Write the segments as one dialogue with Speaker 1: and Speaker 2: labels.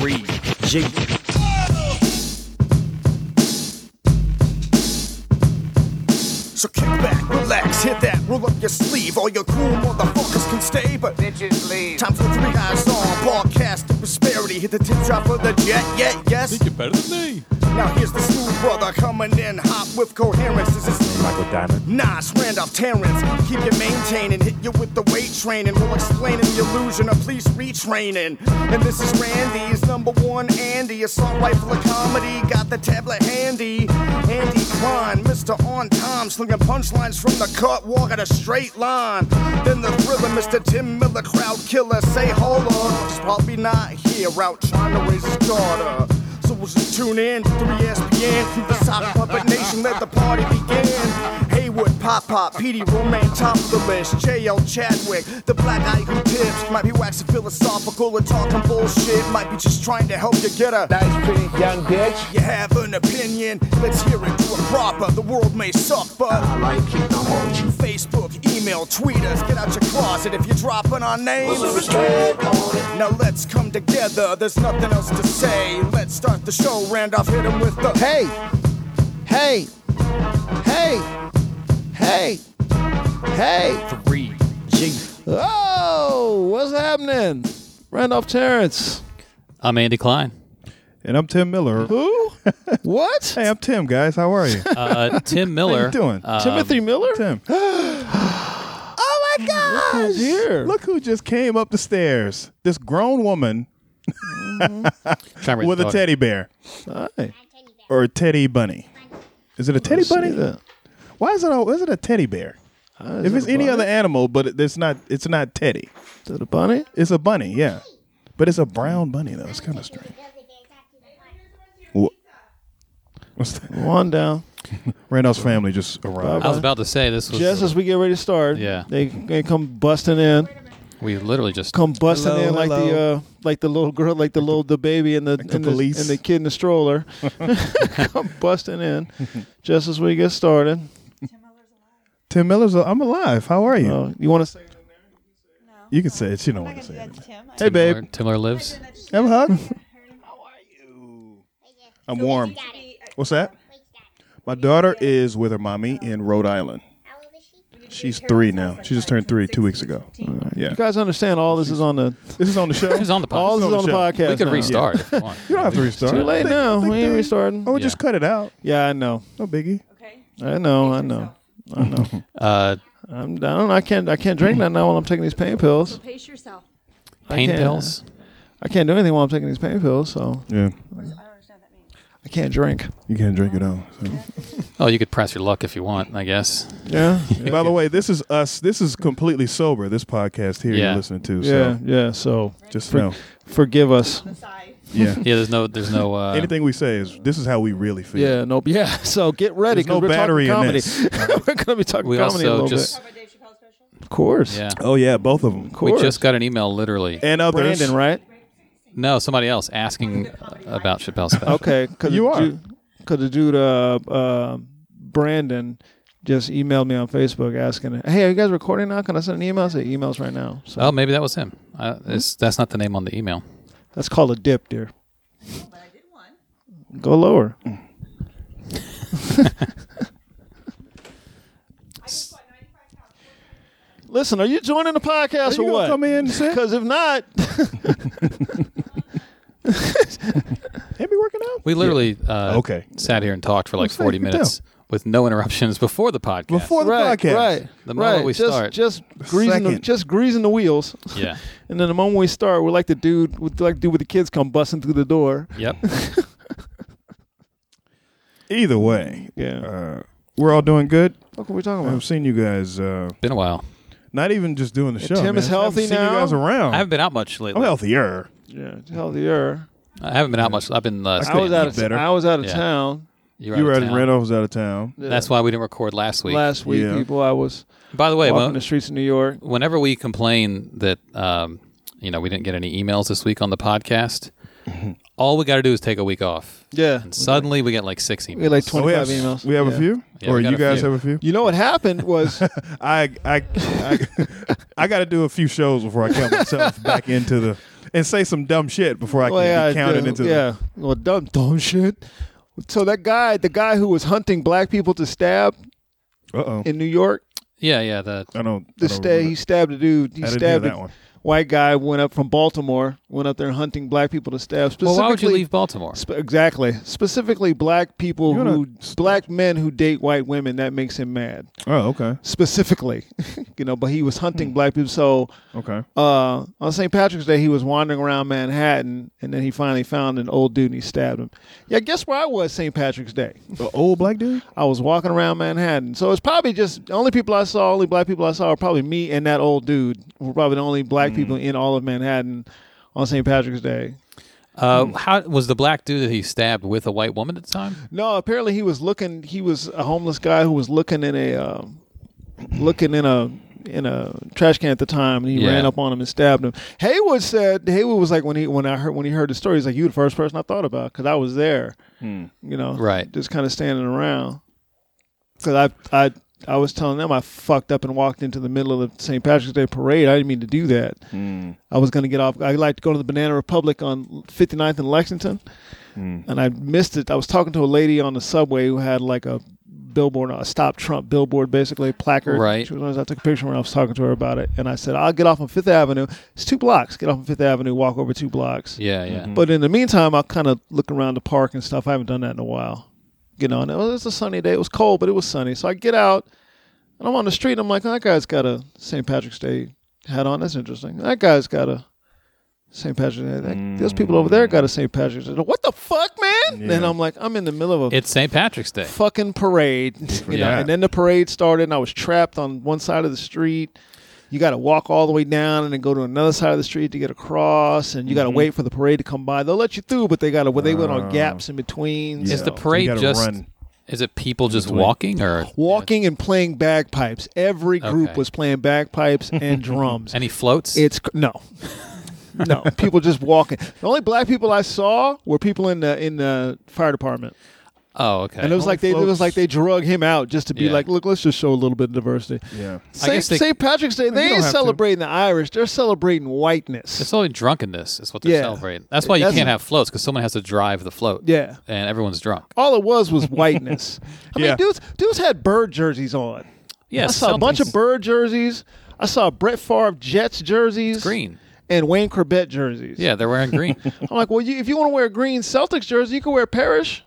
Speaker 1: Reed, G.
Speaker 2: So kick back, relax, hit that, roll up your sleeve. All your cool motherfuckers can stay, but
Speaker 3: Bitches leave.
Speaker 2: times with three eyes on. Broadcast the prosperity, hit the tip drop for the jet, yeah, yes.
Speaker 4: Think you're better than me?
Speaker 2: Now here's the smooth brother coming in hot with coherence. Is this
Speaker 1: Michael Diamond,
Speaker 2: Nas, Randolph, Terrence, keep you maintaining, hit you with the weight training. We'll explain the illusion of police retraining. And this is Randy's number one Andy, assault rifle of comedy, got the tablet handy. Andy Klein, Mr. On Time, slinging punchlines from the cut, walk at a straight line. Then the thriller, Mr. Tim Miller, crowd killer, say hold up, he's probably not here, out trying to raise his daughter. So we'll just tune in to 3SPN through the sock puppet nation. Let the party begin. Haywood, Pop Pop, Petey, Romaine, top of the list. JL Chadwick, the black eye who tips. Might be waxing philosophical and talking bullshit. Might be just trying to help you get a.
Speaker 3: Nice pretty young bitch.
Speaker 2: You have an opinion, let's hear it. Do it proper. The world may suck, but
Speaker 3: I like it, I want you.
Speaker 2: Facebook, email, tweet us. Get out your closet if you're dropping our names. Now let's come together. There's nothing else to say. Let's start the show. Randolph hit him with the
Speaker 5: Hey! Hey! Hey! Hey! Hey!
Speaker 1: Reed, G.
Speaker 5: Oh! What's happening? Randolph Terrence.
Speaker 6: I'm Andy Klein.
Speaker 7: And I'm Tim Miller.
Speaker 5: Who? what?
Speaker 7: Hey, I'm Tim, guys. How are you?
Speaker 6: Uh, Tim Miller.
Speaker 7: you doing?
Speaker 6: uh,
Speaker 5: Timothy Miller?
Speaker 7: Tim,
Speaker 5: Oh my gosh! Here.
Speaker 7: look who just came up the stairs. This grown woman
Speaker 6: trying to read
Speaker 7: with
Speaker 6: the
Speaker 7: a
Speaker 6: dog.
Speaker 7: teddy bear
Speaker 5: Hi.
Speaker 7: or a teddy bunny. Is it a teddy
Speaker 5: see
Speaker 7: bunny?
Speaker 5: that.
Speaker 7: Why is it a, is it a teddy bear?
Speaker 5: Hi, is
Speaker 7: if
Speaker 5: it
Speaker 7: it's
Speaker 5: a
Speaker 7: any
Speaker 5: bunny?
Speaker 7: other animal, but it- it's not it's not teddy.
Speaker 5: Is it a bunny?
Speaker 7: It's a bunny, yeah. But it's a brown bunny though. It's kind of strange. Wha- What's that?
Speaker 5: One down.
Speaker 7: Randolph's family just arrived.
Speaker 5: Oh.
Speaker 6: I was about to say this was.
Speaker 5: Just as we get ready to start,
Speaker 6: Yeah.
Speaker 5: they, they come busting in,
Speaker 6: we literally just.
Speaker 5: come busting
Speaker 7: Hello,
Speaker 5: in like
Speaker 7: hello.
Speaker 5: the uh, like the little girl, like the little the baby and the,
Speaker 7: the
Speaker 5: and, the
Speaker 7: police.
Speaker 5: and the kid in the stroller, come busting in, just as we get started.
Speaker 7: Tim Miller's. a- I'm alive. How are you?
Speaker 5: Uh, you want to say?
Speaker 7: you can say it. You don't want to say
Speaker 8: That's
Speaker 7: it.
Speaker 8: Tim.
Speaker 7: Hey, babe.
Speaker 6: Miller, Tim Miller lives.
Speaker 7: Have a hug. I'm warm. What's that? My daughter is with her mommy in Rhode Island. She's three now. She just turned three two weeks ago. Yeah.
Speaker 5: You guys understand all this is on the
Speaker 7: This is on the show.
Speaker 6: He's on the podcast.
Speaker 5: all this is on the podcast.
Speaker 6: we could
Speaker 5: now.
Speaker 6: restart. if you want.
Speaker 7: You don't have to restart.
Speaker 5: Too late now.
Speaker 7: Like
Speaker 5: We ain't
Speaker 7: that.
Speaker 5: restarting.
Speaker 7: Oh, just cut it out.
Speaker 5: Yeah, I know.
Speaker 7: No biggie.
Speaker 8: Okay.
Speaker 5: I know. I know. I know.
Speaker 6: Uh,
Speaker 5: I'm down. I can't. I can't drink that now while I'm taking these pain pills.
Speaker 8: Pace yourself.
Speaker 6: pain
Speaker 5: can't.
Speaker 6: pills.
Speaker 5: I can't do anything while I'm taking these pain pills, so
Speaker 7: Yeah.
Speaker 8: I don't understand what that means.
Speaker 5: I can't drink.
Speaker 7: You can't drink it all. so.
Speaker 6: Oh, you could press your luck if you want. I guess.
Speaker 5: Yeah.
Speaker 7: By the way, this is us. This is completely sober. This podcast here
Speaker 6: Yeah.
Speaker 7: you're listening to. So
Speaker 5: yeah. Yeah. So
Speaker 7: just know.
Speaker 5: forgive us.
Speaker 8: Aside.
Speaker 7: Yeah.
Speaker 6: Yeah. There's no. There's no. Uh,
Speaker 7: Anything we say is this is how we really feel.
Speaker 5: Yeah. Nope. Yeah. So get ready.
Speaker 7: There's
Speaker 5: 'cause we're
Speaker 7: no
Speaker 5: talking
Speaker 7: battery in
Speaker 5: comedy.
Speaker 7: this.
Speaker 5: we're gonna be talking
Speaker 6: We
Speaker 5: comedy a
Speaker 6: also
Speaker 5: little
Speaker 6: just.
Speaker 5: bit.
Speaker 8: About Dave Chappelle special?
Speaker 5: Of course.
Speaker 6: Yeah.
Speaker 7: Oh yeah, both of them.
Speaker 5: Of
Speaker 6: We
Speaker 5: course.
Speaker 6: just got an email, literally.
Speaker 7: And others.
Speaker 5: Brandon, right?
Speaker 6: No, somebody else asking about Chappelle's special.
Speaker 5: Okay, because
Speaker 7: You are.
Speaker 5: because the dude uh, uh, Brandon just emailed me on Facebook asking, "Hey, are you guys recording now? Can I send an email?" I said, "Emails right now." So
Speaker 6: Oh, maybe that was him. Uh, it's, that's not the name on the email.
Speaker 5: that's called a dip, dear. Go lower. Listen, are you joining the podcast
Speaker 7: You
Speaker 5: or
Speaker 7: gonna
Speaker 5: what?
Speaker 7: come in and sit?
Speaker 5: Because if not,
Speaker 7: They be working out.
Speaker 6: We literally uh,
Speaker 7: Okay.
Speaker 6: sat here and talked for like
Speaker 7: Let's take
Speaker 6: 40
Speaker 7: it down.
Speaker 6: minutes with no interruptions before the podcast.
Speaker 7: Before the
Speaker 5: right,
Speaker 7: podcast.
Speaker 5: right,
Speaker 6: The moment
Speaker 5: right.
Speaker 6: we
Speaker 5: just,
Speaker 6: start.
Speaker 5: just greasing, the,
Speaker 7: Second.
Speaker 5: just greasing the wheels.
Speaker 6: Yeah.
Speaker 5: And then the moment we start, we're like the dude, we're like the dude with the kids come busting through the door.
Speaker 6: Yep.
Speaker 7: Either way,
Speaker 5: Yeah.
Speaker 7: uh, we're all doing good.
Speaker 5: What are we talking
Speaker 7: I've
Speaker 5: about?
Speaker 7: seen you guys. Uh,
Speaker 6: Been a while.
Speaker 7: not even just doing the show.
Speaker 5: Tim
Speaker 7: man.
Speaker 5: is
Speaker 7: I haven't
Speaker 5: healthy
Speaker 7: seen
Speaker 5: now?
Speaker 7: You guys around.
Speaker 6: I haven't been out much lately.
Speaker 7: I'm healthier.
Speaker 5: Yeah, it's healthier.
Speaker 6: I haven't been out much. I've been. Uh,
Speaker 5: I was
Speaker 6: staying-
Speaker 5: out of
Speaker 7: better.
Speaker 5: I was out of
Speaker 6: Yeah.
Speaker 5: town
Speaker 7: You were
Speaker 6: out
Speaker 7: at
Speaker 6: of town.
Speaker 7: Randolph's out of town.
Speaker 6: That's why we didn't record last week.
Speaker 5: last week.
Speaker 7: Yeah.
Speaker 5: People, I was
Speaker 6: By the way,
Speaker 5: walking
Speaker 6: when-
Speaker 5: the streets of New York.
Speaker 6: whenever we complain that um, you know we didn't get any emails this week on the podcast, all we got to do is take a week off.
Speaker 5: Yeah,
Speaker 6: And suddenly we get like six emails.
Speaker 5: we had like
Speaker 7: Oh,
Speaker 5: twenty five
Speaker 7: we have,
Speaker 5: emails.
Speaker 7: We have
Speaker 5: Yeah.
Speaker 7: a few,
Speaker 6: Yeah,
Speaker 7: or
Speaker 6: we got
Speaker 7: you
Speaker 6: a
Speaker 7: guys
Speaker 6: few.
Speaker 7: have a few.
Speaker 5: You know what happened was
Speaker 7: I I I, I got to do a few shows before I count myself back into the and say some dumb shit before I can
Speaker 5: Well, yeah,
Speaker 7: be counted
Speaker 5: yeah,
Speaker 7: into the-
Speaker 5: yeah. Well, dumb, dumb shit. So that guy, the guy who was hunting black people to stab
Speaker 7: Uh-oh.
Speaker 5: in New York,
Speaker 6: Yeah, yeah. The
Speaker 7: I don't. I
Speaker 5: the
Speaker 7: don't
Speaker 5: sta- he
Speaker 7: remember.
Speaker 5: stabbed a dude. He
Speaker 7: I didn't hear
Speaker 5: stabbed
Speaker 7: that
Speaker 5: a
Speaker 7: one.
Speaker 5: white guy. Went up from Baltimore. Went up there hunting black people to stab. Specifically,
Speaker 6: well, why would you leave Baltimore?
Speaker 5: sp- exactly. Specifically, black people
Speaker 7: You're
Speaker 5: who
Speaker 7: not-
Speaker 5: black men who date white women. That makes him mad.
Speaker 7: Oh, okay.
Speaker 5: Specifically, you know. But he was
Speaker 7: Hmm.
Speaker 5: hunting black people. So
Speaker 7: Okay.
Speaker 5: uh, on St. Patrick's Day, he was wandering around Manhattan, and then he finally found an old dude and he stabbed him. Yeah, guess where I was St. Patrick's Day?
Speaker 7: The old black dude?
Speaker 5: I was walking around Manhattan, so it's probably just the only people I saw, only black people I saw, are probably me and that old dude. We're probably the only black people in all of Manhattan on St. Patrick's Day.
Speaker 6: Uh, How was the black dude that he stabbed with a white woman at the time?
Speaker 5: No, apparently he was looking. He was a homeless guy who was looking in a uh, looking in a in a trash can at the time, and he
Speaker 6: Yeah.
Speaker 5: ran up on him and stabbed him. Haywood said Haywood was like when he when I heard when he heard the story, he's like you the first person I thought about because I was there, you know,
Speaker 6: Hmm. Right.
Speaker 5: just kind of standing around because I I. I was telling them I fucked up and walked into the middle of the St. Patrick's Day parade. I didn't mean to do that.
Speaker 6: Hmm.
Speaker 5: I was going to get off. I like to go to the Banana Republic on 59th and Lexington and I missed it. I was talking to a lady on the subway who had like a billboard, a stop Trump billboard, basically placard.
Speaker 6: Right.
Speaker 5: She was, I took a picture when I was talking to her about it, and I said, "I'll get off on Fifth Avenue. It's two blocks. Get off on Fifth Avenue. Walk over two blocks."
Speaker 6: Yeah, yeah.
Speaker 5: But in the meantime, I'll kind of look around the park and stuff. I haven't done that in a while. You know, and it was a sunny day. It was cold, but it was sunny. So I get out and I'm on the street. And I'm like, that guy's got a St. Patrick's Day hat on. That's interesting. That guy's got a St. Patrick's Day. That, Those people over there got a St. Patrick's Day. What the fuck, man? And I'm like, I'm in the middle of a
Speaker 6: It's St. Patrick's Day.
Speaker 5: fucking parade. You know,
Speaker 7: that.
Speaker 5: and then the parade started, and I was trapped on one side of the street. You got to walk all the way down and then go to another side of the street to get across, and you got to
Speaker 7: Mm-hmm.
Speaker 5: wait for the parade to come by. They'll let you through, but they got to. Well, they went on gaps in between.
Speaker 7: Oh. Yeah.
Speaker 6: Is the
Speaker 5: so-
Speaker 7: You
Speaker 6: parade
Speaker 7: gotta
Speaker 6: just?
Speaker 7: run.
Speaker 6: Is it people just walking or?
Speaker 5: walking and playing bagpipes? Every group
Speaker 6: Okay.
Speaker 5: was playing bagpipes and drums.
Speaker 6: Any floats?
Speaker 5: It's c- no, no. People just walking. The only black people I saw were people in the in the fire department.
Speaker 6: oh, okay.
Speaker 5: And it was like they it was
Speaker 7: floats.
Speaker 5: like they drug him out just to be
Speaker 6: Yeah.
Speaker 5: like, look, let's just show a little bit of diversity.
Speaker 7: Yeah.
Speaker 5: Saint,
Speaker 6: guess they-
Speaker 5: Saint Patrick's Day, they
Speaker 7: don't
Speaker 5: ain't
Speaker 7: have to.
Speaker 5: celebrating the Irish. They're celebrating whiteness.
Speaker 6: They're celebrating drunkenness. Is what they're
Speaker 5: Yeah.
Speaker 6: celebrating. That's why you
Speaker 5: That's-
Speaker 6: can't have floats because someone has to drive the float.
Speaker 5: Yeah. Oh,
Speaker 6: and everyone's drunk.
Speaker 5: All it was was whiteness. I
Speaker 7: Yeah.
Speaker 5: mean, dudes, dudes had bird jerseys on.
Speaker 6: Yeah,
Speaker 5: I saw a bunch of bird jerseys. I saw Brett Favre Jets jerseys,
Speaker 6: green.
Speaker 5: and Wayne Corbett jerseys.
Speaker 6: Yeah, they're wearing green.
Speaker 5: I'm like, well, you, if you want to wear a green Celtics jersey, you can wear Parrish.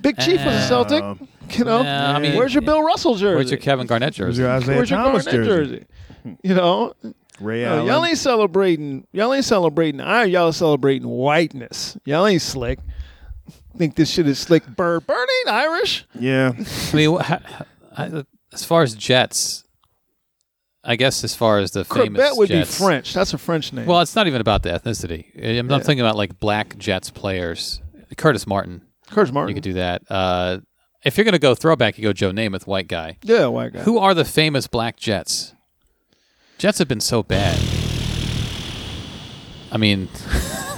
Speaker 5: Big Chief was a Celtic. You know,
Speaker 6: Nah, Uh, I mean-
Speaker 5: where's your Bill Russell jersey?
Speaker 6: Where's your Kevin Garnett
Speaker 7: Where's
Speaker 6: jersey?
Speaker 7: your Isaiah
Speaker 5: Where's your
Speaker 7: Thomas
Speaker 5: Garnett jersey? You know,
Speaker 7: Ray
Speaker 5: Uh,
Speaker 7: Allen.
Speaker 5: y'all ain't celebrating. Y'all ain't celebrating. I y'all celebrating whiteness. Y'all ain't slick. Think this shit is slick. Bird, bird ain't Irish.
Speaker 7: yeah.
Speaker 6: I mean, wha- ha- I- as far as Jets, I guess as far as the famous
Speaker 5: Corbett would
Speaker 6: Jets,
Speaker 5: be French. That's a French name.
Speaker 6: Well, it's not even about the ethnicity. I'm not thinking about like black Jets players. Curtis Martin,
Speaker 5: Curtis
Speaker 6: you
Speaker 5: Martin.
Speaker 6: could do that. Uh, if you're gonna go throwback, you go Joe Namath, white guy.
Speaker 5: yeah, white guy.
Speaker 6: Who are the famous black Jets? Jets have been so bad. I mean,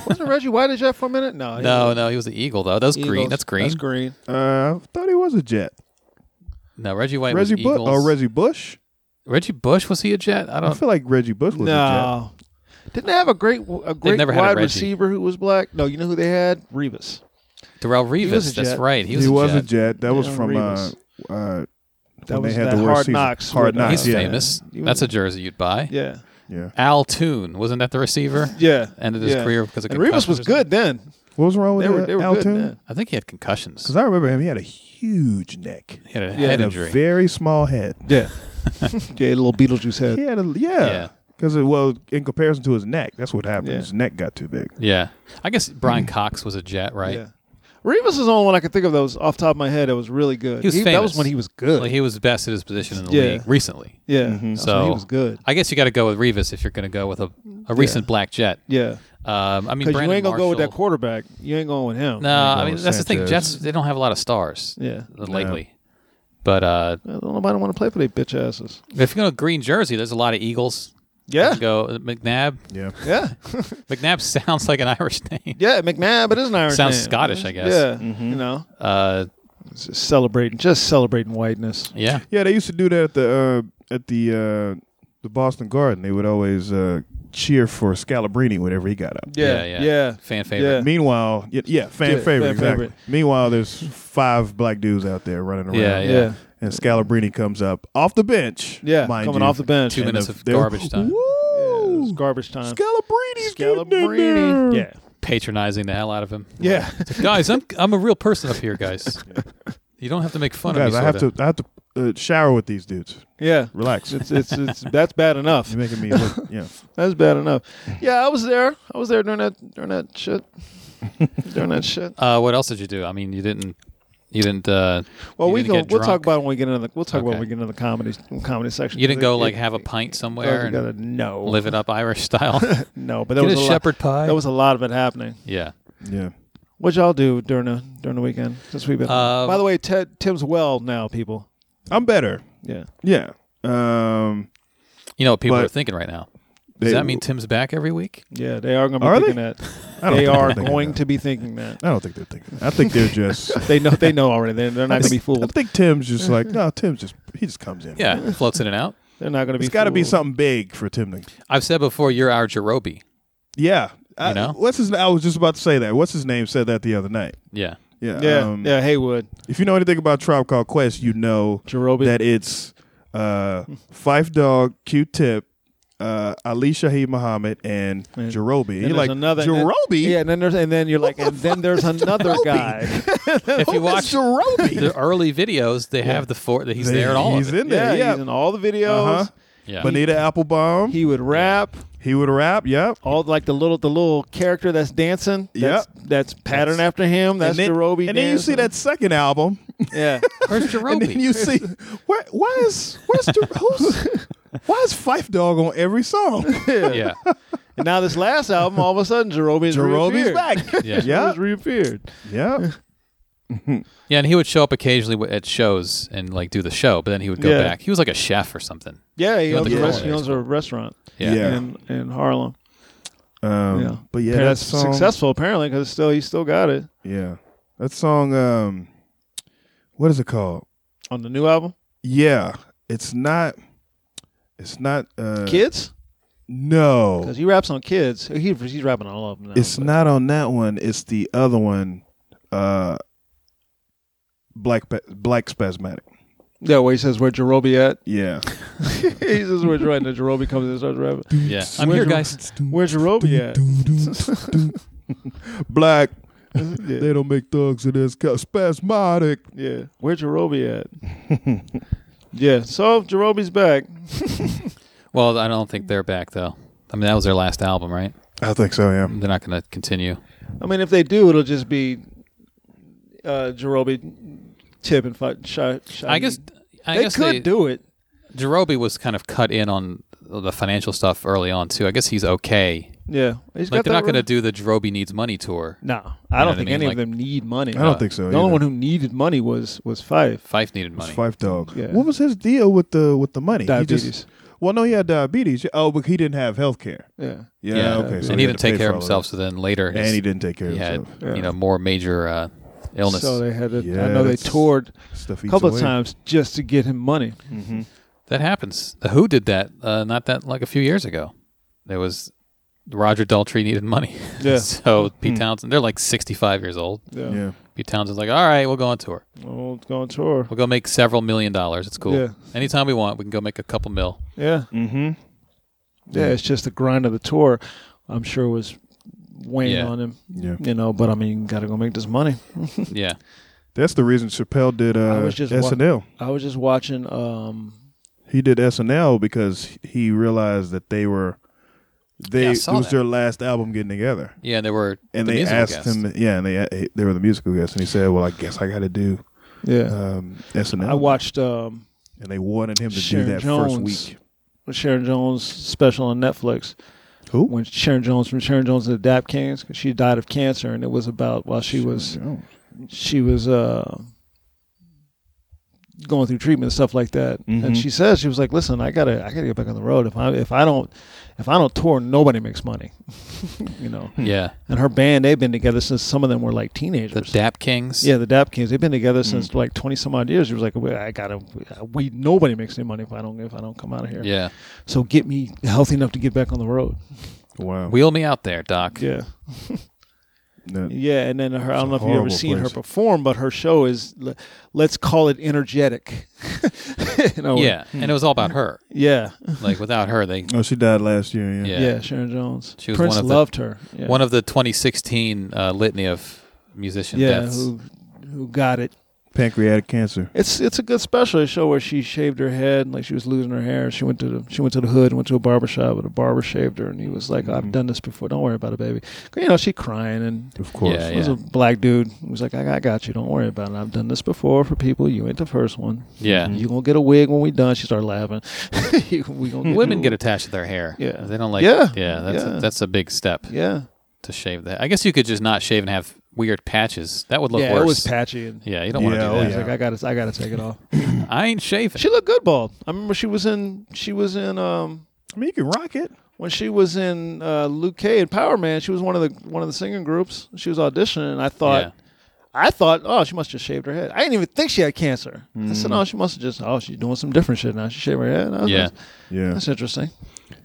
Speaker 5: wasn't Reggie White a Jet for a minute? No, he
Speaker 6: no,
Speaker 5: wasn't.
Speaker 6: no, he was the Eagle though. That's green.
Speaker 5: Eagles.
Speaker 6: That's green.
Speaker 5: That's green.
Speaker 7: Uh, I thought he was a Jet.
Speaker 6: No, Reggie White
Speaker 7: Reggie
Speaker 6: was
Speaker 7: Bush.
Speaker 6: Eagles. Uh,
Speaker 7: Oh, Reggie Bush.
Speaker 6: Reggie Bush was he a Jet? I
Speaker 7: I
Speaker 6: don't.
Speaker 7: feel like Reggie Bush was a
Speaker 5: No, didn't they have a great a great
Speaker 6: never had a
Speaker 5: wide
Speaker 6: Reggie.
Speaker 5: receiver who was black? No, you know who they had? Revis.
Speaker 6: Darrell
Speaker 5: was
Speaker 6: Revis.
Speaker 5: a
Speaker 6: That's
Speaker 5: Jet.
Speaker 6: right. He
Speaker 7: Jet.
Speaker 6: was,
Speaker 7: He
Speaker 6: a,
Speaker 7: was
Speaker 6: jet.
Speaker 7: a Jet. That was
Speaker 5: Yeah,
Speaker 7: from uh,
Speaker 5: Revis.
Speaker 7: uh,
Speaker 5: That
Speaker 7: when
Speaker 5: was
Speaker 7: they had
Speaker 5: that
Speaker 7: the worst
Speaker 5: hard
Speaker 7: season.
Speaker 5: knocks.
Speaker 7: Hard
Speaker 5: with, uh,
Speaker 7: Knocks,
Speaker 6: He's
Speaker 7: yeah.
Speaker 6: famous.
Speaker 5: He was-
Speaker 6: That's a jersey you'd buy.
Speaker 5: Yeah,
Speaker 7: yeah.
Speaker 6: Al Toon wasn't that the receiver?
Speaker 5: yeah.
Speaker 6: Ended his
Speaker 5: yeah.
Speaker 6: career because of
Speaker 5: and Revis was
Speaker 6: concussions.
Speaker 5: good then.
Speaker 7: What was wrong with
Speaker 5: They were they
Speaker 7: that?
Speaker 5: were good
Speaker 7: Altoon?
Speaker 5: then.
Speaker 6: I think he had concussions.
Speaker 7: Because I remember him. He had a huge neck.
Speaker 6: He had a
Speaker 7: He
Speaker 6: head
Speaker 7: had a
Speaker 6: injury.
Speaker 7: very small head.
Speaker 5: Yeah. yeah, a little Beetlejuice
Speaker 7: He
Speaker 5: head.
Speaker 7: had a
Speaker 6: Yeah.
Speaker 7: yeah. Because well, in comparison to his neck, that's what happened.
Speaker 5: Yeah.
Speaker 7: His neck got too big.
Speaker 6: yeah, I guess Brian Cox was a Jet, right?
Speaker 5: Yeah. Revis is the only one I could think of that was off the top of my head that was really good.
Speaker 6: He was
Speaker 5: that
Speaker 6: famous.
Speaker 5: was Mm-hmm. when he was good.
Speaker 6: Like, he was best at his position in the
Speaker 5: Yeah.
Speaker 6: league recently.
Speaker 5: yeah. That's
Speaker 6: Mm-hmm. So
Speaker 5: when he was good.
Speaker 6: I guess you got to go with Revis if you're going to go with a, a recent black Jet.
Speaker 5: Yeah.
Speaker 6: Um, I mean,
Speaker 5: Because you
Speaker 6: Brandon
Speaker 5: ain't gonna go with that
Speaker 6: Marshall-
Speaker 5: quarterback. You ain't going with him.
Speaker 6: No, I mean
Speaker 7: with
Speaker 6: that's the thing.
Speaker 7: Sanchez.
Speaker 6: Jets they don't have a lot of stars. uh,
Speaker 5: Yeah.
Speaker 6: lately. But uh,
Speaker 5: I don't nobody want to play for they bitch asses.
Speaker 6: if you go green jersey, there's a lot of Eagles.
Speaker 5: Yeah.
Speaker 6: You go uh, McNabb.
Speaker 7: Yeah.
Speaker 5: Yeah.
Speaker 6: McNabb sounds like an Irish name.
Speaker 5: Yeah, McNabb, it is an Irish
Speaker 6: Sounds
Speaker 5: name.
Speaker 6: Scottish, I guess.
Speaker 5: Yeah. You know.
Speaker 6: Uh,
Speaker 5: Just celebrating just celebrating whiteness.
Speaker 6: yeah.
Speaker 7: Yeah, they used to do that at the uh, at the uh, the Boston Garden. They would always uh, cheer for Scalabrini whenever he got up.
Speaker 5: Yeah,
Speaker 6: Yeah,
Speaker 5: yeah,
Speaker 6: yeah. Fan favorite.
Speaker 5: Yeah.
Speaker 7: Meanwhile, y- yeah,
Speaker 5: Yeah,
Speaker 7: fan favorite,
Speaker 5: fan
Speaker 7: exactly.
Speaker 5: favorite.
Speaker 7: Meanwhile, there's five black dudes out there running around.
Speaker 6: Yeah,
Speaker 5: Yeah. yeah.
Speaker 7: And Scalabrini comes up off the bench.
Speaker 5: Yeah,
Speaker 7: mind
Speaker 5: coming
Speaker 7: you.
Speaker 5: off the bench.
Speaker 6: Two
Speaker 7: And
Speaker 6: minutes
Speaker 7: the-
Speaker 6: of
Speaker 7: they're-
Speaker 6: garbage time.
Speaker 5: It
Speaker 7: Woo!
Speaker 5: was garbage time.
Speaker 7: Scalabrini's getting in there.
Speaker 5: Yeah.
Speaker 6: Patronizing the hell out of him.
Speaker 5: Yeah.
Speaker 6: guys, I'm I'm a real person up here, guys. You don't have to make fun of
Speaker 7: Guys,
Speaker 6: me.
Speaker 7: I have
Speaker 6: sorta.
Speaker 7: to I have to uh, shower with these dudes.
Speaker 5: yeah.
Speaker 7: Relax.
Speaker 5: It's, it's, it's, that's bad enough.
Speaker 7: You're making me look. Yeah.
Speaker 5: That's bad enough. Yeah, I was there. I was there during that during that shit. during that shit.
Speaker 6: Uh, what else did you do? I mean, you didn't. You didn't. Uh,
Speaker 5: Well,
Speaker 6: you
Speaker 5: we
Speaker 6: didn't
Speaker 5: go.
Speaker 6: get
Speaker 5: We'll talk
Speaker 6: drunk?
Speaker 5: about it when we get into the. We'll talk about it
Speaker 6: Okay.
Speaker 5: when we get into the comedy comedy section.
Speaker 6: You didn't go
Speaker 5: It-
Speaker 6: like
Speaker 5: it-
Speaker 6: have a pint somewhere and
Speaker 5: Altogether, no,
Speaker 6: live it up Irish style.
Speaker 5: no. But there
Speaker 6: Get
Speaker 5: was
Speaker 6: a
Speaker 5: a
Speaker 6: shepherd
Speaker 5: lot,
Speaker 6: pie.
Speaker 5: There was a lot of it happening.
Speaker 6: yeah.
Speaker 7: Yeah.
Speaker 5: What y'all do during the during the weekend since we've been?
Speaker 6: Um,
Speaker 5: By the way, Ted, Tim's well now, people.
Speaker 7: I'm better.
Speaker 5: Yeah,
Speaker 7: Yeah. Um
Speaker 6: You know what people
Speaker 7: But-
Speaker 6: are thinking right now?
Speaker 7: they-
Speaker 6: Does that mean Tim's back every week?
Speaker 5: yeah. They are going to be
Speaker 7: Are they?
Speaker 5: thinking
Speaker 7: I
Speaker 5: that.
Speaker 7: don't
Speaker 5: They
Speaker 7: think they're
Speaker 5: are
Speaker 7: thinking
Speaker 5: going
Speaker 7: that.
Speaker 5: to be thinking that.
Speaker 7: I don't think they're thinking. I think they're just
Speaker 5: They know. They know already. They're, they're not going to be
Speaker 7: I
Speaker 5: fooled.
Speaker 7: think Tim's just like, no, Tim's just he just comes in.
Speaker 6: Yeah, floats in and out.
Speaker 5: They're not going to be.
Speaker 7: It's got to be
Speaker 5: fooled.
Speaker 7: something big for Tim to.
Speaker 6: I've said before, you're our Jerobi.
Speaker 7: Yeah. I,
Speaker 6: You know?
Speaker 7: What's his I was just about to say that. What's his name said that the other night.
Speaker 6: Yeah.
Speaker 7: Yeah.
Speaker 5: Yeah,
Speaker 7: um,
Speaker 5: yeah. Haywood,
Speaker 7: If you know anything about Tribe Called Quest, you know
Speaker 5: Jerobi.
Speaker 7: that it's uh, Fife Dog, Q Tip, uh, Ali Shaheed Muhammad, and
Speaker 5: And-
Speaker 7: Jerobi.
Speaker 5: Then
Speaker 7: You're
Speaker 5: there's
Speaker 7: like, Jerobi?
Speaker 5: yeah, and then there's and then you're like, and then there's another
Speaker 7: Jerobi?
Speaker 5: guy.
Speaker 6: If you watch
Speaker 7: Jerobi?
Speaker 6: the early videos, they have the four that he's
Speaker 7: They-
Speaker 6: there at all.
Speaker 7: he's
Speaker 6: of it.
Speaker 7: in there, yeah.
Speaker 5: he's in all the videos.
Speaker 7: Uh-huh.
Speaker 6: Yeah.
Speaker 7: Bonita Applebaum. He,
Speaker 5: He would rap
Speaker 7: would rap, yep.
Speaker 5: all like the little the little character that's dancing. That's, that's pattern after him. That's
Speaker 7: and then,
Speaker 5: Jerobi.
Speaker 7: and then you see that
Speaker 5: dancing.
Speaker 7: second album,
Speaker 5: Yeah,
Speaker 6: Where's
Speaker 7: and
Speaker 6: Jerobi?
Speaker 7: then you see where, why is where's Jer- who's, why is Fife Dog on every song?
Speaker 6: yeah.
Speaker 5: and now this last album, all of a sudden, Jerobi's
Speaker 7: Jerobi's
Speaker 5: reappeared.
Speaker 7: back,
Speaker 6: Yeah.
Speaker 7: yeah,
Speaker 5: He's reappeared.
Speaker 7: yeah.
Speaker 6: Yeah, and he would show up occasionally wi- at shows and like do the show, but then he would go
Speaker 5: Yeah.
Speaker 6: back. He was like a chef or something.
Speaker 5: Yeah, he
Speaker 6: He went
Speaker 5: owns,
Speaker 6: to
Speaker 5: a, rest,
Speaker 6: culinary
Speaker 5: he owns a restaurant
Speaker 6: Yeah.
Speaker 7: Yeah.
Speaker 5: in in Harlem.
Speaker 7: Um,
Speaker 5: Yeah,
Speaker 7: But
Speaker 5: Apparently
Speaker 7: yeah, that
Speaker 5: that's
Speaker 7: song,
Speaker 5: successful apparently because still he still got it
Speaker 7: Yeah, that song. Um, what is it called?
Speaker 5: on the new album.
Speaker 7: Yeah, it's not. It's not. Uh,
Speaker 5: Kids,
Speaker 7: No,
Speaker 5: because he raps on kids. He, he's rapping on all of them. Now,
Speaker 7: it's
Speaker 5: but-
Speaker 7: not on that one. It's the other one. Uh, black Pa- black spasmatic.
Speaker 5: Yeah, where he says where Jerobi at.
Speaker 7: Yeah,
Speaker 5: he says where's right, and then Jerobi comes in and starts rapping.
Speaker 6: Yeah. I'm here, guys.
Speaker 5: Where's Jerobi at?
Speaker 7: black.
Speaker 5: yeah.
Speaker 7: They don't make thugs in this co- spasmatic.
Speaker 5: yeah. Where's Jerobi at? yeah. So Jerobi's back.
Speaker 6: Well, I don't think they're back though. I mean, that was their last album, right?
Speaker 7: I think so. Yeah.
Speaker 6: They're not going to continue.
Speaker 5: I mean, if they do, it'll just be uh Jerobi tip and fight. Shy, shy.
Speaker 6: I guess. I
Speaker 5: they
Speaker 6: guess
Speaker 5: could
Speaker 6: they,
Speaker 5: do it.
Speaker 6: Jerobi was kind of cut in on the financial stuff early on too. I guess he's okay.
Speaker 5: Yeah. He's
Speaker 6: Like
Speaker 5: got
Speaker 6: they're not
Speaker 5: that
Speaker 6: going to
Speaker 5: rhythm.
Speaker 6: do the Jerobi needs money tour.
Speaker 5: No, I
Speaker 6: know
Speaker 5: don't
Speaker 6: what
Speaker 5: think
Speaker 6: I mean?
Speaker 5: any
Speaker 6: Like-
Speaker 5: of them need money.
Speaker 7: I don't think so.
Speaker 5: The only
Speaker 7: either.
Speaker 5: one who needed money was was Fife.
Speaker 6: Fife needed money.
Speaker 7: Fife Dog.
Speaker 5: Yeah.
Speaker 7: What was his deal with the with the money? He
Speaker 5: Diabetes.
Speaker 7: just, well, no, he had diabetes. Oh, but he didn't have health care.
Speaker 5: Yeah.
Speaker 7: Yeah, okay. So
Speaker 6: and he
Speaker 7: had
Speaker 6: didn't
Speaker 7: to pay
Speaker 6: take care of
Speaker 7: for all
Speaker 6: himself.
Speaker 7: that.
Speaker 6: So then later, his-
Speaker 7: and he didn't take care of
Speaker 6: he had
Speaker 7: himself.
Speaker 6: you know more major uh, illness.
Speaker 5: So they had it.
Speaker 7: Yeah,
Speaker 5: I know they
Speaker 7: that's-
Speaker 5: toured
Speaker 7: Stuff
Speaker 5: a
Speaker 7: eats
Speaker 5: couple
Speaker 7: away.
Speaker 5: of times just to get him money.
Speaker 6: that happens. The Who did that? Uh, not that like a few years ago. There was Roger Daltrey needed money.
Speaker 5: Yeah.
Speaker 6: so Pete Townsend, they're like sixty-five years old.
Speaker 7: Yeah.
Speaker 6: Pete Townsend's like, all right, we'll go on tour.
Speaker 5: Well, go on tour.
Speaker 6: We'll go make several million dollars. It's cool.
Speaker 5: Yeah.
Speaker 6: Anytime we want, we can go make a couple mil.
Speaker 5: Yeah. Mm-hmm. Yeah, it's just the grind of the tour. I'm sure was weighing
Speaker 6: Yeah.
Speaker 5: on him.
Speaker 7: Yeah.
Speaker 5: You know, but I mean, gotta go make this money.
Speaker 6: Yeah.
Speaker 7: That's the reason Chappelle did uh,
Speaker 5: was just wa-
Speaker 7: SNL.
Speaker 5: I was just watching. um
Speaker 7: he did SNL because he realized that they were they
Speaker 6: Yeah, I
Speaker 7: it
Speaker 6: saw
Speaker 7: was
Speaker 6: that.
Speaker 7: their last album getting together,
Speaker 6: Yeah, and there were
Speaker 7: and
Speaker 6: the
Speaker 7: they
Speaker 6: musical
Speaker 7: asked
Speaker 6: guests.
Speaker 7: him. Yeah, and they they were the musical guests, and he said, "Well, I guess I got to do
Speaker 5: Yeah,
Speaker 7: um, SNL."
Speaker 5: I watched um
Speaker 7: and they wanted him to
Speaker 5: Sharon
Speaker 7: do that
Speaker 5: Jones.
Speaker 7: first week.
Speaker 5: Sharon Jones special on Netflix.
Speaker 7: Who?
Speaker 5: When Sharon Jones from Sharon Jones and the Dap Kings, 'cause she died of cancer, and it was about while she was
Speaker 7: Jones.
Speaker 5: she was uh going through treatment and stuff like that.
Speaker 6: Mm-hmm.
Speaker 5: And she says she was like, "Listen, I gotta, I gotta get back on the road. If I, if I don't, if I don't tour, nobody makes money." you know.
Speaker 6: Yeah.
Speaker 5: And her band, they've been together since some of them were like
Speaker 6: The Mm.
Speaker 5: teenagers.
Speaker 6: Dap Kings.
Speaker 5: Yeah, the Dap Kings. They've been together since like twenty some odd years. She was like, "Well, I gotta, we nobody makes any money if I don't if I don't come out of here.
Speaker 6: Yeah.
Speaker 5: So get me healthy enough to get back on the road.
Speaker 7: Wow.
Speaker 6: Wheel me out there, Doc.
Speaker 5: Yeah,
Speaker 7: That-
Speaker 5: yeah. And then her, I don't know if you've ever
Speaker 7: horrible
Speaker 5: seen
Speaker 7: place.
Speaker 5: her perform, but her show is le- let's call it energetic. You know,
Speaker 6: Yeah. And it was all about her.
Speaker 5: yeah,
Speaker 6: Like without her, they
Speaker 7: Oh, she died last year. Yeah.
Speaker 6: yeah.
Speaker 5: yeah. Sharon Jones.
Speaker 6: She was
Speaker 5: Prince
Speaker 6: one of the-
Speaker 5: loved her. Yeah.
Speaker 6: One of the 2016 uh, litany of musician
Speaker 5: yeah,
Speaker 6: deaths.
Speaker 5: who who got it.
Speaker 7: Pancreatic cancer.
Speaker 5: It's it's a good special. They show where she shaved her head and like she was losing her hair. She went to the she went to the hood and went to a barber shop and a barber shaved her and he was like,
Speaker 7: Mm-hmm.
Speaker 5: I've done this before. Don't worry about it, baby. You know, she crying and
Speaker 7: Of course.
Speaker 6: Yeah,
Speaker 5: it was
Speaker 6: yeah.
Speaker 5: a black dude. He was like, I, I got you. Don't worry about it. I've done this before for people. You ain't the first one.
Speaker 6: Yeah.
Speaker 5: Mm-hmm. You gonna get a wig when we done. She started laughing. You- we gonna get
Speaker 6: Women
Speaker 5: you-
Speaker 6: get attached to their hair.
Speaker 5: Yeah.
Speaker 6: They don't like
Speaker 5: Yeah.
Speaker 6: Yeah. That's
Speaker 5: Yeah.
Speaker 6: A, that's a big step
Speaker 5: Yeah.
Speaker 6: to shave that. I guess you could just not shave and have weird patches. That would look
Speaker 5: yeah,
Speaker 6: worse.
Speaker 5: it was patchy and
Speaker 6: yeah. You don't want to
Speaker 7: Yeah,
Speaker 6: do
Speaker 7: oh,
Speaker 6: that.
Speaker 5: he's like, I gotta I gotta take it off.
Speaker 6: I ain't shaving.
Speaker 5: she looked good bald. I remember she was in she was in um
Speaker 7: I mean, you can rock it.
Speaker 5: when she was in uh, Luke K and Power Man, she was one of the one of the singing groups. She was auditioning, and I thought,
Speaker 6: Yeah.
Speaker 5: I thought, oh, she must have shaved her head. I didn't even think she had cancer. I said, oh, she must have just, oh, she's doing some different shit now. She shaved her head. I was
Speaker 6: Mm. Yeah.
Speaker 5: like,
Speaker 7: Yeah.
Speaker 5: that's interesting.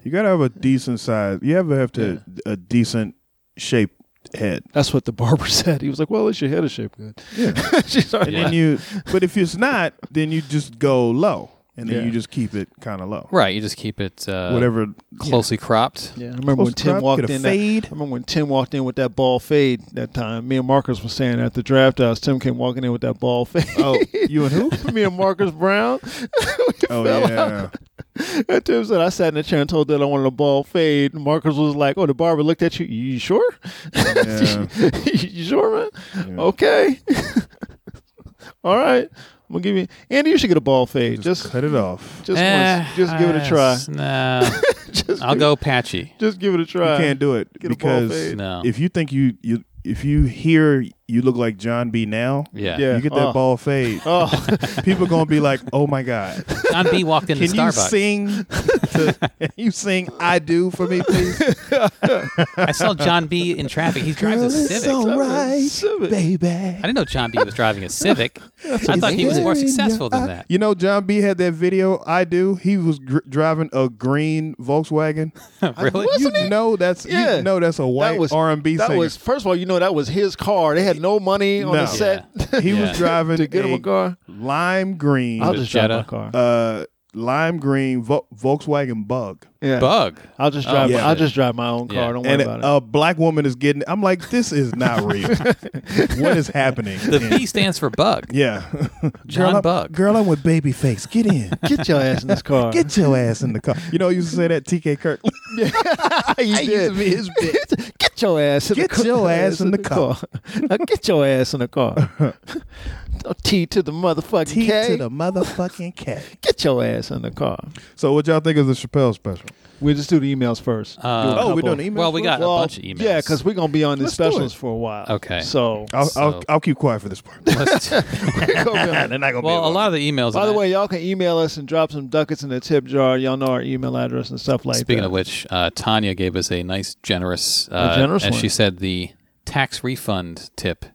Speaker 7: You gotta have a decent size. You ever have to a decent shaped head.
Speaker 5: That's what the barber said. He was like, well, at least your head is shaped good. Yeah, she's already.
Speaker 6: Yeah.
Speaker 7: And you, but if it's not, then you just go low, and then
Speaker 5: Yeah.
Speaker 7: you just keep it kind of low.
Speaker 6: Right. You just keep it uh,
Speaker 7: Whatever.
Speaker 6: closely cropped.
Speaker 5: Yeah, I remember when
Speaker 7: Close
Speaker 5: Tim
Speaker 7: crop,
Speaker 5: walked
Speaker 7: get a
Speaker 5: in. that-
Speaker 7: fade.
Speaker 5: I remember when Tim walked in with that ball fade that time. Me and Marcus were saying at the draft house, Tim came walking in with that ball fade.
Speaker 7: Oh, you and who?
Speaker 5: Me and Marcus Brown.
Speaker 7: Oh yeah.
Speaker 5: And Tim said, I sat in the chair and told that I wanted a ball fade. And Marcus was like, Oh, the barber looked at you. You sure?
Speaker 7: yeah.
Speaker 5: you sure, man? Okay. All right. I'm gonna give you Andy, you should get a ball fade. Just just,
Speaker 7: Cut it off.
Speaker 6: Eh,
Speaker 5: once. Just give it a try.
Speaker 6: uh, Nah. I'll go patchy.
Speaker 5: Just give it a
Speaker 7: You
Speaker 5: try.
Speaker 7: can't do it
Speaker 5: Get a ball
Speaker 7: because
Speaker 5: fade.
Speaker 6: No.
Speaker 7: if you think you you if you hear you look like John B. Now,
Speaker 6: Yeah.
Speaker 5: Yeah.
Speaker 7: you get that
Speaker 5: Oh.
Speaker 7: ball fade.
Speaker 5: Oh
Speaker 7: People gonna be like, "Oh my god,
Speaker 6: John B walked into
Speaker 7: can you
Speaker 6: Starbucks.
Speaker 7: sing? To, can you sing I do for me, please?"
Speaker 6: I saw John B in traffic. He drives a Civic.
Speaker 5: Civic.
Speaker 7: baby.
Speaker 6: I didn't know John B was driving a Civic. I thought he was more successful than that.
Speaker 7: You know, John B had that video. I do. He was gr- driving a green Volkswagen.
Speaker 6: really?
Speaker 7: you know that's
Speaker 5: Yeah.
Speaker 7: you know that's a white
Speaker 5: that was
Speaker 7: R and B
Speaker 5: That
Speaker 7: singer.
Speaker 5: was first of all, you know that was his car. They had no money on
Speaker 7: No.
Speaker 5: the set
Speaker 7: he
Speaker 6: Yeah.
Speaker 7: was driving
Speaker 5: to get him a car.
Speaker 7: lime green,
Speaker 5: I'll
Speaker 6: The
Speaker 5: just drive my
Speaker 6: Jetta.
Speaker 5: car.
Speaker 7: uh, lime green Vo- Volkswagen Bug,
Speaker 5: yeah.
Speaker 6: Bug.
Speaker 5: I'll just drive.
Speaker 6: yeah.
Speaker 5: I'll just drive my own car.
Speaker 6: Yeah.
Speaker 5: Don't worry
Speaker 7: Oh, and oh.
Speaker 5: about it.
Speaker 7: a black woman is getting. I'm like, this is not real. what is happening?
Speaker 6: The
Speaker 7: And-
Speaker 6: B stands for bug.
Speaker 7: yeah,
Speaker 6: John
Speaker 7: girl,
Speaker 6: Bug.
Speaker 7: I'm, girl, I'm with Babyface. Get in.
Speaker 5: Get your ass in this car.
Speaker 7: Get your ass in the car. You know, you used to say that TK Kirk.
Speaker 5: you did. Get your ass in
Speaker 7: Get
Speaker 5: the car.
Speaker 7: your ass in the car.
Speaker 5: now get your ass in the car. T to the motherfucking
Speaker 7: T
Speaker 5: K.
Speaker 7: to the motherfucking K.
Speaker 5: Get your ass in the car.
Speaker 7: So what y'all think of the Chappelle special?
Speaker 5: We just do the emails first.
Speaker 6: Uh,
Speaker 7: oh, we're doing emails.
Speaker 6: Well, we got a
Speaker 5: e- Well,
Speaker 6: bunch of emails.
Speaker 5: Yeah, because we're gonna be on these
Speaker 7: Let's do it.
Speaker 5: specials for a while.
Speaker 6: Okay.
Speaker 5: So,
Speaker 7: I'll,
Speaker 6: So-
Speaker 7: I'll, I'll keep quiet for this part.
Speaker 5: we're gonna be on-
Speaker 7: They're not gonna be
Speaker 6: well, a
Speaker 7: alone.
Speaker 6: lot of the emails.
Speaker 5: by the way, y'all can email us and drop some ducats in the tip jar. Y'all know our email address and stuff like
Speaker 6: Speaking
Speaker 5: that.
Speaker 6: of which, uh, Tanya gave us a nice, generous, uh,
Speaker 5: generous
Speaker 6: as
Speaker 5: one.
Speaker 6: she said, the tax refund tip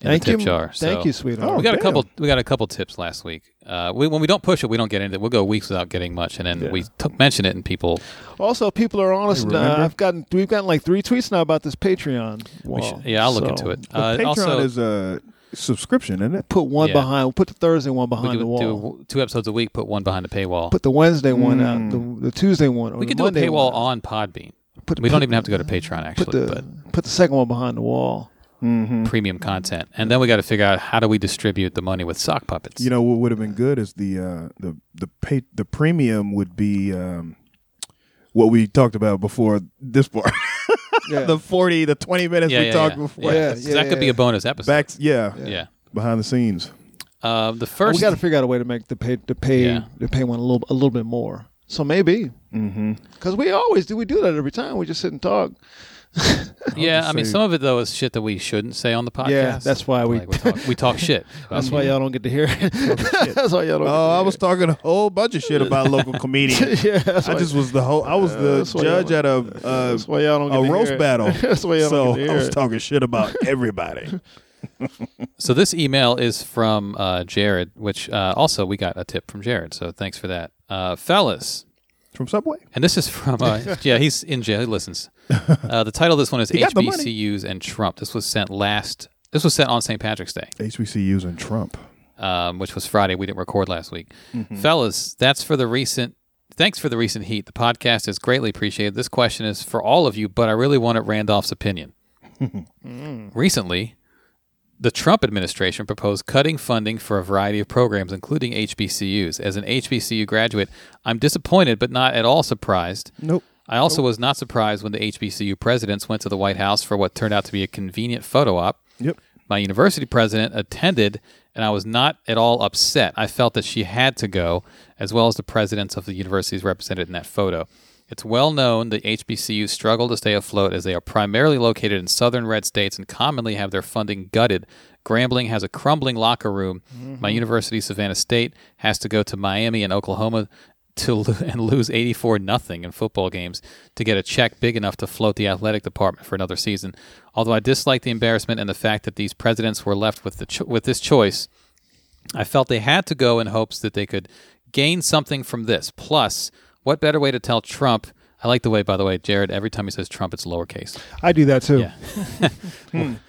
Speaker 6: in
Speaker 5: thank
Speaker 6: the tip
Speaker 5: you,
Speaker 6: jar.
Speaker 5: thank
Speaker 6: So Oh,
Speaker 5: you, sweetheart.
Speaker 6: We got a
Speaker 7: damn.
Speaker 6: couple. We got a couple tips last week. Uh, we, when we don't push it, we don't get anything. We'll go weeks without getting much, and then we t- mention it, and people.
Speaker 5: Also, people are honest. Now.
Speaker 7: remember?
Speaker 5: I've gotten we've gotten like three tweets now about this Patreon. Wall.
Speaker 6: we should- yeah, I'll look
Speaker 5: So,
Speaker 6: into it.
Speaker 7: Well,
Speaker 6: Uh,
Speaker 7: Patreon
Speaker 6: also,
Speaker 7: is a subscription, isn't it?
Speaker 5: Put one
Speaker 6: Yeah.
Speaker 5: behind. We'll put the Thursday one
Speaker 6: we
Speaker 5: behind
Speaker 6: could
Speaker 5: the wall.
Speaker 6: do two episodes a week, put one behind the paywall.
Speaker 5: put the Wednesday one out. The, the Tuesday one. Or
Speaker 6: we
Speaker 5: the
Speaker 6: could do a
Speaker 5: Monday
Speaker 6: paywall
Speaker 5: one.
Speaker 6: on Podbean.
Speaker 5: Put-
Speaker 6: we don't
Speaker 5: put-
Speaker 6: even have to go to Patreon
Speaker 5: Put
Speaker 6: actually,
Speaker 5: the Mm. put the second one behind the wall.
Speaker 6: but premium content. And then we got to figure out how do we distribute the money with sock puppets.
Speaker 7: You know what would have been good is the uh, the the pay, the premium would be um, what we talked about before this part.
Speaker 5: Yeah.
Speaker 7: the forty, the twenty minutes
Speaker 6: yeah,
Speaker 7: we
Speaker 6: yeah,
Speaker 7: talked
Speaker 6: yeah.
Speaker 7: before.
Speaker 6: Yeah,
Speaker 5: Yeah,
Speaker 6: 'cause
Speaker 5: yeah,
Speaker 6: that could be
Speaker 5: yeah.
Speaker 6: a bonus episode.
Speaker 7: Back, yeah,
Speaker 6: yeah.
Speaker 7: behind the scenes.
Speaker 6: Uh, the
Speaker 5: We
Speaker 6: first.
Speaker 5: got to figure out a way to make the pay the pay
Speaker 6: Yeah.
Speaker 5: the pay one a little a little
Speaker 6: Mm-hmm.
Speaker 5: bit more. So maybe because we always do we do that every time. We just sit and talk.
Speaker 6: yeah,
Speaker 7: just
Speaker 6: I mean,
Speaker 7: say-
Speaker 6: some of it though is shit that we shouldn't say on the podcast.
Speaker 5: that's why we-
Speaker 6: Like, talk, we talk shit.
Speaker 5: That's why y'all don't get to hear it. that's why y'all don't.
Speaker 7: Oh, I was talking a whole bunch of shit about local comedians.
Speaker 5: get to hear it. yeah, that's
Speaker 7: I
Speaker 5: why-
Speaker 7: just was the whole. I was the
Speaker 5: that's why
Speaker 7: judge
Speaker 5: y'all-
Speaker 7: at a uh,
Speaker 5: that's why y'all don't get
Speaker 7: a
Speaker 5: to
Speaker 7: roast
Speaker 5: hear it.
Speaker 7: battle.
Speaker 5: That's why y'all
Speaker 7: so
Speaker 5: don't get to
Speaker 7: I
Speaker 5: hear
Speaker 7: was
Speaker 5: it.
Speaker 7: talking shit about everybody.
Speaker 6: So this email is from uh, Jared, which uh, also we got a tip from Jared. So thanks for that, uh, fellas.
Speaker 7: From Subway.
Speaker 6: And this is from uh, yeah, he's in jail. He listens. Uh, the title of this one is
Speaker 7: got the money.
Speaker 6: HBCUs and Trump. This was sent last. This was sent on St. Patrick's Day.
Speaker 7: HBCUs and Trump.
Speaker 6: um, which was Friday. We didn't record last week. Fellas, that's for the recent. Thanks for the recent heat. The podcast is greatly appreciated. This question is for all of you, but I really wanted Randolph's opinion. Recently, the Trump administration proposed cutting funding for a variety of programs, including HBCUs. As an HBCU graduate, I'm disappointed, but not at all surprised.
Speaker 7: Nope.
Speaker 6: I also was not surprised when the HBCU presidents went to the White House for what turned out to be a convenient photo op.
Speaker 7: Yep.
Speaker 6: My university president attended, and I was not at all upset. I felt that she had to go, as well as the presidents of the universities represented in that photo. It's well known that HBCUs struggle to stay afloat as they are primarily located in southern red states and commonly have their funding gutted. Grambling has a crumbling locker room. My university, Savannah State, has to go to Miami and Oklahoma to lo- and lose 84 nothing in football games to get a check big enough to float the athletic department for another season. Although I dislike the embarrassment and the fact that these presidents were left with the cho- with this choice, I felt they had to go in hopes that they could gain something from this. Plus, what better way to tell Trump? I like the way, by the way, Jared. Every time he says Trump, it's lowercase.
Speaker 5: I do that too.
Speaker 6: Yeah.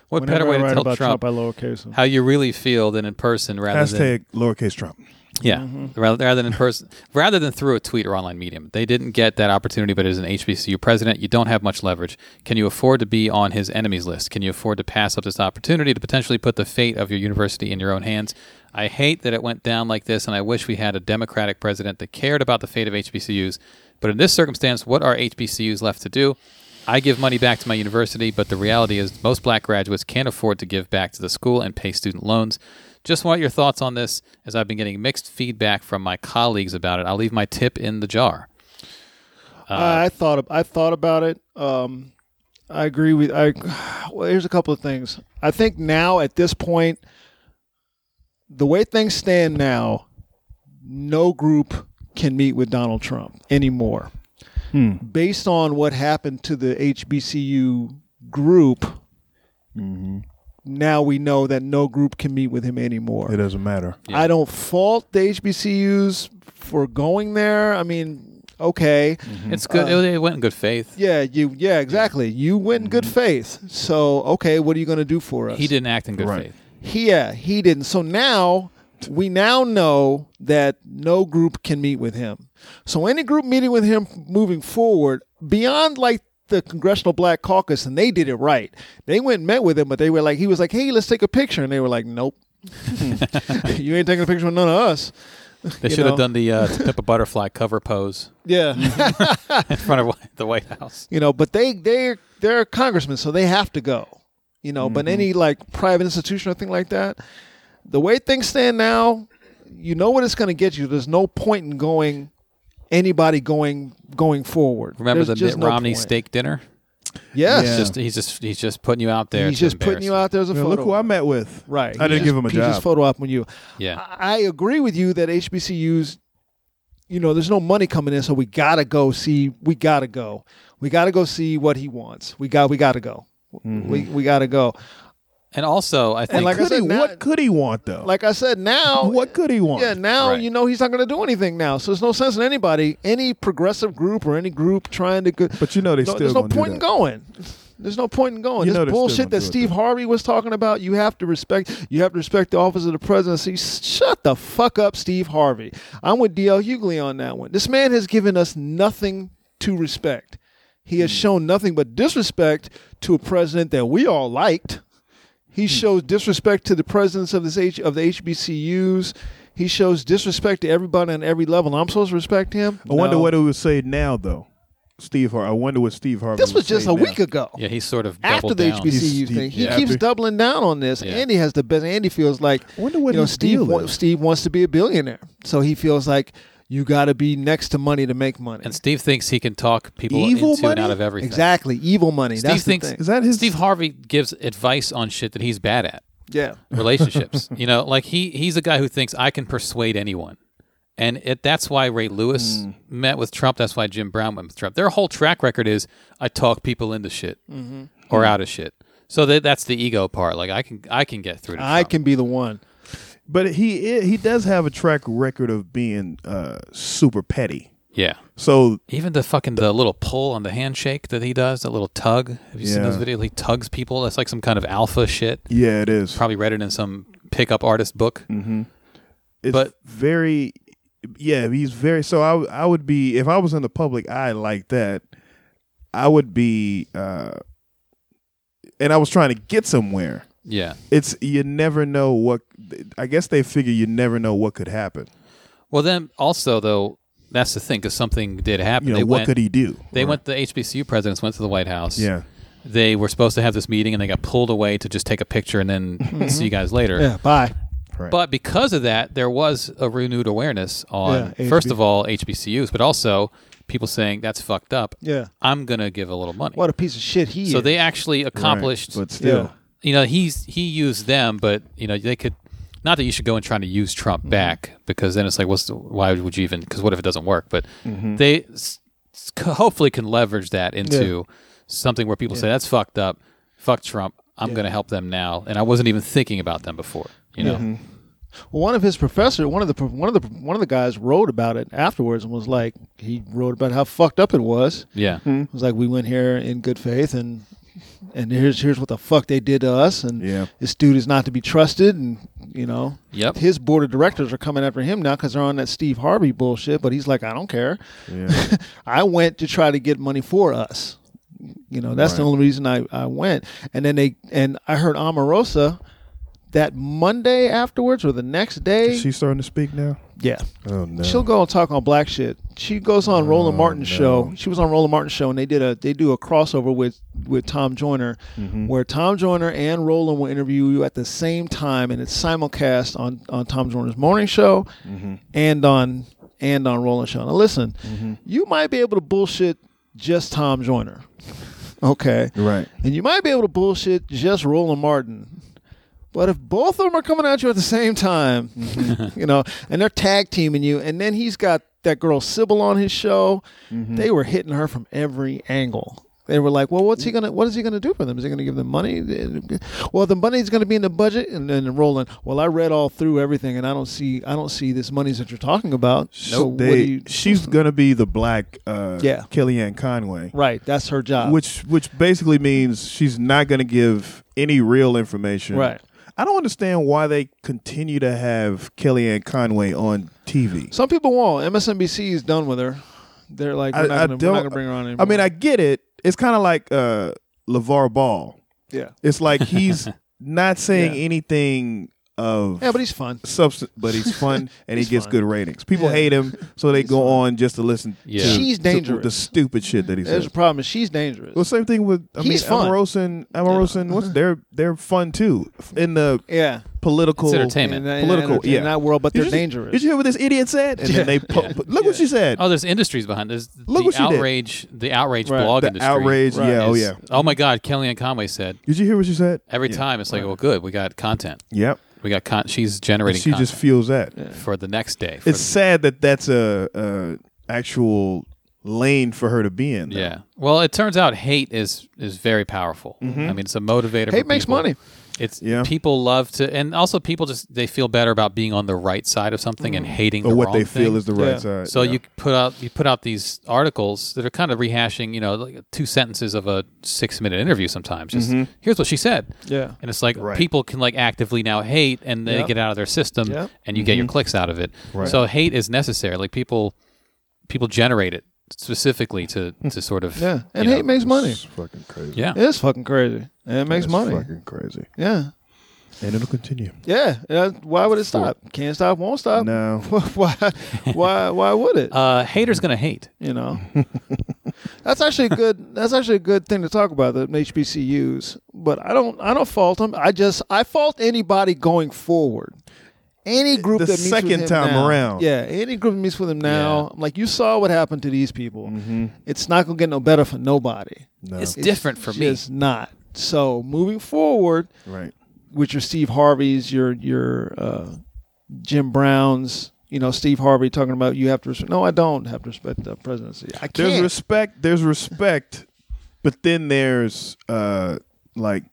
Speaker 6: What
Speaker 5: Whenever
Speaker 6: better way
Speaker 5: I
Speaker 6: to
Speaker 5: write
Speaker 6: tell
Speaker 5: about
Speaker 6: Trump,
Speaker 5: Trump, I lowercase him.
Speaker 6: how you really feel than in person, rather than
Speaker 7: Hashtag lowercase Trump.
Speaker 6: yeah, rather, rather than in person, rather than through a tweet or online medium. They didn't get that opportunity, but as an HBCU president, you don't have much leverage. Can you afford to be on his enemies list? Can you afford to pass up this opportunity to potentially put the fate of your university in your own hands? I hate that it went down like this, and I wish we had a Democratic president that cared about the fate of HBCUs. But in this circumstance, what are HBCUs left to do? I give money back to my university, but the reality is most black graduates can't afford to give back to the school and pay student loans. Just want your thoughts on this, as I've been getting mixed feedback from my colleagues about it. I'll leave my tip in the jar.
Speaker 5: Uh, I I thought ab- I thought about it. Um, I agree with I. Well, here's a couple of things. I think now at this point, the way things stand now, no group can meet with Donald Trump anymore. Based on what happened to the HBCU group, now we know that no group can meet with him anymore.
Speaker 7: It doesn't matter.
Speaker 5: I don't fault the HBCUs for going there. I mean, okay.
Speaker 6: It's good.
Speaker 5: Uh,
Speaker 6: it, it went in good faith.
Speaker 5: Yeah, you. Yeah, exactly. You went in good faith. So, okay, what are you going to do for us?
Speaker 6: He didn't act in good
Speaker 7: Right.
Speaker 6: faith.
Speaker 5: He, yeah, he didn't. So now we now know that no group can meet with him. So any group meeting with him moving forward beyond like the Congressional Black Caucus, and they did it right. They went and met with him, but they were like, he was like, hey, let's take a picture, and they were like, nope. you ain't taking a picture with none of us.
Speaker 6: They
Speaker 5: You
Speaker 6: should
Speaker 5: know.
Speaker 6: have done the uh, to pimp a butterfly cover pose
Speaker 5: Yeah.
Speaker 6: in front of the White House.
Speaker 5: you know but they they're they're congressmen so they have to go you know but
Speaker 6: Mm-hmm.
Speaker 5: any like private institution or thing like that the way things stand now you know what it's going to get you there's no point in going anybody going going forward
Speaker 6: Remember
Speaker 5: There's
Speaker 6: the
Speaker 5: just
Speaker 6: Mitt
Speaker 5: no
Speaker 6: Romney
Speaker 5: point.
Speaker 6: steak dinner?
Speaker 5: yes
Speaker 7: Yeah.
Speaker 6: Just he's just he's just putting you out there.
Speaker 5: he's
Speaker 6: to
Speaker 5: just putting
Speaker 6: embarrass
Speaker 5: you out there as a
Speaker 7: Man,
Speaker 5: photo
Speaker 7: look who I met with.
Speaker 5: right
Speaker 7: I
Speaker 5: He
Speaker 7: didn't
Speaker 5: just-
Speaker 7: give him a
Speaker 5: he just
Speaker 7: job.
Speaker 5: photo op on you Uh,
Speaker 6: Yeah.
Speaker 5: I agree with you that HBCUs, you know, there's no money coming in, so we gotta go see. We gotta go. We gotta go see what he wants. We got. We gotta go. We we gotta go.
Speaker 6: And also, I think
Speaker 5: like I
Speaker 7: Could he-
Speaker 5: said, now-
Speaker 7: what could he want though?
Speaker 5: Like I said, now
Speaker 7: what could he want?
Speaker 5: Yeah, now
Speaker 6: Right.
Speaker 5: you know he's not gonna do anything now. So there's no sense in anybody, any progressive group or any group trying to. Go,
Speaker 7: But you know they
Speaker 5: no,
Speaker 7: still
Speaker 5: there's no
Speaker 7: gonna do
Speaker 5: point in
Speaker 7: that.
Speaker 5: going. There's no point in going.
Speaker 7: You
Speaker 5: this
Speaker 7: know they're still
Speaker 5: bullshit
Speaker 7: gonna
Speaker 5: that
Speaker 7: do it,
Speaker 5: Steve Harvey was talking about, you have to respect. You have to respect the office of the presidency. Shut the fuck up, Steve Harvey. I'm with DL Hughley on that one. This man has given us nothing to respect. He
Speaker 7: Hmm.
Speaker 5: has shown nothing but disrespect to a president that we all liked.
Speaker 7: Hmm.
Speaker 5: He shows disrespect to the presidents of this H, of the HBCUs. He shows disrespect to everybody on every level. I'm supposed to respect him.
Speaker 7: I wonder
Speaker 5: No.
Speaker 7: what he would say now though. Steve Harvey. I wonder what Steve Harvey.
Speaker 5: This was
Speaker 7: would
Speaker 5: just
Speaker 7: say
Speaker 5: a
Speaker 7: now.
Speaker 5: week ago
Speaker 6: yeah, he's sort of
Speaker 5: after
Speaker 6: doubled
Speaker 5: the
Speaker 6: down.
Speaker 5: HBCU
Speaker 7: He's- he-
Speaker 5: thing. He
Speaker 7: yeah,
Speaker 5: keeps
Speaker 7: after-
Speaker 5: doubling down on this.
Speaker 6: Yeah.
Speaker 5: Andy has the best. Andy feels like
Speaker 7: I wonder what
Speaker 5: you know
Speaker 7: his
Speaker 5: Steve.
Speaker 7: deal
Speaker 5: wa-
Speaker 7: is.
Speaker 5: Steve wants to be a billionaire, so he feels like You got to be next to money to make money.
Speaker 6: And Steve thinks he can talk people
Speaker 7: Evil
Speaker 6: into and
Speaker 7: money?
Speaker 6: out of everything.
Speaker 5: exactly, evil money.
Speaker 6: Steve
Speaker 5: That's the
Speaker 6: thinks
Speaker 5: thing.
Speaker 7: Is that his-
Speaker 6: Steve Harvey gives advice on shit that he's bad at.
Speaker 5: Yeah.
Speaker 6: Relationships. you know, like he he's a guy who thinks I can persuade anyone. And it, that's why Ray Lewis met with Trump. That's why Jim Brown went with Trump. Their whole track record is I talk people into shit or out of shit. So that, that's the ego part. Like I can I can get through. To
Speaker 5: I
Speaker 6: Trump.
Speaker 5: can be the one.
Speaker 7: But he i- he does have a track record of being uh, super petty.
Speaker 6: Yeah.
Speaker 7: So
Speaker 6: Even the fucking the little pull on the handshake that he does, that little tug. Have you seen
Speaker 7: Yeah.
Speaker 6: those videos? He tugs people. That's like some kind of alpha shit.
Speaker 7: yeah, it is.
Speaker 6: Probably read it in some pickup artist book.
Speaker 7: Mm. It's
Speaker 6: but-
Speaker 7: very yeah, he's very. So I w- I would be if I was in the public eye like that, I would be. Uh, and I was trying to get somewhere.
Speaker 6: Yeah.
Speaker 7: It's you never know what. I guess they figure you never know what could happen.
Speaker 6: Well, then also though, that's the thing because something did happen.
Speaker 7: You know
Speaker 6: they
Speaker 7: what
Speaker 6: went,
Speaker 7: could he do?
Speaker 6: They
Speaker 7: Or-
Speaker 6: went. The HBCU presidents went to the White House.
Speaker 7: Yeah.
Speaker 6: They were supposed to have this meeting and they got pulled away to just take a picture and then see you guys later.
Speaker 5: Yeah. Bye.
Speaker 6: But because of that, there was a renewed awareness on
Speaker 5: Yeah,
Speaker 6: first
Speaker 5: HB.
Speaker 6: of all HBCUs, but also people saying that's fucked up.
Speaker 5: Yeah.
Speaker 6: I'm gonna give a little money.
Speaker 5: What a piece of shit he
Speaker 6: So
Speaker 5: is.
Speaker 6: they actually accomplished.
Speaker 7: But still.
Speaker 5: Yeah.
Speaker 6: you know, he's he used them, but you know they could. Not that you should go and try to use
Speaker 7: Mm-hmm.
Speaker 6: Trump back because then it's like, what's the, why would you even? Because what if it doesn't work? But
Speaker 7: Mm-hmm.
Speaker 6: they s- s- c- hopefully can leverage that into something where people say that's fucked up, fuck Trump. I'm going to help them now, and I wasn't even thinking about them before. You
Speaker 7: Mm-hmm.
Speaker 6: know,
Speaker 5: Mm-hmm. Well, one of his professor, one of the one of the one of the guys wrote about it afterwards and was like, he wrote about how fucked up it was.
Speaker 6: yeah,
Speaker 7: Mm-hmm.
Speaker 5: It was like we went here in good faith and and here's here's what the fuck they did to us and
Speaker 7: Yeah.
Speaker 5: this dude is not to be trusted and you know
Speaker 6: Yep.
Speaker 5: his board of directors are coming after him now because they're on that Steve Harvey bullshit but he's like I don't care
Speaker 7: Yeah.
Speaker 5: I went to try to get money for us you know that's the only reason I I went and then they and I heard Omarosa that Monday afterwards or the next day
Speaker 7: Is she starting to speak now?
Speaker 5: yeah
Speaker 7: Oh no. Oh,
Speaker 5: She'll go and talk on black shit. She goes on Roland Martin's show. She was on Roland Martin's show, and they did a they do a crossover with with Tom Joyner,
Speaker 7: Mm-hmm.
Speaker 5: where Tom Joyner and Roland will interview you at the same time, and it's simulcast on on Tom Joyner's morning show,
Speaker 7: Mm-hmm.
Speaker 5: and on and on Roland show. Now listen, you might be able to bullshit just Tom Joyner, okay,
Speaker 7: Right.
Speaker 5: and you might be able to bullshit just Roland Martin. But if both of them are coming at you at the same time,
Speaker 7: Mm-hmm.
Speaker 5: you know, and they're tag teaming you, and then he's got that girl Sybil on his show,
Speaker 7: Mm-hmm.
Speaker 5: they were hitting her from every angle. They were like, "Well, what's he gonna? What is he gonna do for them? Is he gonna give them money? Well, the money's gonna be in the budget." And then Roland, "Well, I read all through everything, and I don't see, I don't see this money's that you're talking about. So what do
Speaker 7: They-
Speaker 5: you?
Speaker 7: she's gonna be the black uh,
Speaker 5: Yeah.
Speaker 7: Kellyanne Conway.
Speaker 5: Right, that's her job.
Speaker 7: which which basically means she's not going to give any real information.
Speaker 5: Right.
Speaker 7: I don't understand why they continue to have Kellyanne Conway on TV.
Speaker 5: some people won't. MSNBC is done with her. They're like, we're, not,
Speaker 7: I, I
Speaker 5: gonna,
Speaker 7: don't.
Speaker 5: we're not gonna bring her on anymore.
Speaker 7: I mean, I get it. It's kind of like uh, LeVar Ball.
Speaker 5: yeah,
Speaker 7: It's like he's not saying
Speaker 5: Yeah.
Speaker 7: anything of
Speaker 5: yeah, but he's fun.
Speaker 7: substance, but he's fun and he gets
Speaker 5: fun.
Speaker 7: good ratings. People
Speaker 5: Yeah.
Speaker 7: hate him, so they go on just to listen.
Speaker 6: Yeah.
Speaker 7: to-
Speaker 5: She's
Speaker 7: to
Speaker 5: dangerous.
Speaker 7: the stupid shit that he
Speaker 5: There's
Speaker 7: says.
Speaker 5: a problem. is She's dangerous.
Speaker 7: Well, same thing with I
Speaker 5: He's
Speaker 7: mean
Speaker 5: fun.
Speaker 7: Omarosa and Omarosa and what's they're they're fun too in the
Speaker 5: Yeah.
Speaker 7: political
Speaker 6: It's entertainment.
Speaker 5: In, that- in
Speaker 7: Political,
Speaker 5: that, enter-
Speaker 7: yeah.
Speaker 5: in that world, but
Speaker 7: Did
Speaker 5: they're
Speaker 7: you see-
Speaker 5: dangerous.
Speaker 7: Did you hear what this idiot said? And then they po- po- look what she said.
Speaker 6: Oh, there's industries behind this.
Speaker 7: Look
Speaker 6: the
Speaker 7: what she did.
Speaker 6: outrage, the outrage
Speaker 5: Right.
Speaker 6: blog
Speaker 7: The
Speaker 6: industry.
Speaker 7: outrage, yeah, oh,
Speaker 6: is-
Speaker 7: yeah.
Speaker 6: Oh my God, Kellyanne Conway said
Speaker 7: Did you hear what she said?
Speaker 6: every time it's like, well, good, we got content.
Speaker 7: Yep.
Speaker 6: We got con- she's generating
Speaker 7: She
Speaker 6: content
Speaker 7: just feels that.
Speaker 6: for the next day. for
Speaker 7: It's sad that that's a, a actual lane for her to be in. though.
Speaker 6: Yeah. Well, it turns out hate is is very powerful.
Speaker 7: Mm-hmm.
Speaker 6: I mean, it's a motivator.
Speaker 5: Hate
Speaker 6: for
Speaker 5: makes
Speaker 6: people.
Speaker 5: money.
Speaker 6: It's
Speaker 7: Yeah.
Speaker 6: people love to, and also people just they feel better about being on the right side of something and hating
Speaker 7: Mm. Or
Speaker 6: the
Speaker 7: what
Speaker 6: wrong
Speaker 7: they feel
Speaker 6: thing.
Speaker 7: is the right
Speaker 5: Yeah.
Speaker 7: side.
Speaker 6: So
Speaker 7: yeah.
Speaker 6: you put out you put out these articles that are kind of rehashing, you know, like two sentences of a six minute interview. Sometimes just here's what she said.
Speaker 5: Yeah.
Speaker 6: and it's like
Speaker 7: Right.
Speaker 6: people can like actively now hate and they
Speaker 5: Yep.
Speaker 6: get out of their system
Speaker 5: Yep.
Speaker 6: and you get your clicks out of it. So hate is necessary. Like people people generate it specifically to to sort of
Speaker 5: yeah. And
Speaker 6: you
Speaker 5: hate
Speaker 6: know,
Speaker 5: makes money.
Speaker 7: It's fucking crazy.
Speaker 6: yeah.
Speaker 5: It's fucking crazy. And it makes
Speaker 7: It's
Speaker 5: money.
Speaker 7: fucking crazy.
Speaker 5: Yeah.
Speaker 7: And it'll continue.
Speaker 5: Yeah. Yeah. Why would it stop? Can't stop, won't stop.
Speaker 7: No.
Speaker 5: why why why would it?
Speaker 6: Uh, haters gonna hate.
Speaker 5: you know. that's actually a good that's actually a good thing to talk about, the HBCUs. But I don't I don't fault them. I just I fault anybody going forward. Any group
Speaker 7: The
Speaker 5: that meets with
Speaker 7: second
Speaker 5: him
Speaker 7: time
Speaker 5: now-
Speaker 7: around.
Speaker 5: yeah. Any group that meets with him now, I'm like, you saw what happened to these people.
Speaker 7: Mm-hmm.
Speaker 5: It's not gonna get no better for nobody.
Speaker 7: No.
Speaker 6: It's different for me.
Speaker 5: It's not. So moving forward,
Speaker 7: right.
Speaker 5: with your Steve Harveys, your your uh, Jim Browns. You know, Steve Harvey talking about you have to. Res- no, I don't have to respect the presidency. I can't.
Speaker 7: There's respect. There's respect, but then there's uh like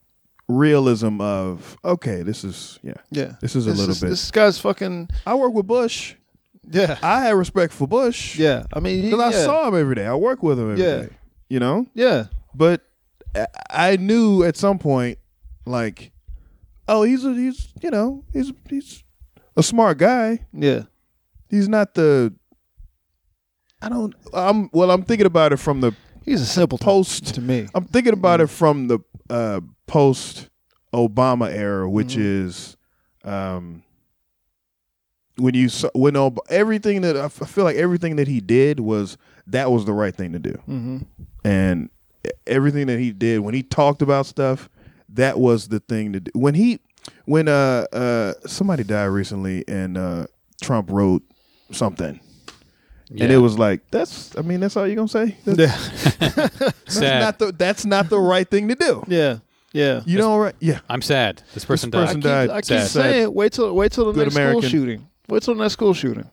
Speaker 7: realism of okay, this is yeah,
Speaker 5: yeah,
Speaker 7: This is a little bit.
Speaker 5: This guy's fucking.
Speaker 7: I work with Bush.
Speaker 5: Yeah,
Speaker 7: I had respect for Bush.
Speaker 5: yeah. I mean, he-
Speaker 7: because I
Speaker 5: yeah.
Speaker 7: saw him every day. I work with him every day.
Speaker 5: Yeah.
Speaker 7: You know,
Speaker 5: Yeah,
Speaker 7: but I- I knew at some point, like, oh, he's a, he's you know he's he's a smart guy.
Speaker 5: yeah.
Speaker 7: He's not the. I don't. I'm well. I'm thinking about it from the
Speaker 5: He's a simple
Speaker 7: Post-
Speaker 5: to me.
Speaker 7: I'm thinking about it from the uh, post Obama era, which is um, when you saw, when Ob- everything that I f- I feel like everything that he did was that was the right thing to do, mm-hmm. and e- everything that he did when he talked about stuff that was the thing to do. When he when uh uh somebody died recently and uh Trump wrote something. And
Speaker 6: Yeah.
Speaker 7: it was like that's. I mean, that's all you're gonna say. That's,
Speaker 6: Sad.
Speaker 7: that's not the that's not the right thing to do.
Speaker 5: Yeah, yeah.
Speaker 7: You know, right? Yeah,
Speaker 6: I'm sad. This person,
Speaker 7: person
Speaker 6: died.
Speaker 7: died.
Speaker 5: I keep, I keep
Speaker 6: Sad.
Speaker 5: saying, wait till wait till the
Speaker 7: Good
Speaker 5: next
Speaker 7: American.
Speaker 5: school shooting. Wait till the next school shooting.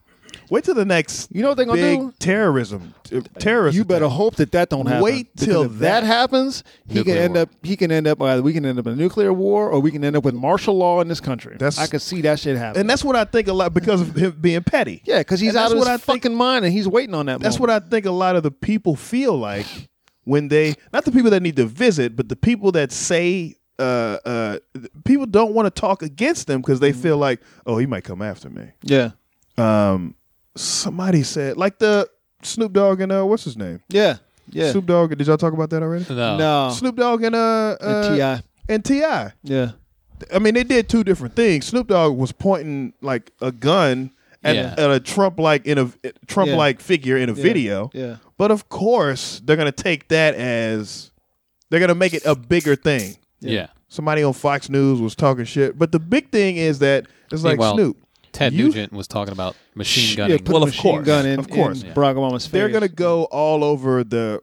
Speaker 7: Wait till the next.
Speaker 5: You know what they gonna
Speaker 7: big
Speaker 5: do?
Speaker 7: Terrorism, t- terrorist.
Speaker 5: You better
Speaker 7: attack.
Speaker 5: hope that that don't happen.
Speaker 7: Wait
Speaker 5: Because
Speaker 7: till
Speaker 5: if that,
Speaker 7: that-
Speaker 5: happens. He
Speaker 6: Nuclear
Speaker 5: can end
Speaker 6: war.
Speaker 5: up. He can end up. Either we can end up in a nuclear war, or we can end up with martial law in this country.
Speaker 7: That's-
Speaker 5: I could see that shit happen.
Speaker 7: And that's what I think a lot because of him being petty.
Speaker 5: yeah, because he's
Speaker 7: And
Speaker 5: out
Speaker 7: that's
Speaker 5: of his
Speaker 7: what I think-
Speaker 5: fucking mind, and he's waiting on that.
Speaker 7: That's what I think a lot of the people feel like when they not the people that need to visit, but the people that say uh uh th- people don't want to talk against them because
Speaker 5: Mm-hmm.
Speaker 7: they feel like oh he might come after me.
Speaker 5: Yeah,
Speaker 7: Um, somebody said like the Snoop Dogg and uh what's his name
Speaker 5: yeah, yeah. Uh,
Speaker 7: Snoop Dogg. Did y'all talk about that already?
Speaker 6: No.
Speaker 5: no,
Speaker 7: Snoop Dogg and uh,
Speaker 5: And
Speaker 7: uh
Speaker 5: Ti.
Speaker 7: and Ti.
Speaker 5: Yeah,
Speaker 7: I mean, they did two different things. Snoop Dogg was pointing like a gun at,
Speaker 6: Yeah.
Speaker 7: at a Trump like in a Trump like figure in a video.
Speaker 5: yeah.
Speaker 7: But of course, they're gonna take that as they're gonna make it a bigger thing.
Speaker 6: Yeah.
Speaker 7: Somebody on Fox News was talking shit, but the big thing is that it's like
Speaker 6: Meanwhile,
Speaker 7: Snoop.
Speaker 6: Ted
Speaker 7: you-
Speaker 6: Nugent was talking about machine
Speaker 5: Yeah,
Speaker 6: gunning.
Speaker 5: put a machine gun in,
Speaker 7: Of course.
Speaker 5: in Barack Obama's face.
Speaker 7: They're gonna go all over the.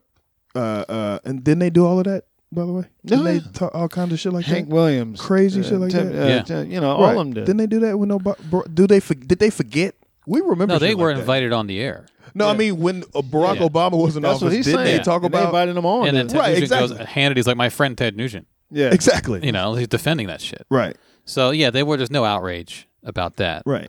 Speaker 7: Uh, uh, and didn't they do all of that? By the way, didn't
Speaker 5: Yeah.
Speaker 7: they talk all kinds of shit like
Speaker 5: Hank
Speaker 7: that?
Speaker 5: Williams,
Speaker 7: Crazy
Speaker 5: uh,
Speaker 7: shit like
Speaker 5: Tim-
Speaker 7: that.
Speaker 5: uh,
Speaker 6: Yeah.
Speaker 5: Tim- you know, all
Speaker 7: Right.
Speaker 5: of them did.
Speaker 7: Didn't they do that when nobody? Do they? For, did they forget? We remember.
Speaker 6: No, they
Speaker 7: shit like
Speaker 6: were
Speaker 7: that.
Speaker 6: invited on the air.
Speaker 7: No, I mean when uh, Barack
Speaker 6: Yeah.
Speaker 7: Obama was in
Speaker 5: That's
Speaker 7: office,
Speaker 5: what he's
Speaker 7: didn't
Speaker 5: saying.
Speaker 7: they talk
Speaker 5: And
Speaker 7: about
Speaker 5: invited him on?
Speaker 6: And then
Speaker 5: to-
Speaker 6: Ted
Speaker 7: Right,
Speaker 6: Nugent
Speaker 7: exactly.
Speaker 6: goes, Hannity's like my friend Ted Nugent.
Speaker 5: yeah,
Speaker 7: exactly?
Speaker 6: You know, he's defending that shit.
Speaker 7: Right,
Speaker 6: So yeah, there were just no outrage about that.
Speaker 7: right. Um,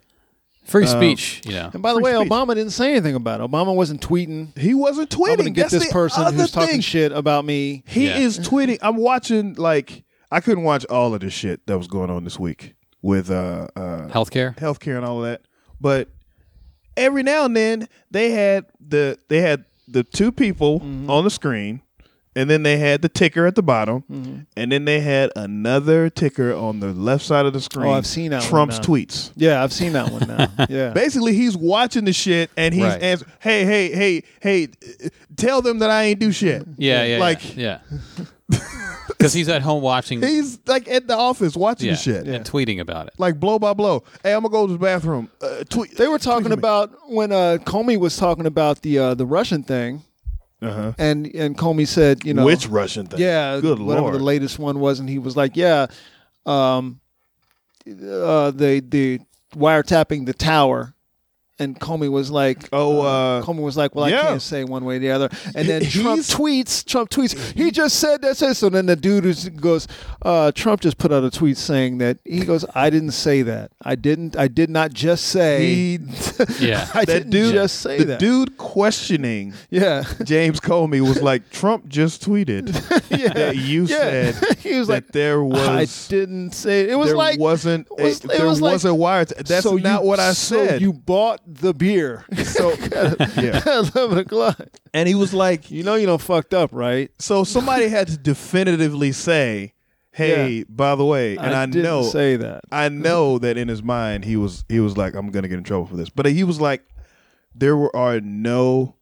Speaker 6: Free speech, you know.
Speaker 5: And by the
Speaker 7: Free
Speaker 5: way,
Speaker 7: speech.
Speaker 5: Obama didn't say anything about it. Obama wasn't tweeting.
Speaker 7: He wasn't tweeting.
Speaker 5: I'm gonna get
Speaker 7: That's
Speaker 5: this
Speaker 7: the
Speaker 5: person
Speaker 7: other
Speaker 5: who's talking
Speaker 7: thing.
Speaker 5: shit about me.
Speaker 7: He
Speaker 6: Yeah.
Speaker 7: is tweeting. I'm watching. Like I couldn't watch all of the shit that was going on this week with uh, uh,
Speaker 6: Healthcare.
Speaker 7: healthcare and all of that. But every now and then they had the they had the two people
Speaker 5: Mm-hmm.
Speaker 7: on the screen, and then they had the ticker at the bottom,
Speaker 5: Mm-hmm.
Speaker 7: and then they had another ticker on the left side of the screen.
Speaker 5: Oh, I've seen that one uh.
Speaker 7: Trump's
Speaker 5: now.
Speaker 7: tweets.
Speaker 5: Yeah, I've seen that one now. Yeah.
Speaker 7: Basically, he's watching the shit and he's
Speaker 6: Right.
Speaker 7: answering, "Hey, hey, hey, hey, uh, tell them that I ain't do shit."
Speaker 6: Yeah, yeah,
Speaker 7: like
Speaker 6: like yeah. Because he's at home watching
Speaker 7: he's like at the office watching
Speaker 6: yeah,
Speaker 7: the shit,
Speaker 6: and tweeting about it.
Speaker 7: like blow by blow. Hey, I'm gonna go to the bathroom. Uh, tweet.
Speaker 5: They were talking about when uh, Comey was talking about the uh, the Russian thing,
Speaker 7: uh-huh.
Speaker 5: and and Comey said, you know,
Speaker 7: which Russian thing?
Speaker 5: yeah,
Speaker 7: good
Speaker 5: whatever
Speaker 7: lord.
Speaker 5: the latest one was, and he was like, yeah, um, uh, the the wiretapping the tower, and Comey was like,
Speaker 7: Oh, uh,
Speaker 5: Comey was like, well,
Speaker 7: yeah.
Speaker 5: I can't say one way or the other, and then
Speaker 7: He-
Speaker 5: Trump
Speaker 7: he's-
Speaker 5: tweets, Trump tweets, he just said that, said so. Then the dude who's- goes, uh, Trump just put out a tweet saying that he goes, I didn't say that, I didn't, I did not just say.
Speaker 7: He-
Speaker 6: Yeah.
Speaker 5: I
Speaker 7: that
Speaker 5: didn't
Speaker 7: dude
Speaker 5: just say
Speaker 7: the
Speaker 5: that.
Speaker 7: dude questioning
Speaker 5: yeah,
Speaker 7: James Comey was like, Trump just tweeted
Speaker 5: yeah.
Speaker 7: that you
Speaker 5: Yeah.
Speaker 7: said
Speaker 5: he was
Speaker 7: that
Speaker 5: like,
Speaker 7: there was
Speaker 5: I didn't say it. It was
Speaker 7: there
Speaker 5: like
Speaker 7: wasn't
Speaker 5: it was-
Speaker 7: a,
Speaker 5: it
Speaker 7: there
Speaker 5: was like,
Speaker 7: wasn't wiretap. That's
Speaker 5: so
Speaker 7: not
Speaker 5: you-
Speaker 7: what I
Speaker 5: so
Speaker 7: said.
Speaker 5: you bought the beer
Speaker 7: so yeah,
Speaker 5: at eleven o'clock.
Speaker 7: and he was like,
Speaker 5: You know you don't fucked up, right?
Speaker 7: so somebody had to definitively say, hey,
Speaker 5: Yeah.
Speaker 7: by the way, and I,
Speaker 5: didn't
Speaker 7: know
Speaker 5: say that.
Speaker 7: I know that in his mind he was he was like, I'm gonna get in trouble for this. But he was like, there were are no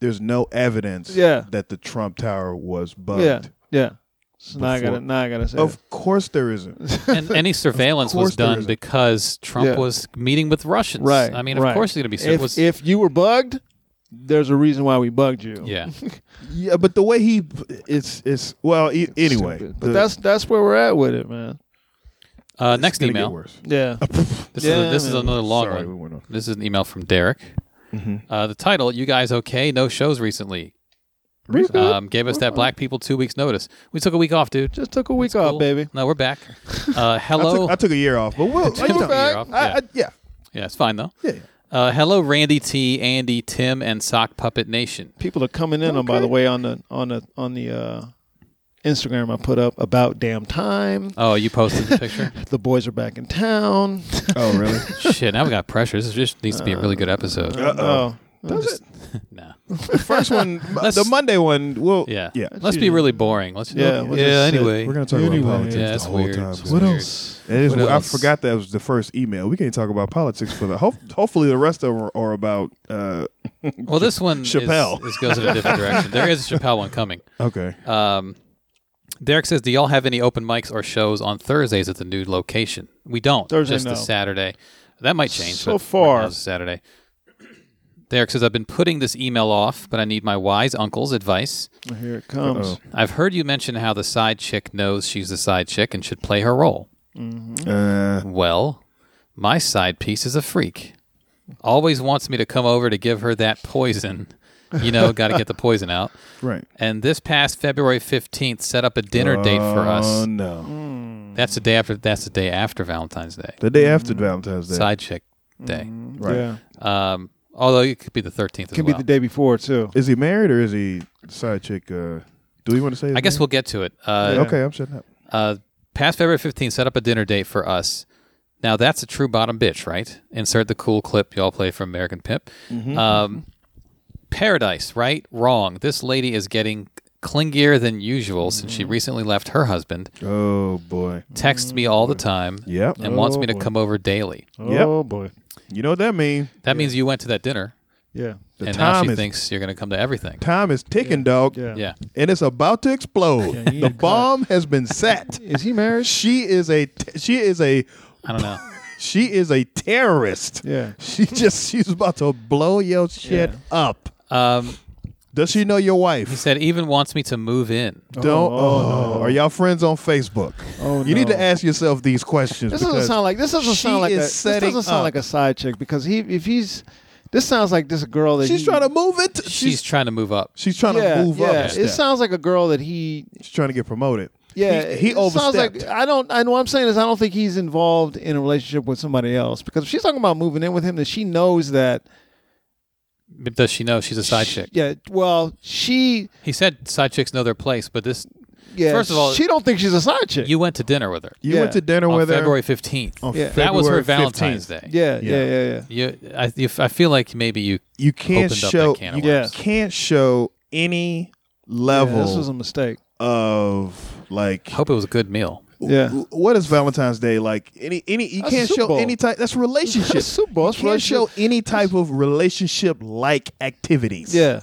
Speaker 7: there's no evidence
Speaker 5: Yeah.
Speaker 7: that the Trump Tower was bugged.
Speaker 5: Yeah, yeah, So now I gotta
Speaker 7: before-
Speaker 5: now I gotta say it.
Speaker 7: Of course there isn't.
Speaker 6: and any surveillance was
Speaker 7: course there
Speaker 6: done
Speaker 7: isn't.
Speaker 6: because Trump
Speaker 5: Yeah.
Speaker 6: was meeting with Russians.
Speaker 5: right.
Speaker 6: I mean,
Speaker 5: right.
Speaker 6: of course it's going to be. So
Speaker 5: if,
Speaker 6: it was,
Speaker 5: if you were bugged, there's a reason why we bugged you.
Speaker 6: yeah.
Speaker 7: yeah, but the way he, it's it's well. E- anyway,
Speaker 5: Stupid.
Speaker 7: the-
Speaker 5: but that's that's where we're at with it, man.
Speaker 6: Uh,
Speaker 7: it's
Speaker 6: next
Speaker 7: gonna get
Speaker 6: email.
Speaker 7: worse.
Speaker 5: Yeah.
Speaker 6: This, is,
Speaker 5: Yeah,
Speaker 6: a, this is
Speaker 5: man.
Speaker 6: another long
Speaker 7: Sorry,
Speaker 6: one.
Speaker 7: we went Mm-hmm. on.
Speaker 6: This is an email from Derek. Uh, the title: You guys okay? No shows recently. Um, gave us that black people two weeks notice. We took a week off, dude.
Speaker 5: Just took a week
Speaker 6: It's
Speaker 5: off,
Speaker 6: cool.
Speaker 5: baby.
Speaker 6: No, we're back. Uh,
Speaker 7: I
Speaker 6: hello.
Speaker 7: took, I took a year off, but we'll.
Speaker 6: Took a year off,
Speaker 7: I, I, yeah.
Speaker 6: yeah, it's fine though.
Speaker 7: Yeah, yeah.
Speaker 6: Uh, hello, Randy T, Andy, Tim, and Sock Puppet Nation.
Speaker 5: People are coming in on by the way on the on the on the uh Instagram I put up about damn time.
Speaker 6: Oh, you posted the picture.
Speaker 5: The boys are back in town.
Speaker 7: Oh really?
Speaker 6: Shit, now we got pressure. This just needs to be a really good episode.
Speaker 5: Oh.
Speaker 6: nah.
Speaker 7: The first one, the Monday one. Well,
Speaker 6: Yeah.
Speaker 7: yeah.
Speaker 6: Let's be really boring. Let's
Speaker 5: Yeah,
Speaker 6: Yeah,
Speaker 5: let's just sit.
Speaker 6: anyway.
Speaker 7: We're gonna talk
Speaker 5: Anyway.
Speaker 7: about politics
Speaker 6: Yeah,
Speaker 7: the
Speaker 6: it's
Speaker 7: whole
Speaker 6: weird.
Speaker 7: time.
Speaker 6: It's
Speaker 7: dude.
Speaker 6: weird.
Speaker 7: That is
Speaker 6: What
Speaker 7: what- I
Speaker 6: else?
Speaker 7: forgot that was the first email. We can't talk about politics for the. Hope, hopefully, the rest of them are, are about. Uh,
Speaker 6: Well, this one is-
Speaker 7: Chappelle.
Speaker 6: This goes in a different direction. There is a Chappelle one coming.
Speaker 7: okay,
Speaker 6: Um, Derek says, "Do y'all have any open mics or shows on Thursdays at the new location?" We don't.
Speaker 5: Thursday,
Speaker 6: just
Speaker 5: no.
Speaker 6: the Saturday. That might change.
Speaker 5: So
Speaker 6: but right
Speaker 5: far.
Speaker 6: now it's Saturday. Derek says, "I've been putting this email off, but I need my wise uncle's advice.
Speaker 5: Oh, Here it comes.
Speaker 6: I've heard you mention how the side chick knows she's the side chick and should play her role.
Speaker 7: uh,
Speaker 6: Well, my side piece is a freak. Always wants me to come over to give her that poison. You know, got to get the poison out."
Speaker 7: right.
Speaker 6: And this past February 15th set up a dinner date for
Speaker 7: Oh
Speaker 6: us.
Speaker 7: no,
Speaker 6: That's the day after that's the day after Valentine's Day.
Speaker 7: the day after Valentine's Day.
Speaker 6: Side chick day.
Speaker 7: right.
Speaker 5: Yeah.
Speaker 6: Um although it could be the 13th as
Speaker 5: Can
Speaker 6: well.
Speaker 5: be the day before too.
Speaker 7: Is he married or is he side chick? Uh, do we want to say? his
Speaker 6: I guess
Speaker 7: name?
Speaker 6: we'll get to it. Uh
Speaker 7: Okay, I'm shutting up.
Speaker 6: uh past February 15th set up a dinner date for us. Now that's a true bottom bitch, right? Insert the cool clip y'all play from American Pimp. Um Paradise, right? Wrong. This lady is getting clingier than usual since she recently left her husband.
Speaker 7: Oh boy.
Speaker 6: Texts me all the time.
Speaker 7: Yep.
Speaker 6: and wants me to
Speaker 5: boy.
Speaker 6: come over daily.
Speaker 7: Yep.
Speaker 5: Oh boy.
Speaker 7: You know what that means?
Speaker 6: That means you went to that dinner,
Speaker 5: Yeah.
Speaker 7: The
Speaker 6: and now
Speaker 7: time
Speaker 6: she
Speaker 7: is
Speaker 6: thinks you're going to come to everything.
Speaker 7: time is ticking, dog.
Speaker 5: Yeah.
Speaker 6: Yeah.
Speaker 7: And it's about to explode.
Speaker 5: Yeah, you
Speaker 7: the
Speaker 5: need to
Speaker 7: bomb has been set.
Speaker 5: Is he married?
Speaker 7: she is a t- she is a
Speaker 6: I don't know.
Speaker 7: she is a terrorist.
Speaker 5: Yeah.
Speaker 7: She just she's about to blow your shit up.
Speaker 6: Um,
Speaker 7: Does she know your wife?
Speaker 6: he said even wants me to move in.
Speaker 7: Don't. Oh, are y'all friends on Facebook?
Speaker 5: Oh,
Speaker 7: you need
Speaker 5: no.
Speaker 7: to ask yourself these questions.
Speaker 5: This doesn't
Speaker 7: because
Speaker 5: sound like this doesn't
Speaker 7: she
Speaker 5: sound like
Speaker 7: is
Speaker 5: a, this
Speaker 7: setting
Speaker 5: doesn't sound
Speaker 7: up.
Speaker 5: like a side chick because he if he's this sounds like this girl that
Speaker 7: she's
Speaker 5: he-
Speaker 7: trying to move it. She's
Speaker 6: She's,
Speaker 7: she's,
Speaker 6: trying to move up.
Speaker 7: trying
Speaker 5: yeah,
Speaker 7: to move
Speaker 5: yeah.
Speaker 7: up. a
Speaker 5: It
Speaker 7: step.
Speaker 5: sounds like a girl that he
Speaker 7: she's trying to get promoted.
Speaker 5: yeah
Speaker 7: he, he
Speaker 5: it sounds
Speaker 7: overstepped.
Speaker 5: like I don't I know what I'm saying is I don't think he's involved in a relationship with somebody else because if she's talking about moving in with him that she knows that
Speaker 6: But Does she know she's a side chick?
Speaker 5: yeah well she
Speaker 6: He said side chicks know their place, but this
Speaker 5: yeah
Speaker 6: First of all,
Speaker 5: she don't think she's a side chick
Speaker 6: you went to dinner with her
Speaker 7: you
Speaker 5: yeah.
Speaker 7: went to dinner
Speaker 6: on
Speaker 7: with
Speaker 6: February 15th.
Speaker 7: her. on
Speaker 5: Yeah.
Speaker 6: that was her
Speaker 7: February
Speaker 6: Valentine's
Speaker 7: 15th.
Speaker 6: Day.
Speaker 5: yeah yeah yeah
Speaker 7: Yeah.
Speaker 5: yeah,
Speaker 6: You, I, you, I feel like maybe you
Speaker 7: You can't
Speaker 6: Opened up
Speaker 7: show.
Speaker 6: that can of
Speaker 7: you
Speaker 5: worms.
Speaker 7: can't show any
Speaker 5: Yeah,
Speaker 7: level
Speaker 5: this was a mistake
Speaker 7: of like
Speaker 6: hope it was a good meal.
Speaker 5: yeah
Speaker 7: w- what is Valentine's Day like? Any any you
Speaker 5: That's
Speaker 7: can't
Speaker 5: Super
Speaker 7: show
Speaker 5: Bowl.
Speaker 7: any type that's relationship.
Speaker 5: That's Super Bowl.
Speaker 7: You
Speaker 5: That's
Speaker 7: can't show
Speaker 5: relationship.
Speaker 7: any type of relationship like activities.
Speaker 5: yeah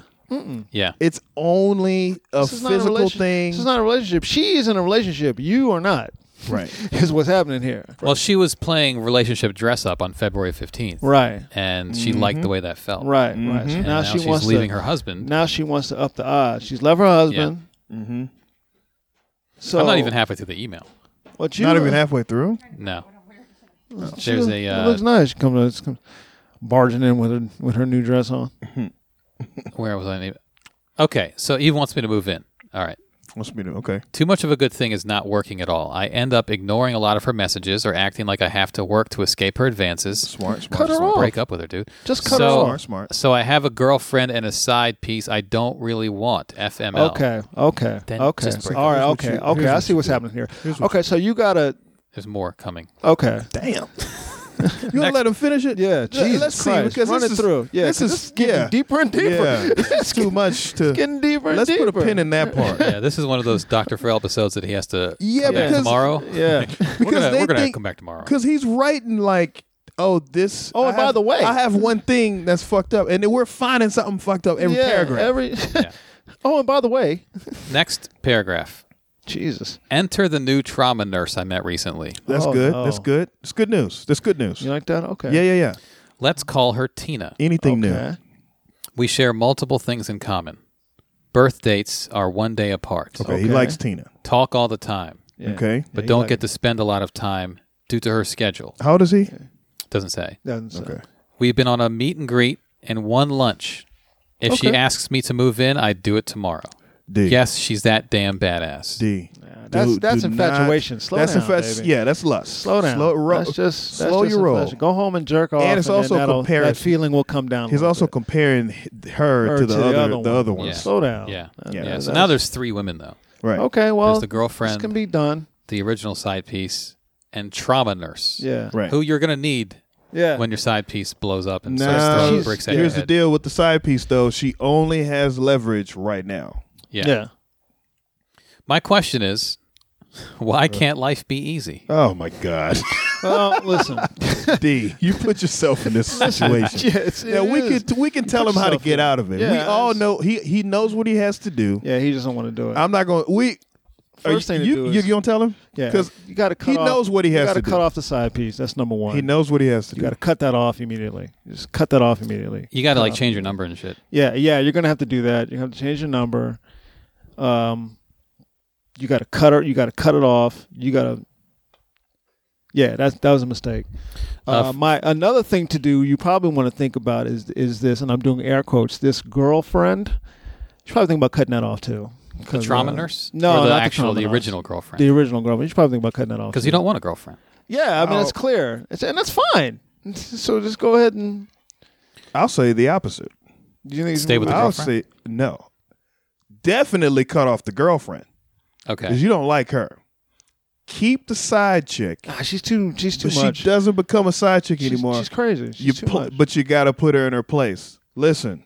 Speaker 6: Yeah.
Speaker 7: It's only a
Speaker 5: This is not a
Speaker 7: physical
Speaker 5: relation-
Speaker 7: thing.
Speaker 5: this is not a relationship she is in a relationship you are not
Speaker 7: right.
Speaker 5: is what's happening here
Speaker 6: Well, she was playing relationship dress up on February 15th.
Speaker 5: right
Speaker 6: And she liked the way that felt.
Speaker 5: Right, right. So
Speaker 6: Mm-hmm. And
Speaker 5: now,
Speaker 6: now,
Speaker 5: she
Speaker 6: she's
Speaker 5: wants
Speaker 6: leaving
Speaker 5: to,
Speaker 6: her husband.
Speaker 5: Now she wants to up the odds. She's left her husband.
Speaker 7: Mm-hmm.
Speaker 5: So
Speaker 6: I'm
Speaker 5: Oh.
Speaker 6: not even halfway through the email.
Speaker 5: What you
Speaker 7: Not even halfway through.
Speaker 6: No.
Speaker 5: She
Speaker 6: There's
Speaker 5: looks-
Speaker 6: a
Speaker 5: it
Speaker 6: uh,
Speaker 5: looks nice. She comes, comes barging in with her with her new dress on.
Speaker 6: where was I? even- Okay, so Eve wants me to move in. All right.
Speaker 7: What's me to okay.
Speaker 6: Too much of a good thing is not working at all. I end up ignoring a lot of her messages or acting like I have to work to escape her advances.
Speaker 7: Smart, smart.
Speaker 5: Cut her
Speaker 7: smart.
Speaker 5: off.
Speaker 6: Break up with her, dude.
Speaker 5: Just cut her
Speaker 6: so,
Speaker 5: off.
Speaker 7: Smart, smart.
Speaker 6: So I have a girlfriend and a side piece I don't really want. FML.
Speaker 5: Okay, okay,
Speaker 6: Then
Speaker 5: okay.
Speaker 6: just break
Speaker 5: All right,
Speaker 7: Here's what
Speaker 5: okay,
Speaker 7: you-
Speaker 5: okay.
Speaker 7: here's
Speaker 5: I
Speaker 7: what
Speaker 5: see
Speaker 7: you
Speaker 5: what's
Speaker 7: do.
Speaker 5: happening here. Okay, so you gotta.
Speaker 6: There's more coming.
Speaker 5: Okay,
Speaker 7: Damn. you gonna let him finish it?
Speaker 5: yeah. Jesus
Speaker 7: let's see,
Speaker 5: Christ.
Speaker 7: because
Speaker 5: run
Speaker 7: this
Speaker 5: it
Speaker 7: is-
Speaker 5: through. Yeah,
Speaker 7: this
Speaker 5: 'cause
Speaker 7: is-
Speaker 5: is getting
Speaker 7: yeah.
Speaker 5: deeper and deeper.
Speaker 7: Yeah. This is too much to.
Speaker 5: Getting deeper. and
Speaker 7: let's
Speaker 5: deeper.
Speaker 7: put a pin in that part.
Speaker 6: Yeah, this is one of those Dr. Phil episodes that he has to.
Speaker 7: Yeah,
Speaker 6: come back
Speaker 7: because-
Speaker 6: tomorrow.
Speaker 5: Yeah.
Speaker 6: we're
Speaker 7: because
Speaker 6: gonna,
Speaker 7: they
Speaker 6: we're gonna
Speaker 7: think-
Speaker 6: come back tomorrow.
Speaker 7: Because he's writing like, oh, this.
Speaker 5: Oh,
Speaker 7: I
Speaker 5: and by
Speaker 7: have-
Speaker 5: the way-
Speaker 7: I have one thing that's fucked up, and then we're finding something fucked up every
Speaker 5: yeah,
Speaker 7: paragraph.
Speaker 5: Every. oh, and by the way,
Speaker 6: Next paragraph.
Speaker 5: Jesus.
Speaker 6: Enter the new trauma nurse I met recently.
Speaker 7: That's
Speaker 5: Oh,
Speaker 7: good.
Speaker 5: no.
Speaker 7: That's good. It's good news. That's good news.
Speaker 5: You like that? Okay.
Speaker 7: Yeah, yeah, yeah.
Speaker 6: Let's call her Tina.
Speaker 7: Anything
Speaker 5: Okay.
Speaker 6: We share multiple things in common. Birth dates are one day apart.
Speaker 7: new. Okay, he likes Tina.
Speaker 6: Talk all the time,
Speaker 5: Yeah.
Speaker 7: Okay.
Speaker 6: but
Speaker 5: he
Speaker 6: don't
Speaker 5: like-
Speaker 6: get to spend a lot of time due to her schedule.
Speaker 7: How old is he?
Speaker 6: Doesn't say.
Speaker 5: Doesn't sound-
Speaker 7: Okay.
Speaker 6: We've been on a meet and greet and one lunch. If she
Speaker 7: Okay.
Speaker 6: asks me to move in, I'd do it tomorrow.
Speaker 7: D.
Speaker 6: Yes, she's that damn badass.
Speaker 7: D.
Speaker 5: that's-
Speaker 7: Dude,
Speaker 5: that's
Speaker 7: do
Speaker 5: infatuation.
Speaker 7: Not,
Speaker 5: Slow
Speaker 7: that's
Speaker 5: down,
Speaker 7: infatuation.
Speaker 5: baby.
Speaker 7: Yeah, that's lust.
Speaker 5: Slow down.
Speaker 7: Slow, ro-
Speaker 5: that's just that's
Speaker 7: slow
Speaker 5: just
Speaker 7: your
Speaker 5: a
Speaker 7: roll.
Speaker 5: pleasure. Go home and jerk off,
Speaker 7: And it's also
Speaker 5: then that'll-
Speaker 7: comparison.
Speaker 5: That feeling will come down. a
Speaker 7: He's
Speaker 5: little
Speaker 7: also
Speaker 5: bit.
Speaker 7: comparing her,
Speaker 5: Or
Speaker 7: to the, other, the other
Speaker 5: one.
Speaker 7: ones.
Speaker 6: Yeah.
Speaker 5: Slow down.
Speaker 6: Yeah.
Speaker 5: That-
Speaker 7: Yeah.
Speaker 6: Yeah.
Speaker 5: that-
Speaker 6: So now there's three women though.
Speaker 7: Right.
Speaker 5: okay. Well,
Speaker 6: There's the
Speaker 5: this
Speaker 6: girlfriend,
Speaker 5: can be done.
Speaker 6: the original side piece, and trauma nurse.
Speaker 5: Yeah.
Speaker 7: Right.
Speaker 6: Who you're gonna need
Speaker 5: Yeah.
Speaker 6: when your side piece blows up and
Speaker 7: Now,
Speaker 6: starts throwing
Speaker 5: she's-
Speaker 6: bricks at your
Speaker 7: here's the
Speaker 6: head.
Speaker 7: deal with the side piece, though. She only has leverage right now.
Speaker 6: Yeah.
Speaker 5: yeah.
Speaker 6: My question is, why can't life be easy?
Speaker 7: Oh my God,
Speaker 5: Well, listen.
Speaker 7: D, you put yourself in this situation.
Speaker 5: Yes, it
Speaker 7: Now we
Speaker 5: is.
Speaker 7: could we can tell him
Speaker 5: put
Speaker 7: how to
Speaker 5: yourself
Speaker 7: get
Speaker 5: in.
Speaker 7: out of it. we
Speaker 5: Yeah,
Speaker 7: all
Speaker 5: it's-
Speaker 7: know he he knows what he has to do.
Speaker 5: Yeah, he doesn't want to do it.
Speaker 7: I'm not going. to We are
Speaker 5: First thing to
Speaker 7: you,
Speaker 5: do
Speaker 7: you,
Speaker 5: is-
Speaker 7: you gonna tell him?
Speaker 5: yeah,
Speaker 7: because
Speaker 5: you got to cut.
Speaker 7: he
Speaker 5: off-
Speaker 7: knows what he
Speaker 5: you
Speaker 7: has
Speaker 5: gotta
Speaker 7: to
Speaker 5: cut
Speaker 7: do.
Speaker 5: off the side piece. That's number one.
Speaker 7: he knows what he has to
Speaker 5: You
Speaker 7: do.
Speaker 5: got to cut that off immediately. You just cut that off immediately.
Speaker 6: You gotta like change your number and shit.
Speaker 5: Yeah, yeah, you're gonna have to do that. You have to change your number. Um, you got to cut it. You got to cut it off. You got to. Yeah, that that was a mistake.
Speaker 6: Uh,
Speaker 5: Uh, my another thing to do you probably want to think about is is this, and I'm doing air quotes. This girlfriend, you should probably think about cutting that off too.
Speaker 6: The
Speaker 5: 'Cause,
Speaker 6: trauma
Speaker 5: uh,
Speaker 6: nurse?
Speaker 5: No,
Speaker 6: or the
Speaker 5: not
Speaker 6: actual,
Speaker 5: trauma
Speaker 6: the
Speaker 5: nurse.
Speaker 6: original girlfriend.
Speaker 5: The original girlfriend. You should probably think about cutting that off
Speaker 6: Because you
Speaker 5: too.
Speaker 6: don't want a girlfriend.
Speaker 5: Yeah, I mean
Speaker 7: Oh.
Speaker 5: it's clear, it's, and that's fine. So just go ahead and
Speaker 7: I'll say the opposite.
Speaker 5: do you think
Speaker 6: Stay with the
Speaker 7: I'll
Speaker 6: girlfriend?
Speaker 7: say no. Definitely cut off the girlfriend
Speaker 6: Okay.
Speaker 7: because you don't like her. Keep the side chick,
Speaker 5: Ah, she's too. She's too
Speaker 7: but
Speaker 5: much.
Speaker 7: she doesn't become a side chick
Speaker 5: She's-
Speaker 7: anymore.
Speaker 5: She's crazy. She's
Speaker 7: you
Speaker 5: too
Speaker 7: pl-
Speaker 5: much.
Speaker 7: but you got to put her in her place. Listen,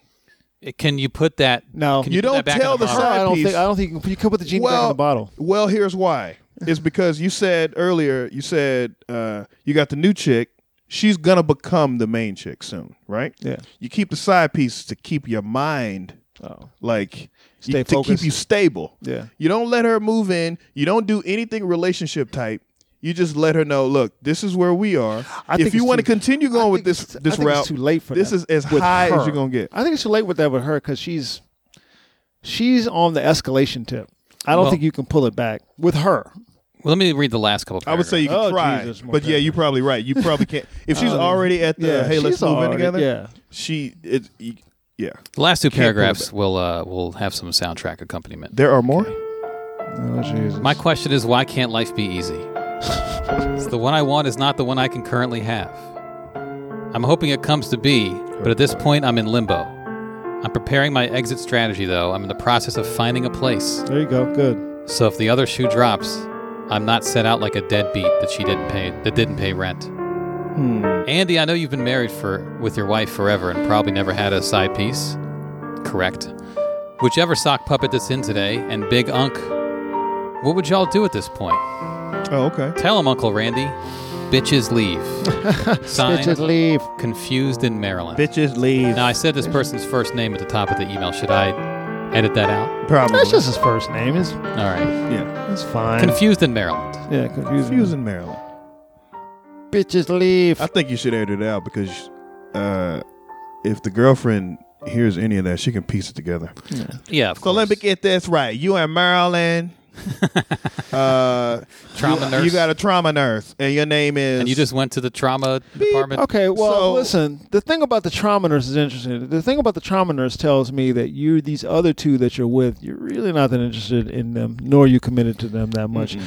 Speaker 6: It- Can you put that?
Speaker 5: No.
Speaker 6: can
Speaker 7: You
Speaker 6: put
Speaker 7: don't
Speaker 6: that back in
Speaker 7: tell the
Speaker 6: bottle?
Speaker 7: side-
Speaker 5: I don't
Speaker 7: piece-
Speaker 5: think. I don't think you can, you can put the genie back in the bottle.
Speaker 7: Well, here's why. It's because you said earlier, you said uh, you got the new chick. She's gonna become the main chick soon, right?
Speaker 5: Yeah.
Speaker 7: You keep the side piece to keep your mind
Speaker 5: Oh.
Speaker 7: like
Speaker 5: Stay
Speaker 7: you- to keep
Speaker 5: focused.
Speaker 7: you stable.
Speaker 5: Yeah.
Speaker 7: You don't let her move in. You don't do anything relationship type. You just let her know, look, this is where we are.
Speaker 5: I
Speaker 7: if
Speaker 5: think
Speaker 7: you
Speaker 5: it's
Speaker 7: want to
Speaker 5: too-
Speaker 7: continue going
Speaker 5: I
Speaker 7: with
Speaker 5: think
Speaker 7: this
Speaker 5: it's- I
Speaker 7: this
Speaker 5: think
Speaker 7: route,
Speaker 5: it's too late for
Speaker 7: this
Speaker 5: that
Speaker 7: is as
Speaker 5: with
Speaker 7: high as
Speaker 5: her.
Speaker 7: you're gonna get.
Speaker 5: I think it's too late with that with her because she's she's on the escalation tip. I don't
Speaker 6: Well-
Speaker 5: think you can pull it back with her.
Speaker 6: Well, let me read the last couple.
Speaker 7: I would say you can
Speaker 5: Oh,
Speaker 7: try,
Speaker 5: Jesus, more
Speaker 7: but yeah,
Speaker 5: pain.
Speaker 7: you're probably right. You probably can't. If she's already at the
Speaker 5: yeah,
Speaker 7: hey, let's
Speaker 5: she's
Speaker 7: move in
Speaker 5: already-
Speaker 7: together.
Speaker 5: yeah.
Speaker 7: she it. y- Yeah,
Speaker 6: the last two
Speaker 7: pull it
Speaker 6: paragraphs will uh, will have some soundtrack accompaniment.
Speaker 7: there are more.
Speaker 5: Oh Jesus!
Speaker 6: My question is, why can't life be easy? It's the one I want is not the one I can currently have. I'm hoping it comes to be, but at this point, I'm in limbo. I'm preparing my exit strategy, though. I'm in the process of finding a place.
Speaker 5: there you go. Good.
Speaker 6: So if the other shoe drops, I'm not set out like a deadbeat that she didn't pay that didn't pay rent.
Speaker 7: Hmm.
Speaker 6: Andy, I know you've been married for with your wife forever and probably never had a side piece. Correct. Whichever sock puppet that's in today and Big Unk, what would y'all do at this point?
Speaker 7: Oh, okay.
Speaker 6: Tell him, Uncle Randy. Bitches leave. Signed,
Speaker 5: Bitches leave.
Speaker 6: confused in Maryland.
Speaker 7: Bitches leave.
Speaker 6: now I said this person's first name at the top of the email. Should I edit that out?
Speaker 7: Probably.
Speaker 5: That's just his first name. It's
Speaker 6: All right.
Speaker 7: yeah.
Speaker 5: it's fine.
Speaker 6: Confused in Maryland.
Speaker 5: yeah, confusing.
Speaker 7: Confusing Maryland.
Speaker 5: Bitches leave.
Speaker 7: I think you should edit it out because uh, if the girlfriend hears any of that, she can piece it together.
Speaker 6: Yeah. Of
Speaker 7: So let me get this right. You in Maryland. uh,
Speaker 6: Trauma
Speaker 7: you,
Speaker 6: nurse.
Speaker 7: You got a trauma nurse, and your name is.
Speaker 6: And you just went to the trauma department.
Speaker 5: Okay, well,
Speaker 7: So-
Speaker 5: listen. The thing about the trauma nurse is interesting. The thing about the trauma nurse tells me that you, these other two that you're with, you're really not that interested in them, nor you committed to them that much.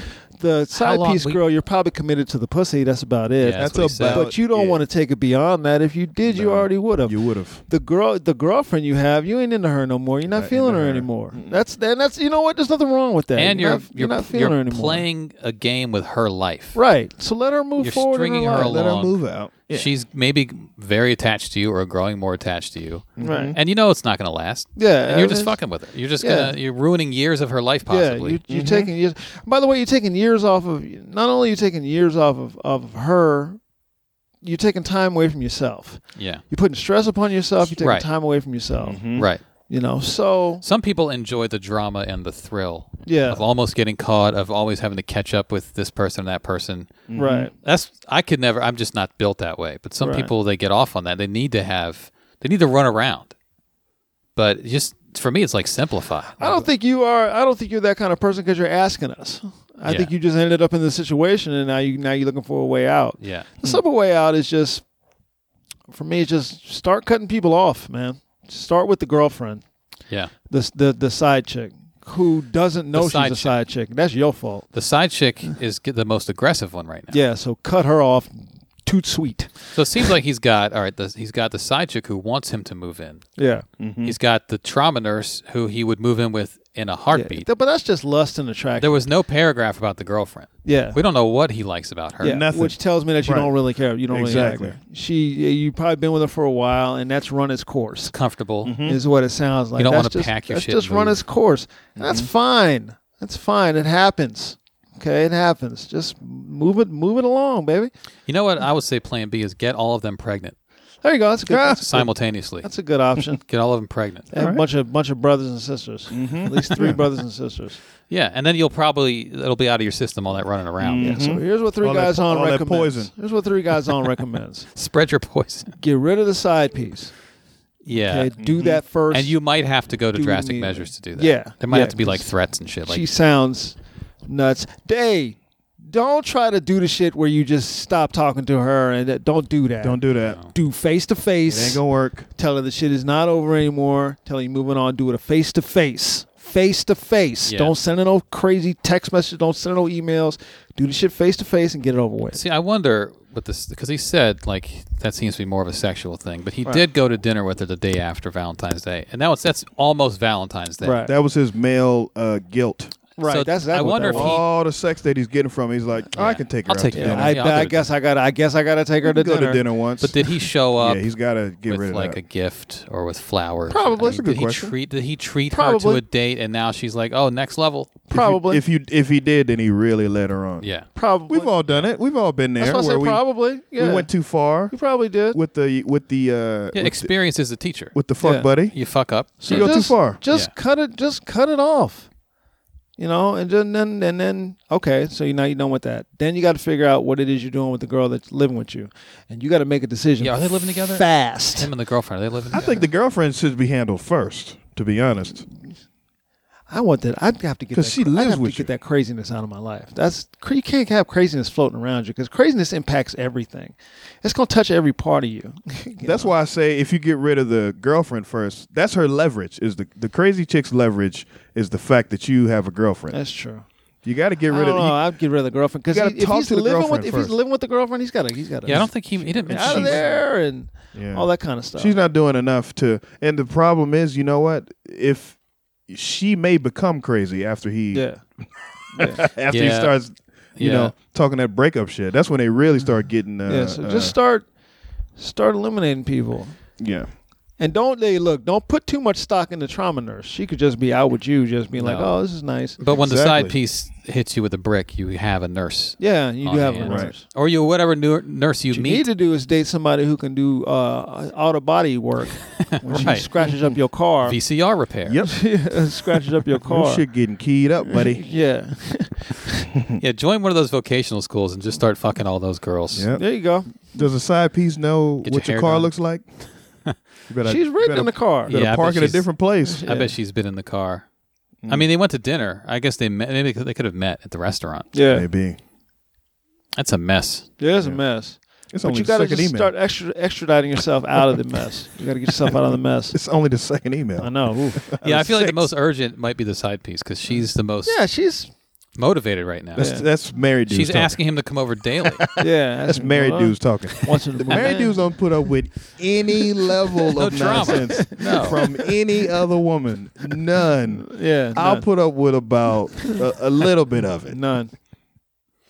Speaker 5: The side
Speaker 6: long
Speaker 5: piece
Speaker 6: we-
Speaker 5: girl, you're probably committed to the pussy. That's about it.
Speaker 6: Yeah, that's
Speaker 7: That's
Speaker 6: what he
Speaker 7: about-
Speaker 6: said.
Speaker 5: but you don't
Speaker 7: yeah.
Speaker 5: want to take it beyond that. If you did, you already would have.
Speaker 7: You would have.
Speaker 5: the girl, the girlfriend you have, you ain't into her no more. You're not
Speaker 7: Not
Speaker 5: feeling
Speaker 7: into
Speaker 5: her,
Speaker 7: her.
Speaker 5: anymore. That's and that's you know what? There's nothing wrong with that.
Speaker 6: and you're
Speaker 5: not,
Speaker 6: you're,
Speaker 5: you're not feeling
Speaker 6: you're
Speaker 5: her anymore.
Speaker 6: playing a game with her life.
Speaker 5: right. So let her move
Speaker 6: You're
Speaker 5: forward. in
Speaker 6: stringing her
Speaker 5: life.
Speaker 6: along.
Speaker 7: Let her move out.
Speaker 6: She's maybe very attached to you or growing more attached to you.
Speaker 5: Right.
Speaker 6: And you know it's not going to last.
Speaker 5: Mm-hmm. Yeah,
Speaker 6: And you're
Speaker 5: and
Speaker 6: just
Speaker 5: it's-
Speaker 6: fucking with her. You're just
Speaker 5: Yeah.
Speaker 6: gonna you're ruining years of her life possibly. Mm-hmm.
Speaker 5: Yeah, you, you're taking years. By the way, you're taking years off of. Not only are you taking years off of, of her, you're taking time away from yourself.
Speaker 6: Yeah.
Speaker 5: You're putting stress upon yourself. You're taking
Speaker 6: Right. Mm-hmm.
Speaker 5: time away from yourself.
Speaker 6: Right.
Speaker 5: You know, so
Speaker 6: Some people enjoy the drama and the thrill
Speaker 5: Yeah.
Speaker 6: of almost getting caught, of always having to catch up with this person and that person.
Speaker 5: right.
Speaker 6: That's I could never. I'm just not built that way. But some
Speaker 5: Right.
Speaker 6: people they get off on that. They need to have. They need to run around. But just for me, it's like simplify.
Speaker 5: I don't think you are. I don't think you're that kind of person because you're asking us. I
Speaker 6: Yeah.
Speaker 5: think you just ended up in this situation, and now you now you're looking for a way out.
Speaker 6: Yeah.
Speaker 5: The simple way out is just for me. It's just start cutting people off, man. Start with the girlfriend,
Speaker 6: Yeah.
Speaker 5: the the the side chick who doesn't know she's
Speaker 6: side
Speaker 5: a
Speaker 6: chick.
Speaker 5: side chick. That's your fault.
Speaker 6: The side chick is g- the most aggressive one right now.
Speaker 5: Yeah. So cut her off. Toot sweet.
Speaker 6: So it seems like he's got all right. The, he's got the side chick who wants him to move in.
Speaker 5: Yeah.
Speaker 7: Mm,
Speaker 6: He's got the trauma nurse who he would move in with in a heartbeat.
Speaker 5: But that's just lust and attraction.
Speaker 6: there was no paragraph about the girlfriend.
Speaker 5: yeah.
Speaker 6: We don't know what he likes about her.
Speaker 5: Yeah,
Speaker 7: nothing.
Speaker 5: which tells me that you
Speaker 7: Right.
Speaker 5: don't really care. You don't
Speaker 7: Exactly.
Speaker 5: really like her. She, you probably been with her for a while, and that's run its course.
Speaker 6: Comfortable.
Speaker 5: Is what it sounds like.
Speaker 6: Mm-hmm. don't
Speaker 5: That's
Speaker 6: wanna
Speaker 5: just-
Speaker 6: pack your
Speaker 5: that's
Speaker 6: shit
Speaker 5: just
Speaker 6: and
Speaker 5: run
Speaker 6: move.
Speaker 5: its course. And
Speaker 7: Mm-hmm.
Speaker 5: That's fine. That's fine. It happens. Okay, it happens. Just move it, move it along, baby.
Speaker 6: You know what I would say? Plan B is get all of them pregnant
Speaker 5: There you go. That's a good. That's, a good-
Speaker 6: simultaneously.
Speaker 5: that's a good option.
Speaker 6: Get all of them pregnant.
Speaker 5: Have A bunch of bunch of brothers and sisters.
Speaker 6: Mm-hmm.
Speaker 5: At least three brothers and sisters.
Speaker 6: Yeah, and then you'll probably it'll be out of your system all that running around.
Speaker 5: Yeah.
Speaker 7: Mm-hmm.
Speaker 5: So here's what three
Speaker 7: All that
Speaker 5: guys
Speaker 7: po-
Speaker 5: on
Speaker 7: all that
Speaker 5: recommends.
Speaker 7: poison.
Speaker 5: Here's what three guys on recommends.
Speaker 6: Spread your poison.
Speaker 5: Get rid of the side piece.
Speaker 6: Yeah. Mm-hmm.
Speaker 5: Okay, do that first.
Speaker 6: And you might have to go to
Speaker 5: Do
Speaker 6: drastic
Speaker 5: need-
Speaker 6: measures to do that.
Speaker 5: Yeah,
Speaker 6: There might
Speaker 5: yeah,
Speaker 6: have to be like
Speaker 5: because
Speaker 6: threats and shit. Like
Speaker 5: she sounds nuts. Day, don't try to do the shit where you just stop talking to her and that, don't do that.
Speaker 7: Don't do that.
Speaker 5: do face to
Speaker 7: It ain't
Speaker 5: face.
Speaker 7: gonna work.
Speaker 5: Tell her the shit is not over anymore. Tell her you moving on. Do it a face to face. Face to face.
Speaker 6: Yeah.
Speaker 5: Don't send her no crazy text messages. Don't send her no emails. Do the shit face to face and get it over with.
Speaker 6: See, I wonder what this because he said like that seems to be more of a sexual thing, but he did go to dinner with her the day after Valentine's Day, and that was that's almost Valentine's Day.
Speaker 5: Right.
Speaker 7: That was his male uh, guilt.
Speaker 5: Right.
Speaker 6: So
Speaker 5: that's, that's
Speaker 6: I
Speaker 5: what
Speaker 6: wonder
Speaker 5: that
Speaker 6: if
Speaker 5: was.
Speaker 6: he-
Speaker 7: All the sex that he's getting from, it, he's like, I can take her.
Speaker 6: I'll
Speaker 7: out
Speaker 6: take
Speaker 7: to
Speaker 6: you.
Speaker 7: dinner.
Speaker 5: I,
Speaker 6: Yeah, I'll
Speaker 5: I
Speaker 6: do it.
Speaker 5: guess I got. I guess I got to take her to
Speaker 7: Go
Speaker 5: dinner.
Speaker 7: to dinner once.
Speaker 6: But did he show up
Speaker 7: yeah, he's got to get
Speaker 6: with
Speaker 7: rid of
Speaker 6: like
Speaker 7: that.
Speaker 6: a gift or with flowers?
Speaker 7: Probably.
Speaker 6: I
Speaker 7: That's a
Speaker 6: mean,
Speaker 7: good
Speaker 6: did he
Speaker 7: question.
Speaker 6: treat did he treat her to
Speaker 5: Probably.
Speaker 6: a date and now she's like, oh, next level?
Speaker 5: Probably.
Speaker 7: if you if he did, then he really led her on.
Speaker 6: Yeah.
Speaker 5: probably.
Speaker 7: we've all done it. We've all been there
Speaker 5: that's why I
Speaker 7: where
Speaker 5: said
Speaker 7: we,
Speaker 5: probably. Yeah.
Speaker 7: we went too far
Speaker 5: You probably did.
Speaker 7: with the with the uh,
Speaker 6: Yeah,
Speaker 7: with, the,
Speaker 6: experience is a teacher.
Speaker 7: with the fuck
Speaker 5: Yeah.
Speaker 7: buddy.
Speaker 6: You fuck up.
Speaker 5: So
Speaker 7: You go too
Speaker 5: just-
Speaker 7: far.
Speaker 5: Just
Speaker 6: Yeah.
Speaker 5: cut it. Just cut it off. You know, and then then and then okay. So you now you done with that. Then you got to figure out what it is you're doing with the girl that's living with you, and you got to make a decision.
Speaker 6: Yeah, are they living together?
Speaker 5: Fast.
Speaker 6: Him and the girlfriend, are they living
Speaker 7: I
Speaker 6: together?
Speaker 7: think the girlfriend should be handled first. To be honest,
Speaker 5: I want that. I'd have to get
Speaker 7: 'Cause
Speaker 5: that-
Speaker 7: she
Speaker 5: I'd
Speaker 7: lives
Speaker 5: have
Speaker 7: with
Speaker 5: to
Speaker 7: you.
Speaker 5: get that craziness out of my life. That's you can't have craziness floating around you because craziness impacts everything. It's gonna touch every part of you. You
Speaker 7: that's why I say if you get rid of the girlfriend first, that's her leverage. Is the the crazy chick's leverage is the fact that you have a girlfriend.
Speaker 5: know, that's true.
Speaker 7: you got to get
Speaker 5: I
Speaker 7: rid
Speaker 5: don't
Speaker 7: of.
Speaker 5: know.
Speaker 7: you-
Speaker 5: I'd get rid of the girlfriend because
Speaker 7: you gotta
Speaker 5: if
Speaker 7: talk
Speaker 5: he's
Speaker 7: to the
Speaker 5: living with
Speaker 7: girlfriend
Speaker 5: if he's
Speaker 7: first.
Speaker 5: living with the girlfriend, he's got to he's got to
Speaker 6: yeah, I don't think he, he didn't mention
Speaker 5: out of
Speaker 6: she-
Speaker 5: there and
Speaker 7: Yeah.
Speaker 5: all that kind of stuff.
Speaker 7: She's not doing enough to. And the problem is, you know what? If she may become crazy after he
Speaker 5: yeah.
Speaker 7: after he
Speaker 6: Yeah.
Speaker 7: starts, you
Speaker 6: Yeah.
Speaker 7: know, talking that breakup shit. That's when they really start getting. Uh,
Speaker 5: Mm-hmm. yeah, so
Speaker 7: uh,
Speaker 5: just start start eliminating people.
Speaker 7: yeah.
Speaker 5: And don't they look, don't put too much stock in the trauma nurse. She could just be out with you, just being like,
Speaker 6: No.
Speaker 5: Oh, this is nice.
Speaker 6: But when the
Speaker 7: Exactly.
Speaker 6: side piece hits you with a brick, you have a nurse.
Speaker 5: Yeah, you
Speaker 6: on
Speaker 5: do have a
Speaker 6: hand.
Speaker 5: nurse.
Speaker 7: Right.
Speaker 6: Or you whatever nu- nurse you
Speaker 5: What you
Speaker 6: meet.
Speaker 5: need to do is date somebody who can do uh, out of body work. When she
Speaker 6: Right.
Speaker 5: scratches up your car.
Speaker 6: VCR repair.
Speaker 7: Yep.
Speaker 5: scratches up your
Speaker 7: Your
Speaker 5: car.
Speaker 7: shit getting keyed up, buddy.
Speaker 5: Yeah.
Speaker 6: Yeah, join one of those vocational schools and just start fucking all those girls.
Speaker 7: yeah.
Speaker 5: There you go.
Speaker 7: Does the side piece know
Speaker 6: Get your
Speaker 7: what your,
Speaker 6: hair
Speaker 7: car
Speaker 6: done.
Speaker 7: looks like? You better,
Speaker 5: She's
Speaker 7: you
Speaker 5: written
Speaker 7: better,
Speaker 5: in the car.
Speaker 7: Better
Speaker 6: Yeah, I
Speaker 7: park
Speaker 6: bet
Speaker 7: in a
Speaker 6: she's-
Speaker 7: different place.
Speaker 6: I bet she's been in the car.
Speaker 7: Mm.
Speaker 6: I mean, they went to dinner. I guess they met, maybe they could have met at the restaurant.
Speaker 5: Yeah.
Speaker 7: Maybe
Speaker 6: That's a mess.
Speaker 5: Yeah, it's a mess.
Speaker 7: it's
Speaker 5: But
Speaker 7: only
Speaker 5: you
Speaker 7: the
Speaker 5: got to
Speaker 7: second
Speaker 5: just
Speaker 7: email.
Speaker 5: start extra, extraditing yourself out of the mess. You got to get yourself out of the mess.
Speaker 7: it's only the second
Speaker 5: I
Speaker 7: email.
Speaker 5: know. Oof.
Speaker 6: Yeah, I feel like the
Speaker 7: six.
Speaker 6: most urgent might be the side piece because she's the most
Speaker 5: Yeah, she's
Speaker 6: motivated right now.
Speaker 7: That's that's married dudes.
Speaker 6: she's
Speaker 7: talking.
Speaker 6: asking him to come over daily.
Speaker 5: yeah.
Speaker 7: That's married dudes talking.
Speaker 5: Once in
Speaker 7: The married dudes don't put up with any level
Speaker 6: No
Speaker 7: of
Speaker 6: drama.
Speaker 7: nonsense
Speaker 6: No.
Speaker 7: from any other woman. None.
Speaker 5: Yeah,
Speaker 7: I'll
Speaker 5: none.
Speaker 7: put up with about a, a little bit of it,
Speaker 5: none.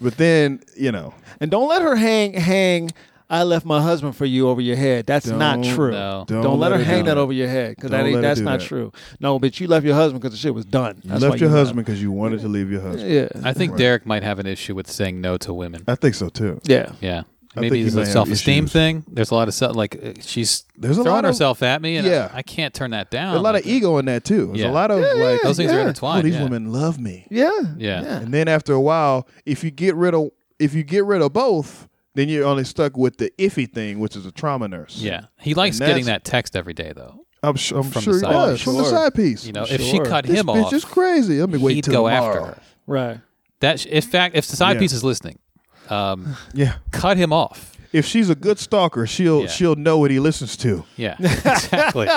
Speaker 7: but then you know,
Speaker 5: And don't let her hang hang. I left my husband for you over your head. That's not
Speaker 7: Don't-
Speaker 5: true.
Speaker 6: no.
Speaker 5: Don't, let, her hang
Speaker 7: do
Speaker 5: that over your head because that
Speaker 7: Don't
Speaker 5: ain't,
Speaker 7: let her
Speaker 5: that's
Speaker 7: do
Speaker 5: not
Speaker 7: that.
Speaker 5: true. No, but you left your husband because the shit was done.
Speaker 7: You
Speaker 5: That's why
Speaker 7: left your
Speaker 5: you
Speaker 7: husband because you wanted to leave your husband.
Speaker 5: Yeah,
Speaker 6: I think Derek might have an issue with saying no to women.
Speaker 7: I think so too.
Speaker 5: yeah.
Speaker 6: Yeah.
Speaker 7: I
Speaker 6: Maybe
Speaker 7: think
Speaker 6: it's
Speaker 7: you
Speaker 6: a
Speaker 7: may have
Speaker 6: self-esteem
Speaker 7: issues.
Speaker 6: thing. There's a lot of self, like uh, she's
Speaker 7: There's a
Speaker 6: throwing
Speaker 7: lot of-
Speaker 6: herself at me, and
Speaker 7: Yeah.
Speaker 6: I, I can't turn that down.
Speaker 7: There's a lot
Speaker 6: Like,
Speaker 7: of e-, ego in that too. There's
Speaker 6: Yeah.
Speaker 7: a lot of like
Speaker 6: Those things are
Speaker 7: yeah,
Speaker 6: intertwined,
Speaker 7: Oh, these
Speaker 6: yeah.
Speaker 7: women love me.
Speaker 5: Yeah.
Speaker 6: Yeah.
Speaker 7: And then after a while, if you get rid of if you get rid of both, then you're only stuck with the iffy thing, which is a trauma nurse.
Speaker 6: Yeah, he likes
Speaker 7: And
Speaker 6: getting
Speaker 7: that's-
Speaker 6: that text every day, though.
Speaker 7: I'm, sh- I'm
Speaker 6: From
Speaker 7: sure
Speaker 6: the
Speaker 7: he
Speaker 6: side
Speaker 7: does
Speaker 6: piece.
Speaker 7: from the
Speaker 6: Sure.
Speaker 7: side piece.
Speaker 6: You know, if she cut
Speaker 7: this
Speaker 6: him
Speaker 7: bitch
Speaker 6: off,
Speaker 7: is crazy. Let me wait
Speaker 6: he'd
Speaker 7: till
Speaker 6: go
Speaker 7: tomorrow.
Speaker 6: after her.
Speaker 5: Right.
Speaker 6: That, sh- in fact, if the side
Speaker 7: Yeah.
Speaker 6: piece is listening, um,
Speaker 7: Yeah.
Speaker 6: cut him off.
Speaker 7: If she's a good stalker, she'll
Speaker 6: Yeah.
Speaker 7: she'll know what he listens to,
Speaker 6: Yeah, exactly.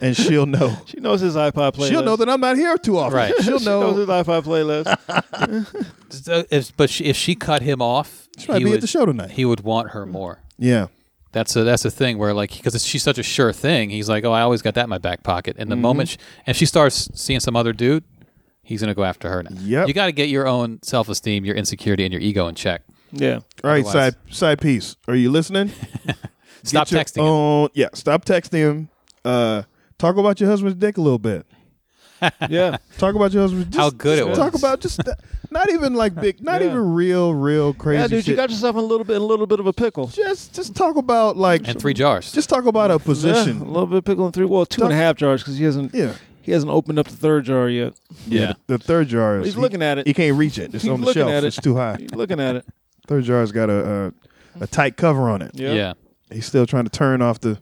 Speaker 7: and she'll know.
Speaker 5: She knows his iPod playlist.
Speaker 7: she'll know that I'm not here too often.
Speaker 6: Right.
Speaker 7: She'll
Speaker 5: she knows
Speaker 7: know.
Speaker 5: his iPod playlist.
Speaker 6: So if, but she, if she cut him off,
Speaker 7: She might
Speaker 6: he
Speaker 7: be
Speaker 6: would,
Speaker 7: at the show tonight.
Speaker 6: He would want her more.
Speaker 7: yeah.
Speaker 6: That's a that's a thing where like because she's such a sure thing. He's like, oh, I always got that in my back pocket. And the
Speaker 7: Mm-hmm.
Speaker 6: moment she, and she starts seeing some other dude, he's gonna go after her. Now.
Speaker 7: Yep.
Speaker 6: You got to get your own self esteem, your insecurity, and your ego in check.
Speaker 5: yeah.
Speaker 7: All right,
Speaker 6: Otherwise-
Speaker 7: side side piece. Are you listening?
Speaker 6: Stop
Speaker 7: Get your
Speaker 6: texting. him.
Speaker 7: own- yeah, stop texting him. Uh, talk about your husband's dick a little bit.
Speaker 5: Yeah.
Speaker 7: Talk about your husband's. Just,
Speaker 6: How good it
Speaker 7: just Talk
Speaker 6: was.
Speaker 7: about just th- not even like big, not
Speaker 5: Yeah.
Speaker 7: even real, real crazy.
Speaker 5: Yeah, dude, you
Speaker 7: shit.
Speaker 5: got yourself in a little bit, a little bit of a pickle.
Speaker 7: just just talk about like
Speaker 6: and three jars.
Speaker 7: just talk about a
Speaker 5: Yeah, a
Speaker 7: position.
Speaker 5: little bit of pickle in three. Well, two and a half jars because he hasn't.
Speaker 7: Yeah.
Speaker 5: He hasn't opened up the third jar yet.
Speaker 6: yeah.
Speaker 7: The third jar is
Speaker 5: He's
Speaker 7: he-
Speaker 5: looking at it.
Speaker 7: He can't reach it. It's
Speaker 5: He's
Speaker 7: on the
Speaker 5: looking
Speaker 7: shelf.
Speaker 5: at it.
Speaker 7: It's too high.
Speaker 5: He's looking at it.
Speaker 7: Third jar's got a, a a tight cover on it.
Speaker 6: yeah,
Speaker 7: He's still trying to turn off the.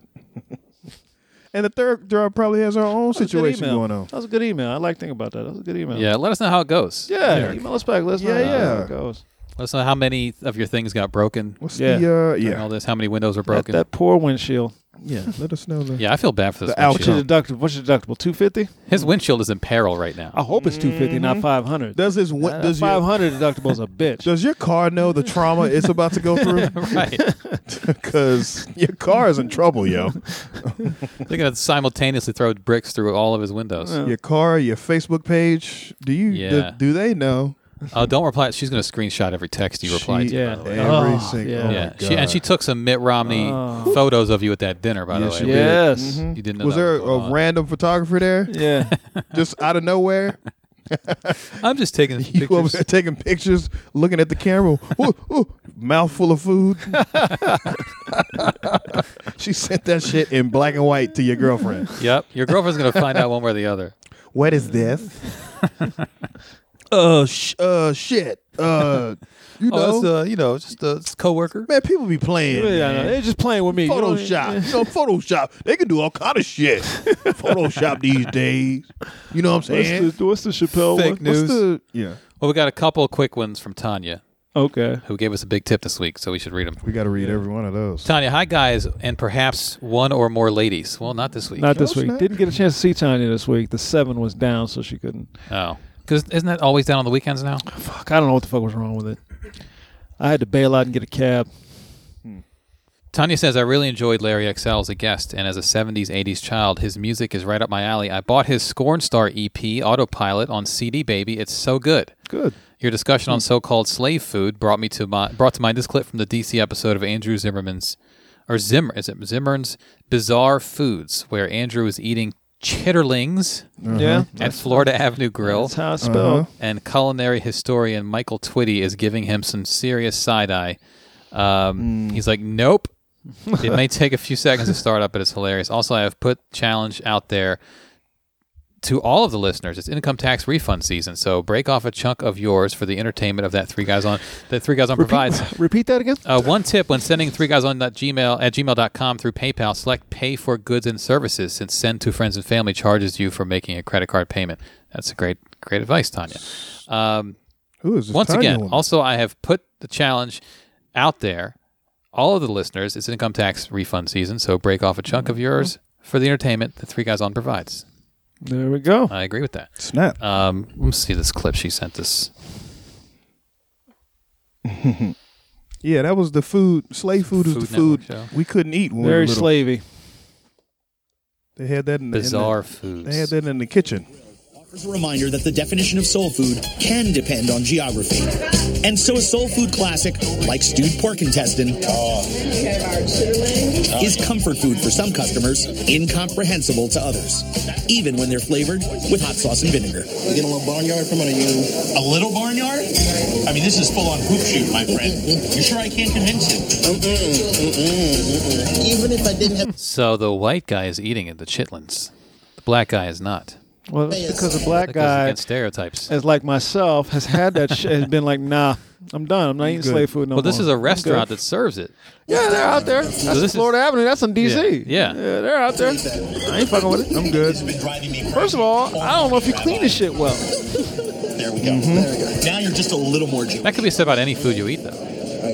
Speaker 7: and the third jar probably has her own
Speaker 5: That was a good
Speaker 7: situation
Speaker 5: email.
Speaker 7: going on.
Speaker 5: That was a good email. I like thinking about that. That was a good email.
Speaker 6: Yeah, Let us know how it goes.
Speaker 5: Yeah.
Speaker 6: Eric.
Speaker 5: Email us back. Let's
Speaker 7: Yeah,
Speaker 5: know how
Speaker 7: yeah.
Speaker 5: it goes.
Speaker 6: Let us know how many of your things got broken.
Speaker 7: What's
Speaker 5: Yeah.
Speaker 7: the uh,
Speaker 6: during
Speaker 7: yeah
Speaker 6: All this. How many windows are
Speaker 5: That,
Speaker 6: broken?
Speaker 5: that poor windshield.
Speaker 7: yeah? Let us know. The,
Speaker 6: yeah, I feel bad for this.
Speaker 7: The
Speaker 5: What's your
Speaker 6: windshield.
Speaker 5: deductible? What's your deductible? Two fifty.
Speaker 6: His windshield is in peril right now.
Speaker 7: Oh.
Speaker 5: I hope it's two fifty, not five hundred.
Speaker 7: Mm-hmm. Does his win- does
Speaker 5: Five
Speaker 7: your
Speaker 5: hundred deductible is a bitch.
Speaker 7: does your car know the trauma it's about to go through?
Speaker 6: right.
Speaker 7: Because your car is in trouble, yo.
Speaker 6: They're gonna simultaneously throw bricks through all of his windows.
Speaker 7: Your car, your Facebook page. Do you
Speaker 6: Yeah.
Speaker 7: do, do they know?
Speaker 6: Oh, don't reply. She's gonna screenshot every text you reply
Speaker 7: She-
Speaker 6: to.
Speaker 5: yeah.
Speaker 6: by the way.
Speaker 7: Every
Speaker 5: Oh,
Speaker 7: single.
Speaker 5: yeah.
Speaker 7: oh my
Speaker 6: yeah.
Speaker 7: God.
Speaker 6: She, and she took some Mitt Romney
Speaker 5: Oh.
Speaker 6: photos of you at that dinner. By
Speaker 7: Yes,
Speaker 6: the
Speaker 7: she
Speaker 6: way,
Speaker 7: did.
Speaker 5: Yes.
Speaker 6: you didn't know.
Speaker 7: was
Speaker 6: that
Speaker 7: there
Speaker 6: going
Speaker 7: a
Speaker 6: on.
Speaker 7: random photographer there,
Speaker 5: Yeah.
Speaker 7: just out of nowhere?
Speaker 6: I'm just taking
Speaker 7: You over
Speaker 6: pictures.
Speaker 7: there taking pictures, looking at the camera, ooh, ooh, mouth full of food. she sent that shit in black and white to your girlfriend.
Speaker 6: yep, your girlfriend's gonna find out one way or the other.
Speaker 7: What is this? uh, sh- uh, shit. Uh, you know,
Speaker 6: Oh, it's uh, you know, just a coworker.
Speaker 7: man, people be playing.
Speaker 5: Yeah, I know.
Speaker 7: man.
Speaker 5: They're just playing with me. You know what I mean?
Speaker 7: Photoshop. You know, Photoshop. They can do all kind of shit. Photoshop these days. You know what I'm
Speaker 5: What's
Speaker 7: saying?
Speaker 5: the, what's the Chappelle
Speaker 6: Fake
Speaker 5: one?
Speaker 6: news.
Speaker 7: What's the- yeah.
Speaker 6: Well, we got a couple of quick ones from Tanya,
Speaker 5: Okay.
Speaker 6: who gave us a big tip this week, so we should read them.
Speaker 7: We got to read every one of those.
Speaker 6: Tanya, hi guys, and perhaps one or more ladies. Well, not this week.
Speaker 5: Not this
Speaker 7: No,
Speaker 5: week.
Speaker 7: snap.
Speaker 5: Didn't get a chance to see Tanya this week. The seven was down, so she couldn't.
Speaker 6: oh, because isn't that always down on the weekends now?
Speaker 5: Fuck, I don't know what the fuck was wrong with it. I had to bail out and get a cab.
Speaker 6: Tanya says, I really enjoyed Larry XL as a guest, and as a 70s, 80s child, his music is right up my alley. I bought his Scorn Star EP, Autopilot, on CD Baby. It's so good.
Speaker 5: Good. Hmm.
Speaker 6: Your discussion on so-called slave food brought me to my brought to mind this clip from the DC episode of Andrew Zimmerman's or Zimmer is it Zimmern's Bizarre Foods, where Andrew is eating chitterlings
Speaker 5: Yeah.
Speaker 6: at Florida Avenue Grill,
Speaker 5: Mm. That's how it's spelled.
Speaker 6: and culinary historian Michael Twitty is giving him some serious side eye. Um, He's like, "Nope." it may take a few seconds to start up, but it's hilarious. Also, I have put challenge out there to all of the listeners. It's income tax refund season, so break off a chunk of yours for the entertainment of that three guys on that three guys on provides.
Speaker 5: Repeat that again.
Speaker 6: Uh, one tip when sending three guys on gmail at gmail.com through PayPal, select pay for goods and services since send to friends and family charges you for making a credit card payment. That's a great, great advice, Tanya. Um,
Speaker 7: Who is this?
Speaker 6: once
Speaker 7: Tanya
Speaker 6: again,
Speaker 7: woman?
Speaker 6: also, I have put the challenge out there. All of the listeners, it's income tax refund season, so break off a chunk of yours for the entertainment that Three Guys On provides.
Speaker 5: There we go.
Speaker 6: I agree with that.
Speaker 7: snap.
Speaker 6: Um, let me see this clip she sent us.
Speaker 7: yeah, that was the food. Slave food,
Speaker 6: Food
Speaker 7: is the food
Speaker 6: Network show.
Speaker 7: we couldn't eat. When we were
Speaker 5: Very
Speaker 7: little.
Speaker 5: slavey.
Speaker 7: They had that in the, in the-
Speaker 6: Bizarre foods.
Speaker 7: they had that in the kitchen.
Speaker 4: offers a reminder that the definition of soul food can depend on geography. And so a soul food classic, like stewed pork intestine, is comfort food for some customers, incomprehensible to others, even when they're flavored with hot sauce and vinegar. Get a little barnyard from it, you. A little barnyard? I mean, this is full on hoop shoot, my friend. You sure I can't convince you?
Speaker 9: Even if I didn't have
Speaker 6: So the white guy is eating at the chitlins. The black guy is not.
Speaker 5: Well, it's because a
Speaker 6: That
Speaker 5: black
Speaker 6: goes
Speaker 5: guy
Speaker 6: against stereotypes.
Speaker 5: is like myself has had that sh- has been like, nah, I'm done. I'm not eating slave food no
Speaker 6: Well,
Speaker 5: more.
Speaker 6: this is a
Speaker 5: I'm good.
Speaker 6: restaurant that serves it.
Speaker 5: Yeah, they're out there. That's
Speaker 6: this is-
Speaker 5: Florida Avenue. That's in D.C.
Speaker 6: Yeah, yeah.
Speaker 5: they're out there. I ain't fucking with it. I'm good. First of all, I don't know if you clean this shit well.
Speaker 4: There we go. There we go. Now you're just a little more Jewish.
Speaker 6: That could be said about any food you eat, though.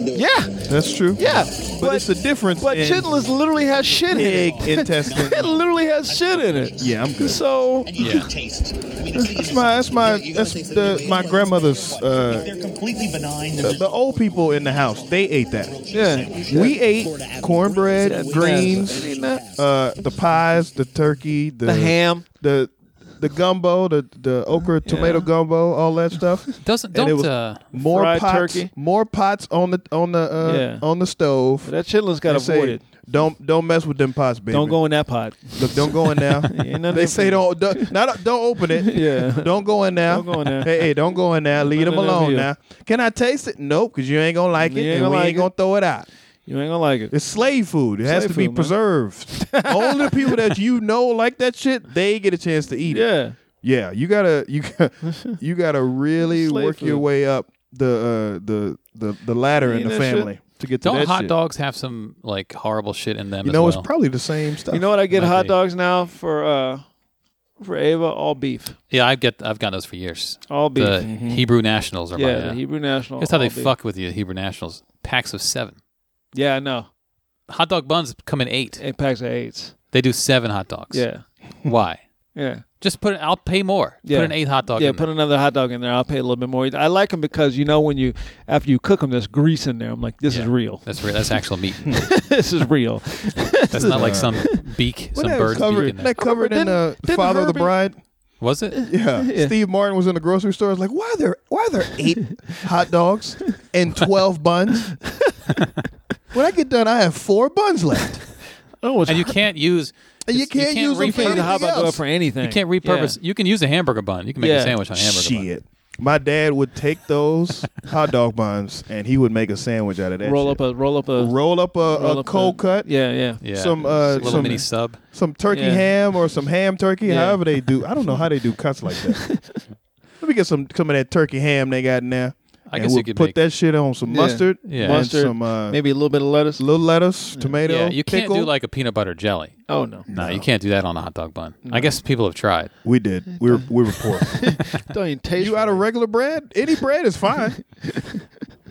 Speaker 5: Yeah,
Speaker 7: That's true.
Speaker 5: yeah.
Speaker 7: But,
Speaker 5: But
Speaker 7: it's the difference.
Speaker 5: but
Speaker 7: in
Speaker 5: chitlins literally has shit in
Speaker 7: pig
Speaker 5: it.
Speaker 7: intestine.
Speaker 5: It literally has shit in it.
Speaker 7: Yeah, I'm good.
Speaker 5: So
Speaker 4: And you
Speaker 6: Yeah.
Speaker 4: can taste. I mean, the thing
Speaker 7: That's
Speaker 4: is-
Speaker 7: my that's my
Speaker 4: You gotta
Speaker 7: that's
Speaker 4: taste
Speaker 7: the, my grandmother's
Speaker 4: If
Speaker 7: uh,
Speaker 4: they're completely benign.
Speaker 7: the,
Speaker 4: They're
Speaker 7: the old people in the house. They ate that.
Speaker 5: yeah,
Speaker 7: We ate cornbread, greens,
Speaker 5: Ain't that-
Speaker 7: uh, the pies, the turkey, the,
Speaker 5: the ham.
Speaker 7: the the gumbo, the the okra tomato gumbo, all that stuff.
Speaker 6: Doesn't
Speaker 7: And
Speaker 6: don't
Speaker 7: it was
Speaker 6: uh,
Speaker 7: More
Speaker 5: Fried
Speaker 7: pots,
Speaker 5: turkey.
Speaker 7: more pots on the on the uh,
Speaker 5: Yeah.
Speaker 7: on the stove.
Speaker 5: That chitlin's got
Speaker 7: They say,
Speaker 5: avoided.
Speaker 7: Don't don't mess with them pots, baby.
Speaker 5: Don't go in that pot.
Speaker 7: Look, don't go in now.
Speaker 5: Ain't nothing
Speaker 7: they say
Speaker 5: for
Speaker 7: don't don't not, don't open it.
Speaker 5: Yeah.
Speaker 7: Don't go in now.
Speaker 5: Don't go in there.
Speaker 7: Hey, hey, don't go in now. Leave them
Speaker 5: Nothing else
Speaker 7: alone
Speaker 5: here.
Speaker 7: now. Can I taste it? Nope, because you ain't gonna like
Speaker 5: You
Speaker 7: it,
Speaker 5: ain't
Speaker 7: and
Speaker 5: gonna
Speaker 7: we
Speaker 5: like
Speaker 7: ain't
Speaker 5: it.
Speaker 7: gonna throw it out.
Speaker 5: You ain't gonna like it.
Speaker 7: It's slave food. It has
Speaker 5: Slave
Speaker 7: to be
Speaker 5: food, man.
Speaker 7: preserved. Only the people that you know like that shit, they get a chance to eat it.
Speaker 5: Yeah.
Speaker 7: Yeah, you gotta you got you gotta really
Speaker 5: Slave
Speaker 7: work your
Speaker 5: food.
Speaker 7: way up the uh, the the the ladder in
Speaker 5: Eating
Speaker 7: the
Speaker 5: that shit.
Speaker 7: family to get to
Speaker 6: don't
Speaker 7: that
Speaker 6: hot
Speaker 7: shit.
Speaker 6: dogs have some like horrible shit in them?
Speaker 7: You
Speaker 6: as
Speaker 7: know,
Speaker 6: well?
Speaker 7: it's probably the same stuff.
Speaker 5: You know what? I get
Speaker 6: Might
Speaker 5: hot
Speaker 6: be.
Speaker 5: dogs now for uh for Ava, all beef,
Speaker 6: yeah. I get I've gotten those for years.
Speaker 5: all beef.
Speaker 6: The Hebrew Nationals are
Speaker 5: Mm-hmm. yeah,
Speaker 6: my.
Speaker 5: the
Speaker 6: uh,
Speaker 5: Hebrew National.
Speaker 6: That's how they
Speaker 5: all beef.
Speaker 6: fuck with you, Hebrew Nationals. Packs of seven.
Speaker 5: Yeah, I know.
Speaker 6: Hot dog buns come in eight.
Speaker 5: Eight packs of eights.
Speaker 6: They do seven hot dogs.
Speaker 5: Yeah,
Speaker 6: Why?
Speaker 5: yeah,
Speaker 6: Just put. An, I'll pay more.
Speaker 5: Yeah.
Speaker 6: Put an eight hot dog.
Speaker 5: yeah.
Speaker 6: in
Speaker 5: Put
Speaker 6: there.
Speaker 5: another hot dog in there. I'll pay a little bit more. I like them because you know when you after you cook them, there's grease in there. I'm like, this is real.
Speaker 6: That's real. That's actual meat.
Speaker 5: this is real.
Speaker 6: That's not like some beak, some
Speaker 7: Wasn't that
Speaker 6: bird's beak in
Speaker 7: covered,
Speaker 6: there.
Speaker 7: that covered in
Speaker 5: Didn't-
Speaker 7: uh,
Speaker 5: didn't
Speaker 7: Father of the
Speaker 5: Herbie-
Speaker 7: Bride?
Speaker 6: Was it?
Speaker 7: Yeah. Steve Martin was in the grocery store. I was like, why are there why are there eight hot dogs and twelve buns? when I get done, I have four buns left.
Speaker 5: Oh, it's
Speaker 6: And you can't use.
Speaker 7: And you
Speaker 6: it's-
Speaker 7: can't use them for
Speaker 6: repurpose-
Speaker 5: the hot
Speaker 7: anything
Speaker 5: dog
Speaker 7: else.
Speaker 5: for anything.
Speaker 6: You can't repurpose. You can use a hamburger bun. You can make
Speaker 5: Yeah.
Speaker 6: a sandwich on a hamburger bun.
Speaker 7: Shit. My dad would take those hot dog buns and he would make a sandwich out of that.
Speaker 5: Yeah. Roll
Speaker 7: shit.
Speaker 5: up a roll up a
Speaker 7: roll up a,
Speaker 5: roll
Speaker 7: a
Speaker 5: up
Speaker 7: cold cut.
Speaker 5: Yeah, yeah.
Speaker 6: Yeah.
Speaker 7: Some, uh,
Speaker 6: Just a little
Speaker 7: some-
Speaker 6: mini sub.
Speaker 7: Some turkey
Speaker 5: Yeah.
Speaker 7: ham or some ham turkey,
Speaker 5: Yeah.
Speaker 7: however they do. I don't know how they do cuts like that. Let me get some some of that turkey ham they got in there.
Speaker 6: I
Speaker 7: and
Speaker 6: guess you
Speaker 7: we'll
Speaker 6: could
Speaker 7: put
Speaker 6: make-
Speaker 7: that shit on some
Speaker 5: Yeah.
Speaker 7: mustard,
Speaker 6: Yeah.
Speaker 7: and
Speaker 5: Mustard,
Speaker 7: some uh,
Speaker 5: Maybe a little bit of lettuce.
Speaker 7: little lettuce, tomato.
Speaker 6: Yeah. You can't
Speaker 7: pickle.
Speaker 6: do like a peanut butter jelly.
Speaker 5: Oh no,
Speaker 6: No, you can't do that on a hot dog bun. I guess people have tried.
Speaker 7: we did. We were we were poor.
Speaker 5: don't even taste.
Speaker 7: you out of
Speaker 5: right.
Speaker 7: regular bread? Any bread is fine.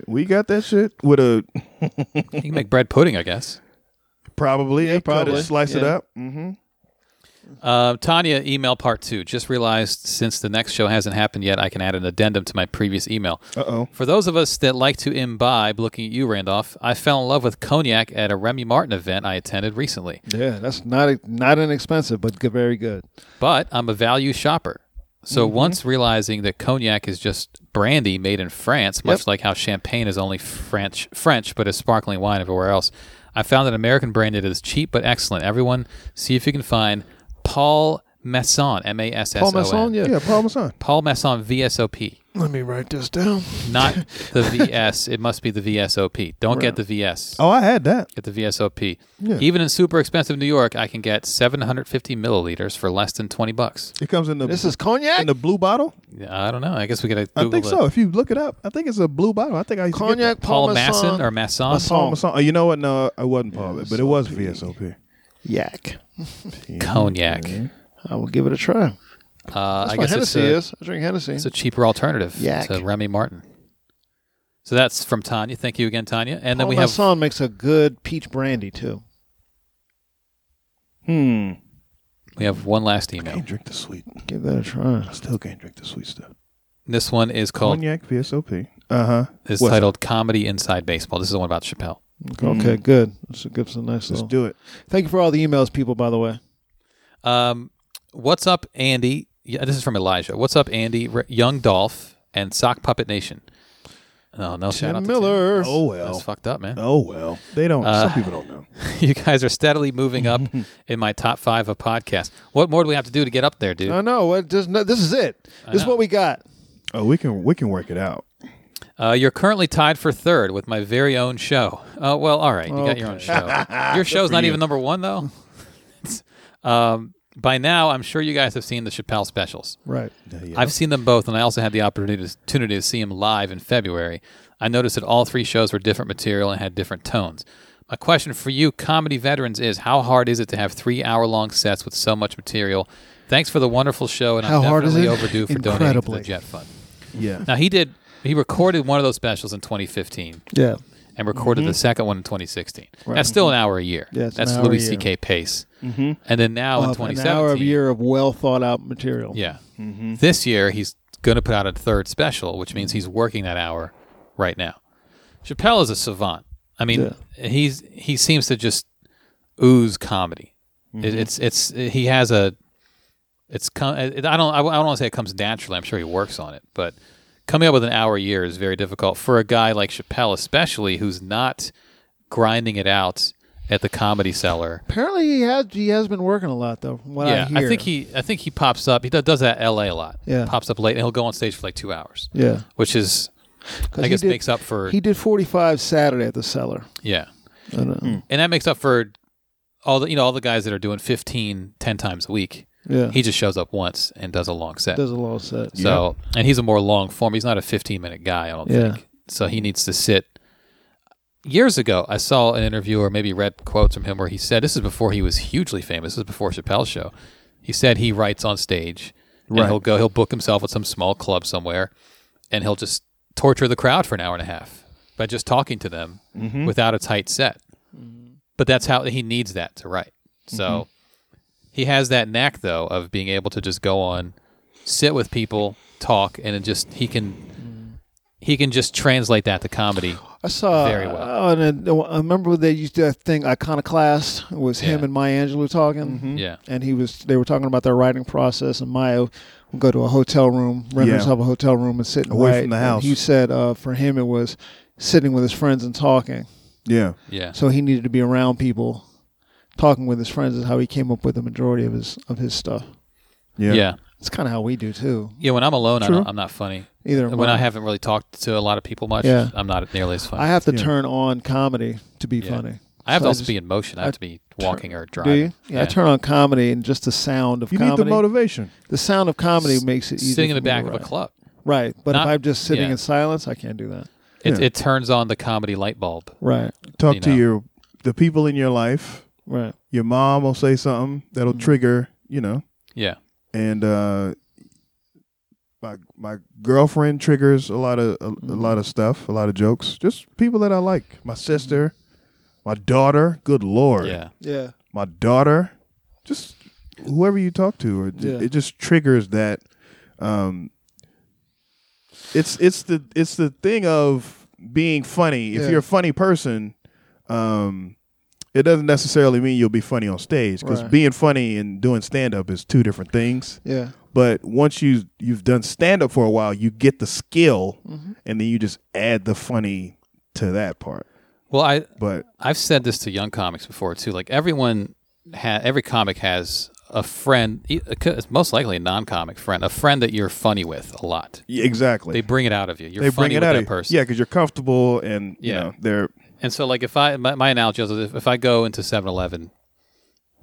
Speaker 7: we got that shit with a
Speaker 6: You can make bread pudding, I guess.
Speaker 7: probably yeah, cut
Speaker 5: probably.
Speaker 7: it, slice it
Speaker 5: Yeah.
Speaker 7: up. Mm-hmm.
Speaker 6: Uh, Tanya, email part two. Just realized since the next show hasn't happened yet, I can add an addendum to my previous email.
Speaker 7: Uh oh.
Speaker 6: For those of us that like to imbibe, looking at you, Randolph, I fell in love with cognac at a Remy Martin event I attended recently.
Speaker 5: Yeah, that's not e, not inexpensive, but good, very good.
Speaker 6: But I'm a value shopper. So
Speaker 5: Mm-hmm.
Speaker 6: once realizing that cognac is just brandy made in France, much like how champagne is only French, French, but is sparkling wine everywhere else, I found an American brand that is cheap but excellent. Everyone, see if you can find Paul Masson, M A S S O N.
Speaker 5: Paul Masson, yeah.
Speaker 7: Yeah, parmesan.
Speaker 6: Paul Masson VSOP,
Speaker 5: Let me write this down.
Speaker 6: not the VS. It must be the VSOP. Don't get the VS.
Speaker 7: Oh, I had that.
Speaker 6: Get the VSOP. Even in super expensive New York, I can get 750 milliliters for less than 20 bucks.
Speaker 7: It comes in the
Speaker 5: This is cognac.
Speaker 7: in the blue bottle.
Speaker 6: I don't know. I guess we gotta.
Speaker 7: I
Speaker 6: Google
Speaker 7: think
Speaker 6: it.
Speaker 7: so. If you look it up, I think it's a blue bottle. I think I used to get that.
Speaker 5: cognac
Speaker 6: Paul
Speaker 5: Parmesan.
Speaker 6: Masson or Masson.
Speaker 7: Parmesan. Oh, you know what? No, it wasn't Paul, but it was VSOP.
Speaker 5: Yak.
Speaker 6: cognac.
Speaker 5: I will give it a try.
Speaker 6: Uh, I
Speaker 5: what
Speaker 6: guess it's
Speaker 5: Hennessy
Speaker 6: a,
Speaker 5: is. I drink Hennessy.
Speaker 6: it's a cheaper alternative
Speaker 5: Yak.
Speaker 6: to Remy Martin. So that's from Tanya. Thank you again, Tanya. And then
Speaker 5: Paul
Speaker 6: we have
Speaker 5: Masson makes a good peach brandy too.
Speaker 6: we have one last email.
Speaker 7: Can't drink the sweet.
Speaker 5: Give that a try.
Speaker 7: I still can't drink the sweet stuff.
Speaker 6: This one is called
Speaker 7: Cognac VSOP. Uh huh.
Speaker 6: is
Speaker 7: What's
Speaker 6: titled "Comedy Inside Baseball." This is the one about Chappelle.
Speaker 5: Okay, good. This gives a nice
Speaker 7: Let's
Speaker 5: little.
Speaker 7: do it.
Speaker 5: Thank you for all the emails, people. By the way,
Speaker 6: Um, what's up, Andy? Yeah, this is from Elijah. What's up, Andy? R- Young Dolph and Sock Puppet Nation. Oh no! shout out
Speaker 5: Tim
Speaker 6: to
Speaker 5: Miller.
Speaker 7: Oh
Speaker 6: Tim. That's
Speaker 7: well.
Speaker 6: fucked up, man.
Speaker 7: Oh well. They don't. some people don't know.
Speaker 6: you guys are steadily moving up in my top five of podcasts. What more do we have to do to get up there, dude?
Speaker 5: I know. What? Just, no, this is it. This is
Speaker 6: know.
Speaker 5: what we got.
Speaker 7: Oh, we can we can work it out.
Speaker 6: Uh, you're currently tied for third with my very own show. Uh, well, all right, you got your own show. Your show's not even number one though. It's- um, by now, I'm sure you guys have seen the Chappelle specials.
Speaker 5: Right.
Speaker 6: I've seen them both, and I also had the opportunity to, opportunity to see him live in February. I noticed that all three shows were different material and had different tones. My question for you, comedy veterans, is how hard is it to have three hour long sets with so much material? Thanks for the wonderful show, and
Speaker 5: How
Speaker 6: I'm
Speaker 5: hard is
Speaker 6: definitely
Speaker 5: it?
Speaker 6: overdue for donating to the
Speaker 5: Incredibly.
Speaker 6: Jet Fund.
Speaker 7: Yeah.
Speaker 6: Now he did. He recorded one of those specials in 2015
Speaker 5: Yeah.
Speaker 6: and recorded the second one in 2016. That's still an hour a year.
Speaker 5: Mm-hmm. Yeah, it's an
Speaker 6: That's
Speaker 5: hour a
Speaker 6: Louis
Speaker 5: year.
Speaker 6: C.K. pace. Mm-hmm. And then now in
Speaker 5: Of
Speaker 6: 2017,
Speaker 5: an hour of year of well thought out material.
Speaker 6: yeah. This year, he's going to put out a third special, which means he's working that hour right now. Chappelle is a savant. I mean, he's he seems to just ooze comedy. It, it's it's he has a it's com- it, I don't I, don't want to say it comes naturally. I'm sure he works on it, but coming up with an hour a year is very difficult for a guy like Chappelle, especially who's not grinding it out at the comedy cellar.
Speaker 5: Apparently he has he has been working a lot though. From what
Speaker 6: yeah,
Speaker 5: I hear.
Speaker 6: think he I think he pops up. He does, does that at L.A. a lot.
Speaker 5: Yeah.
Speaker 6: pops up late and he'll go on stage for like two hours.
Speaker 5: Yeah.
Speaker 6: which is
Speaker 5: 'Cause
Speaker 6: I
Speaker 5: he
Speaker 6: guess
Speaker 5: did-
Speaker 6: makes up for
Speaker 5: He did 45 Saturday at the cellar.
Speaker 6: yeah,
Speaker 5: I don't know.
Speaker 6: and that makes up for all the you know all the guys that are doing 15, 10 times a week.
Speaker 5: Yeah.
Speaker 6: He just shows up once and does a long set.
Speaker 5: Does a little set.
Speaker 6: So, and he's a more long form. He's not a 15 minute guy, I don't
Speaker 5: Yeah.
Speaker 6: think. So he needs to sit. Years ago, I saw an interview or maybe read quotes from him where he said, this is before he was hugely famous. This is before Chappelle's show. He said he writes on stage and he'll go, he'll book himself at some small club somewhere and he'll just torture the crowd for an hour and a half by just talking to them without a tight set. But that's how he needs that to write. So he has that knack though of being able to just go on sit with people, talk, and it just he can he can just translate that to comedy.
Speaker 5: I saw
Speaker 6: Very well.
Speaker 5: Oh, and then- oh, I remember they used that thing Iconoclast. It was him
Speaker 6: Yeah.
Speaker 5: and Maya Angelou talking.
Speaker 7: Mm-hmm.
Speaker 6: Yeah.
Speaker 5: And he was they were talking about their writing process and Maya would go to a hotel room, rent
Speaker 7: Yeah.
Speaker 5: herself a hotel room and sit and
Speaker 7: Away
Speaker 5: write.
Speaker 7: from the
Speaker 5: And
Speaker 7: house.
Speaker 5: he said uh, for him it was sitting with his friends and talking.
Speaker 7: Yeah.
Speaker 6: Yeah.
Speaker 5: So he needed to be around people talking with his friends is how he came up with the majority of his of his stuff.
Speaker 7: Yeah.
Speaker 6: yeah. Yeah.
Speaker 5: It's kinda how we do too.
Speaker 6: when I'm alone, I don't, I'm not funny.
Speaker 5: Either
Speaker 6: When
Speaker 5: am
Speaker 6: I haven't really talked to a lot of people much,
Speaker 5: Yeah.
Speaker 6: I'm not nearly as funny.
Speaker 5: I
Speaker 6: I have,
Speaker 5: have to turn on comedy to be funny.
Speaker 6: to
Speaker 5: So
Speaker 6: also
Speaker 5: just-
Speaker 6: be in motion. I have to be walking or
Speaker 5: Do
Speaker 6: driving.
Speaker 5: you? Yeah, I turn on comedy and just the sound of
Speaker 7: You need
Speaker 5: comedy.
Speaker 7: the motivation.
Speaker 5: the sound of comedy makes it easier.
Speaker 6: sitting in the
Speaker 5: for me to
Speaker 6: back of a
Speaker 5: write.
Speaker 6: club.
Speaker 5: Right, but
Speaker 6: Not-
Speaker 5: if I'm just sitting
Speaker 6: yeah.
Speaker 5: in silence, I can't do that.
Speaker 6: It,
Speaker 7: Yeah.
Speaker 6: it turns on the comedy light bulb.
Speaker 5: Right,
Speaker 7: Talk
Speaker 6: You
Speaker 7: to
Speaker 6: know.
Speaker 7: your the people in your life.
Speaker 5: right.
Speaker 7: Your mom will say something that'll trigger, you know.
Speaker 6: Yeah.
Speaker 7: And uh my my girlfriend triggers a lot of a, a lot of stuff, a lot of jokes. Just people that I like. My sister, my daughter, good lord.
Speaker 6: Yeah.
Speaker 5: Yeah,
Speaker 7: my daughter, just whoever you talk to, or ju-
Speaker 5: Yeah.
Speaker 7: it just triggers that. Um, it's it's the it's the thing of being funny. If
Speaker 5: Yeah.
Speaker 7: you're a funny person, um, it doesn't necessarily mean you'll be funny on stage because
Speaker 5: Right.
Speaker 7: being funny and doing stand up is two different things.
Speaker 5: yeah,
Speaker 7: But once you you've done stand up for a while, you get the skill,
Speaker 5: Mm-hmm.
Speaker 7: and then you just add the funny to that part.
Speaker 6: Well, I
Speaker 7: But
Speaker 6: I've said this to young comics before too. Like everyone, ha- every comic has a friend. e- a co- It's most likely a non-comic friend, a friend that you're funny with a lot.
Speaker 7: yeah, exactly,
Speaker 6: They bring it out of you. You're
Speaker 7: they
Speaker 6: funny
Speaker 7: bring it
Speaker 6: with
Speaker 7: out
Speaker 6: that
Speaker 7: of you.
Speaker 6: person.
Speaker 7: Yeah, because you're comfortable and you
Speaker 6: Yeah.
Speaker 7: know they're
Speaker 6: And so, like, if I my, my analogy is if, if I go into 7-Eleven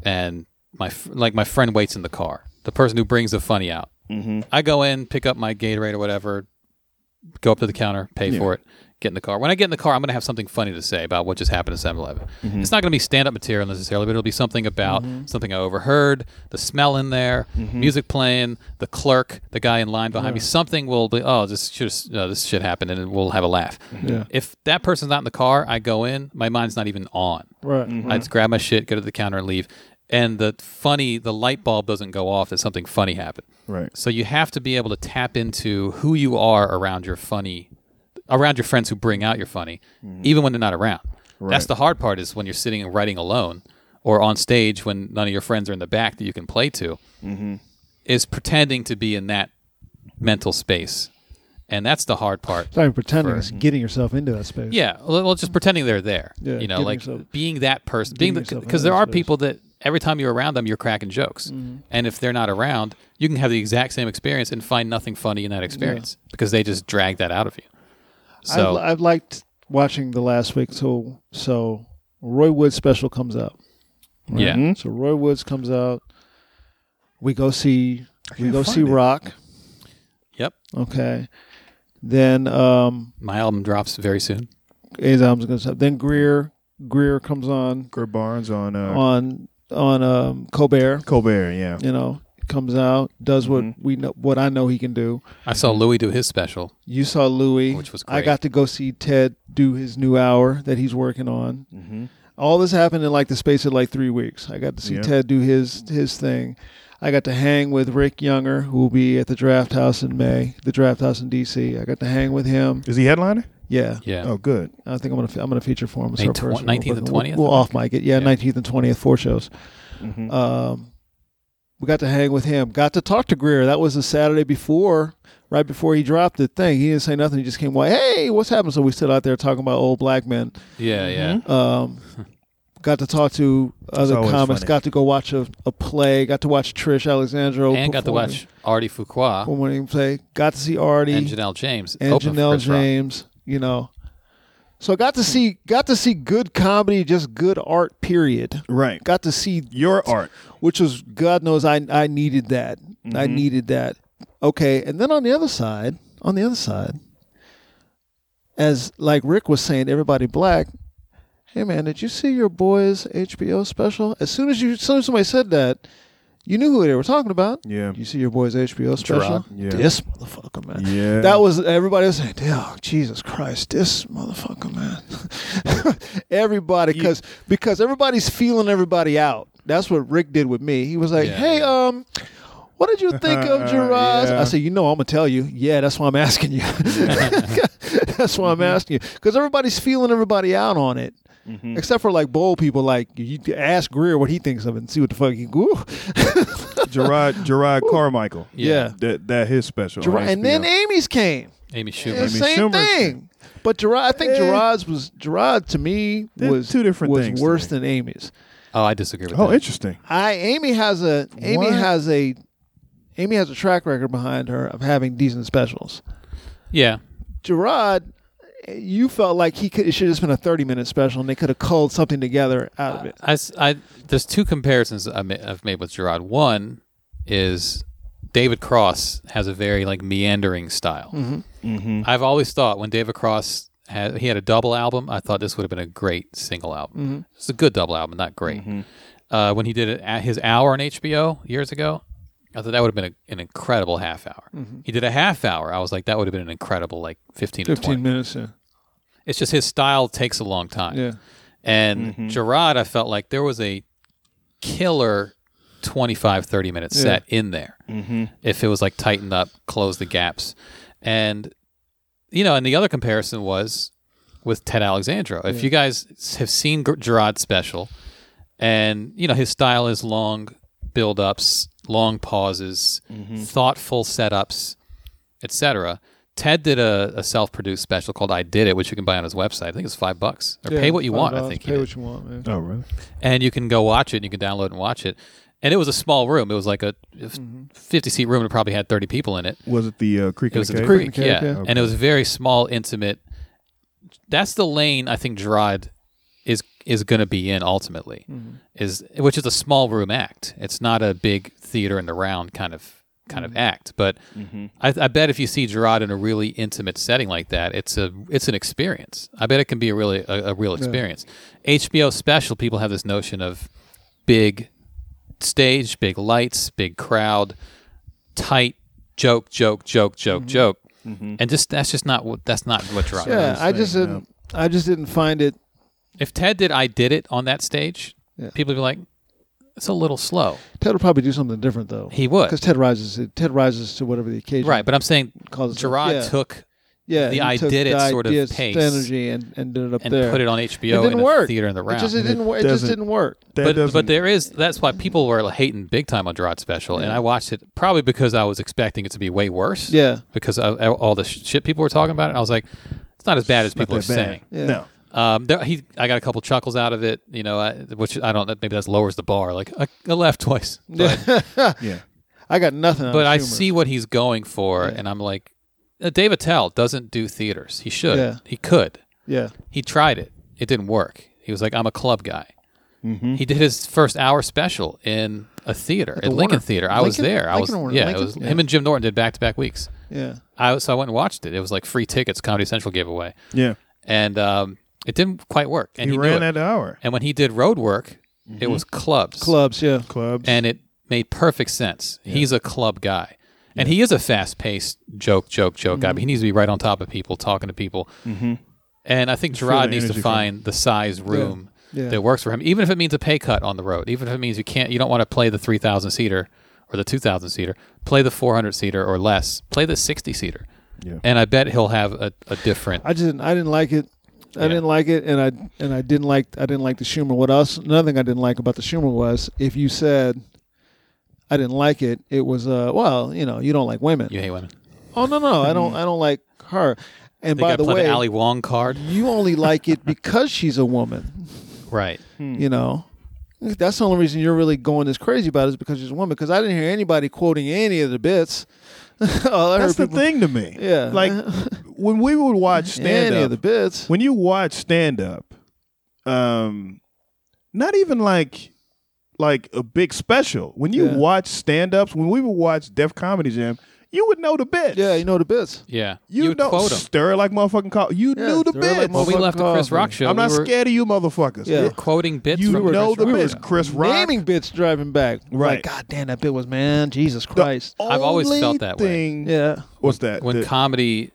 Speaker 6: and my fr- like my friend waits in the car, the person who brings the funny out, mm-hmm. I go in, pick up my Gatorade or whatever, go up to the counter, pay for it, get in the car. When I get in the car, I'm going to have something funny to say about what just happened at 7-Eleven. It's not going to be stand up material necessarily, but it'll be something about something I overheard, the smell in there, music playing, the clerk, the guy in line behind me. Something will be oh this should no, this shit happened, and we'll have a laugh. If that person's not in the car, I go in. My mind's not even on.
Speaker 5: right.
Speaker 6: I just grab my shit, go to the counter, and leave. And the funny, the light bulb doesn't go off that something funny happened.
Speaker 7: Right.
Speaker 6: So you have to be able to tap into who you are around your funny, around your friends who bring out your funny, even when they're not around. That's the hard part is when you're sitting and writing alone or on stage when none of your friends are in the back that you can play to, is pretending to be in that mental space. And that's the hard part.
Speaker 5: It's not even pretending; it's getting yourself into that space.
Speaker 6: Yeah, well, well, just pretending they're there.
Speaker 5: Yeah,
Speaker 6: you know,
Speaker 5: getting
Speaker 6: like
Speaker 5: yourself-
Speaker 6: being that person, being
Speaker 5: getting yourself
Speaker 6: because
Speaker 5: out
Speaker 6: there
Speaker 5: of
Speaker 6: are
Speaker 5: space.
Speaker 6: people that every time you're around them, you're cracking jokes,
Speaker 5: Mm-hmm.
Speaker 6: and if they're not around, you can have the exact same experience and find nothing funny in that experience because they just drag that out of you. So
Speaker 5: I've, I've liked watching the last week. So so Roy Wood special comes out.
Speaker 6: yeah,
Speaker 5: So Roy Woods comes out. We go see we go see Rock.
Speaker 6: yep.
Speaker 5: Okay. Then um
Speaker 6: My album drops very soon.
Speaker 5: his album's gonna stop. Then Greer Greer comes on
Speaker 7: Kurt Barnes on uh,
Speaker 5: on on um Colbert,
Speaker 7: Colbert. Yeah,
Speaker 5: you know, comes out, does what we know what I know he can do.
Speaker 6: I saw
Speaker 5: Mm-hmm.
Speaker 6: Louis do his special.
Speaker 5: You saw Louis,
Speaker 6: Which was
Speaker 5: I
Speaker 6: great.
Speaker 5: got to go see Ted do his new hour that he's working on. Mm-hmm. All this happened in like the space of like three weeks. I got to see
Speaker 7: Yeah.
Speaker 5: Ted do his his thing. I got to hang with Rick Younger, who will be at the Draft House in May, the Draft House in D.C. I got to hang with him.
Speaker 7: is he headliner?
Speaker 5: Yeah,
Speaker 6: Yeah.
Speaker 7: Oh, good.
Speaker 6: Uh,
Speaker 5: I think I'm gonna fe- I'm gonna feature for him. as
Speaker 6: May
Speaker 5: our
Speaker 6: tw-
Speaker 5: person.
Speaker 6: 19th and
Speaker 5: We'll-
Speaker 6: 20th,
Speaker 5: We'll
Speaker 6: I
Speaker 5: off mic it. Yeah,
Speaker 6: Yeah.
Speaker 5: 19th and 20th, four shows.
Speaker 7: Mm-hmm.
Speaker 5: Um, we got to hang with him. Got to talk to Greer. That was the Saturday before, right before he dropped the thing. He didn't say nothing. He just came like, "Hey, what's happening?" So we stood out there talking about old black men.
Speaker 6: Yeah, yeah.
Speaker 5: Um, got to talk to other
Speaker 7: always
Speaker 5: comics.
Speaker 7: funny.
Speaker 5: Got to go watch a, a play. Got to watch Trish Alexandro
Speaker 6: and got to
Speaker 5: performing-
Speaker 6: watch Artie Fuqua
Speaker 5: performing play. Got to see Artie
Speaker 6: and Janelle James.
Speaker 5: and
Speaker 6: open for
Speaker 5: Janelle
Speaker 6: Chris Rock.
Speaker 5: James. You know, so I got to see got to see good comedy, just good art. Period.
Speaker 7: Right.
Speaker 5: Got to see
Speaker 7: Your art.
Speaker 5: which was God knows I I needed that. I
Speaker 6: Mm-hmm.
Speaker 5: needed that. Okay, and then on the other side, on the other side, as like Rick was saying, everybody black. Hey man, did you see your boys HBO special? As soon as you, as soon as somebody said that, you knew who they were talking about.
Speaker 7: Yeah.
Speaker 5: You see your boys HBO special?
Speaker 6: Gerard.
Speaker 7: Yeah.
Speaker 5: This motherfucker, man.
Speaker 7: Yeah.
Speaker 5: That was everybody was saying, "Oh, Jesus Christ, this motherfucker, man." everybody cuz because everybody's feeling everybody out. That's what Rick did with me. He was like,
Speaker 6: Yeah,
Speaker 5: "Hey, um what did you think of Gerard?
Speaker 7: Yeah.
Speaker 5: I said, you know, I'm gonna tell you. Yeah, that's why I'm asking you. that's why I'm
Speaker 6: Mm-hmm.
Speaker 5: asking you because everybody's feeling everybody out on it,
Speaker 6: Mm-hmm.
Speaker 5: except for like bold people. Like you ask Greer what he thinks of it and see what the fuck he. Woo.
Speaker 7: Gerard Gerard Carmichael.
Speaker 5: Yeah.
Speaker 7: That that his special. on
Speaker 5: Gerard, and then
Speaker 7: HBO.
Speaker 5: Amy's came.
Speaker 6: Amy
Speaker 5: the
Speaker 6: Schumer.
Speaker 7: Amy
Speaker 5: same
Speaker 7: Schumer's
Speaker 5: thing. But Gerard, I think
Speaker 7: Eh.
Speaker 5: Gerard's was Gerard to me
Speaker 7: They're
Speaker 5: was
Speaker 7: two different
Speaker 5: was
Speaker 7: things to
Speaker 5: worse
Speaker 7: me.
Speaker 5: than Amy's.
Speaker 6: Oh, I disagree with
Speaker 7: Oh,
Speaker 6: that.
Speaker 7: interesting.
Speaker 5: I Amy has a Amy
Speaker 7: What?
Speaker 5: has a Amy has a track record behind her of having decent specials.
Speaker 6: Yeah.
Speaker 5: Gerard, you felt like he could it should have just been a thirty minute special and they could have culled something together out of it.
Speaker 6: I, s- I- there's two comparisons I ma- I've made with Gerard. One is David Cross has a very like meandering style.
Speaker 5: Mm-hmm.
Speaker 6: I've always thought when David Cross had he had a double album, I thought this would have been a great single album.
Speaker 5: Mm-hmm.
Speaker 6: It's a good double album, not great. Uh, when he did it at his hour on HBO years ago, I thought that would have been a, an incredible half hour.
Speaker 5: Mm-hmm.
Speaker 6: He did a half hour. I was like, that would have been an incredible like 15 to 20
Speaker 5: Fifteen minutes. Yeah.
Speaker 6: it's just his style takes a long time.
Speaker 5: Yeah. Mm-hmm.
Speaker 6: And Gerard, I felt like there was a killer 25, 30 minute set in there. Mm-hmm. If it was like tighten up, close the gaps. And, you know, and the other comparison was with Ted Alexandro. If you guys have seen Ger- Gerard's special, and, you know, his style is long build ups, long pauses,
Speaker 5: Mm-hmm.
Speaker 6: thoughtful setups etc. Ted did a, a self-produced special called "I Did It," which you can buy on his website. I think it's five bucks or pay what you
Speaker 5: five
Speaker 6: want. I
Speaker 5: dollars,
Speaker 6: think, he
Speaker 5: pay
Speaker 6: did.
Speaker 5: what you want, man.
Speaker 7: Oh, really?
Speaker 6: and you can go watch it. and You can download and watch it. And it was a small room. It was like a fifty-seat room. It probably had thirty people in it.
Speaker 7: Was it the uh, Creek?
Speaker 6: It
Speaker 7: Mm-hmm. in
Speaker 6: was
Speaker 7: the
Speaker 6: at the
Speaker 7: Cave?
Speaker 6: creek,
Speaker 5: Creek,
Speaker 6: yeah,
Speaker 5: yeah.
Speaker 6: and it was very small, intimate. That's the lane I think Gerard is is going to be in ultimately,
Speaker 7: Mm-hmm.
Speaker 6: is which is a small room act. It's not a big theater in the round kind of kind of
Speaker 7: Mm-hmm.
Speaker 6: act. But I, I bet if you see Gerard in a really intimate setting like that, it's a it's an experience. I bet it can be a really a, a real experience. HBO special people have this notion of big stage, big lights, big crowd, tight joke, joke, joke, joke, joke, and just that's just not what that's not what Gerard.
Speaker 5: Yeah,
Speaker 6: does.
Speaker 5: I just didn't I just didn't find it
Speaker 6: If Ted did, I did it on that stage. People would be like, it's a little slow,
Speaker 5: Ted would probably do something different though.
Speaker 6: He would.
Speaker 5: because Ted rises. Ted rises to whatever the occasion.
Speaker 6: right? But I'm saying
Speaker 5: Calls it-
Speaker 6: Gerard
Speaker 5: yeah.
Speaker 6: took
Speaker 5: yeah,
Speaker 6: the
Speaker 5: he
Speaker 6: I
Speaker 5: took
Speaker 6: did it
Speaker 5: the
Speaker 6: sort of
Speaker 5: ideas,
Speaker 6: pace
Speaker 5: the energy and, and did it up
Speaker 6: and
Speaker 5: there.
Speaker 6: put it on HBO
Speaker 5: it didn't
Speaker 6: in a
Speaker 5: work.
Speaker 6: theater in the round.
Speaker 5: It just it didn't. work. It just
Speaker 7: doesn't-
Speaker 5: didn't work.
Speaker 7: That
Speaker 6: but,
Speaker 7: doesn't-
Speaker 6: but there is that's why people were hating big time on Gerard's special, and I watched it probably because I was expecting it to be way worse.
Speaker 5: Yeah.
Speaker 6: because of all the sh- shit people were talking about, it. I was like, it's not as bad as people are
Speaker 7: that bad.
Speaker 6: saying.
Speaker 5: Yeah.
Speaker 7: No.
Speaker 6: Um, there, he, I got a couple chuckles out of it, you know, I, which I don't. Maybe that lowers the bar. Like I, I laughed twice, but,
Speaker 7: Yeah.
Speaker 5: I got nothing. out
Speaker 6: but
Speaker 5: of
Speaker 6: I
Speaker 5: humor.
Speaker 6: see what he's going for, and I'm like, uh, Dave Attell doesn't do theaters. He should.
Speaker 5: Yeah.
Speaker 6: He could.
Speaker 5: Yeah.
Speaker 6: He tried it. It didn't work. He was like, I'm a club guy.
Speaker 5: Mm-hmm.
Speaker 6: He did his first hour special in a theater at,
Speaker 5: the
Speaker 6: Lincoln
Speaker 5: Warner.
Speaker 6: Theater. I was
Speaker 5: Lincoln-
Speaker 6: there. I was
Speaker 5: Lincoln Warner-
Speaker 6: yeah.
Speaker 5: Lincoln-
Speaker 6: it was
Speaker 5: yeah.
Speaker 6: him and Jim Norton did back to back weeks.
Speaker 5: Yeah.
Speaker 6: I was- so I went and watched it. It was like free tickets Comedy Central gave away,
Speaker 7: Yeah.
Speaker 6: and um, it didn't quite work. And
Speaker 7: He,
Speaker 6: he, knew
Speaker 7: ran
Speaker 6: it.
Speaker 7: at the hour.
Speaker 6: And when he did road work, it was clubs.
Speaker 5: Clubs. Yeah.
Speaker 7: Clubs.
Speaker 6: And it made perfect sense. He's a club guy. And he is a fast paced joke, joke, joke guy. But he needs to be right on top of people, talking to people. Mm-hmm. And I think Gerard
Speaker 7: the
Speaker 6: needs to
Speaker 7: energy from
Speaker 6: find the size room
Speaker 5: Yeah.
Speaker 6: that works for him, even if it means a pay cut on the road, even if it means you can't, you don't want to play the 3,000 seater or the 2,000 seater, play the 400 seater or less, play the 60 seater.
Speaker 7: Yeah.
Speaker 6: And I bet he'll have a, a different.
Speaker 5: I just didn't, I didn't like it. I
Speaker 6: Yeah.
Speaker 5: didn't like it, and I and I didn't like I didn't like the Schumer. What else? Another thing I didn't like about the Schumer was if you said I didn't like it, it was uh well you know you don't like women.
Speaker 6: you hate women.
Speaker 5: Oh no no I don't I don't like her. And
Speaker 6: They
Speaker 5: by
Speaker 6: got to
Speaker 5: the
Speaker 6: play
Speaker 5: way,
Speaker 6: the Ali Wong card.
Speaker 5: you only like it because she's a woman.
Speaker 6: Right.
Speaker 5: You know, that's the only reason you're really going this crazy about it is because she's a woman. Because I didn't hear anybody quoting any of the bits. All I
Speaker 7: That's the
Speaker 5: heard people-
Speaker 7: thing to me.
Speaker 5: Yeah.
Speaker 7: Like when we would watch stand
Speaker 5: Any
Speaker 7: up,
Speaker 5: of the bits.
Speaker 7: when you watch stand up, um, not even like like a big special. When you
Speaker 5: Yeah.
Speaker 7: watch stand ups, when we would watch Def Comedy Jam, you would know the bits.
Speaker 5: Yeah, you know the bits.
Speaker 6: Yeah.
Speaker 7: you,
Speaker 6: would
Speaker 7: know
Speaker 6: quote 'em.
Speaker 7: stir like motherfucking call. You
Speaker 5: Yeah,
Speaker 7: knew the
Speaker 5: stir like
Speaker 7: bits.
Speaker 6: Well, we
Speaker 5: Motherfucker
Speaker 6: left the Chris
Speaker 5: Coffee.
Speaker 6: Rock show.
Speaker 7: I'm not
Speaker 6: we were
Speaker 7: scared of you motherfuckers.
Speaker 5: Yeah.
Speaker 7: Yeah.
Speaker 6: Quoting bits.
Speaker 7: You
Speaker 6: from Chris
Speaker 7: know the
Speaker 6: Rock.
Speaker 7: bits. Chris Rock.
Speaker 5: Naming bits driving back. Like,
Speaker 7: Right.
Speaker 5: God damn, that bit was man. Jesus
Speaker 7: The
Speaker 5: Christ.
Speaker 6: I've always
Speaker 7: only
Speaker 6: felt that way.
Speaker 7: thing-
Speaker 5: yeah.
Speaker 7: What's that?
Speaker 6: when
Speaker 7: The-
Speaker 6: comedy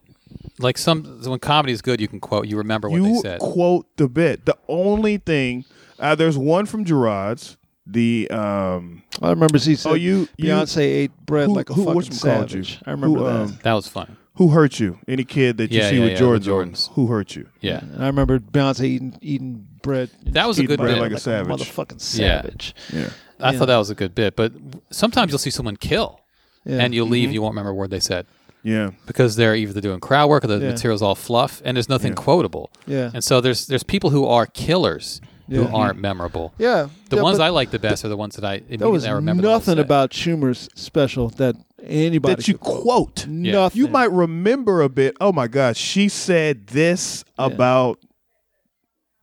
Speaker 6: like some when comedy is good you can quote you remember what they
Speaker 7: you
Speaker 6: said
Speaker 7: quote the bit. The only thing uh, there's one from Gerard's. The um,
Speaker 5: I remember she said,
Speaker 7: Oh, you- you-
Speaker 5: Beyonce ate bread
Speaker 7: who-
Speaker 5: like a
Speaker 7: who-
Speaker 5: fucking
Speaker 7: whatchamacallit
Speaker 5: savage.
Speaker 7: you?
Speaker 5: I remember
Speaker 7: Who,
Speaker 5: that.
Speaker 7: um,
Speaker 6: that was fun
Speaker 7: who hurt you? Any kid that you
Speaker 6: Yeah,
Speaker 7: see
Speaker 6: yeah,
Speaker 7: with
Speaker 6: yeah,
Speaker 7: Jordans,
Speaker 6: with
Speaker 7: on,
Speaker 6: Jordans.
Speaker 7: who hurt you?
Speaker 6: yeah
Speaker 5: I remember Beyonce eating, eating bread.
Speaker 6: that was a
Speaker 7: Eat
Speaker 6: good
Speaker 7: bread
Speaker 6: bit
Speaker 7: like a savage.
Speaker 5: motherfucking
Speaker 6: Yeah.
Speaker 5: savage.
Speaker 7: Yeah,
Speaker 6: i thought that was a good bit but sometimes you'll see someone kill
Speaker 5: Yeah.
Speaker 6: and you leave you won't remember a word they said
Speaker 7: yeah.
Speaker 6: because they're either doing crowd work or the
Speaker 5: Yeah.
Speaker 6: material's all fluff and there's nothing quotable
Speaker 5: Yeah.
Speaker 6: and so there's there's people who are killers
Speaker 5: Yeah.
Speaker 6: who aren't memorable
Speaker 5: Yeah.
Speaker 6: the
Speaker 5: Yeah,
Speaker 6: ones
Speaker 5: but
Speaker 6: i like the best are the ones that i immediately
Speaker 5: There was
Speaker 6: I remember the ones
Speaker 5: nothing
Speaker 6: that-
Speaker 5: about Schumer's special that anybody
Speaker 7: That you
Speaker 5: could
Speaker 7: quote.
Speaker 5: Nothing.
Speaker 7: You might remember a bit. Oh my gosh, she said this about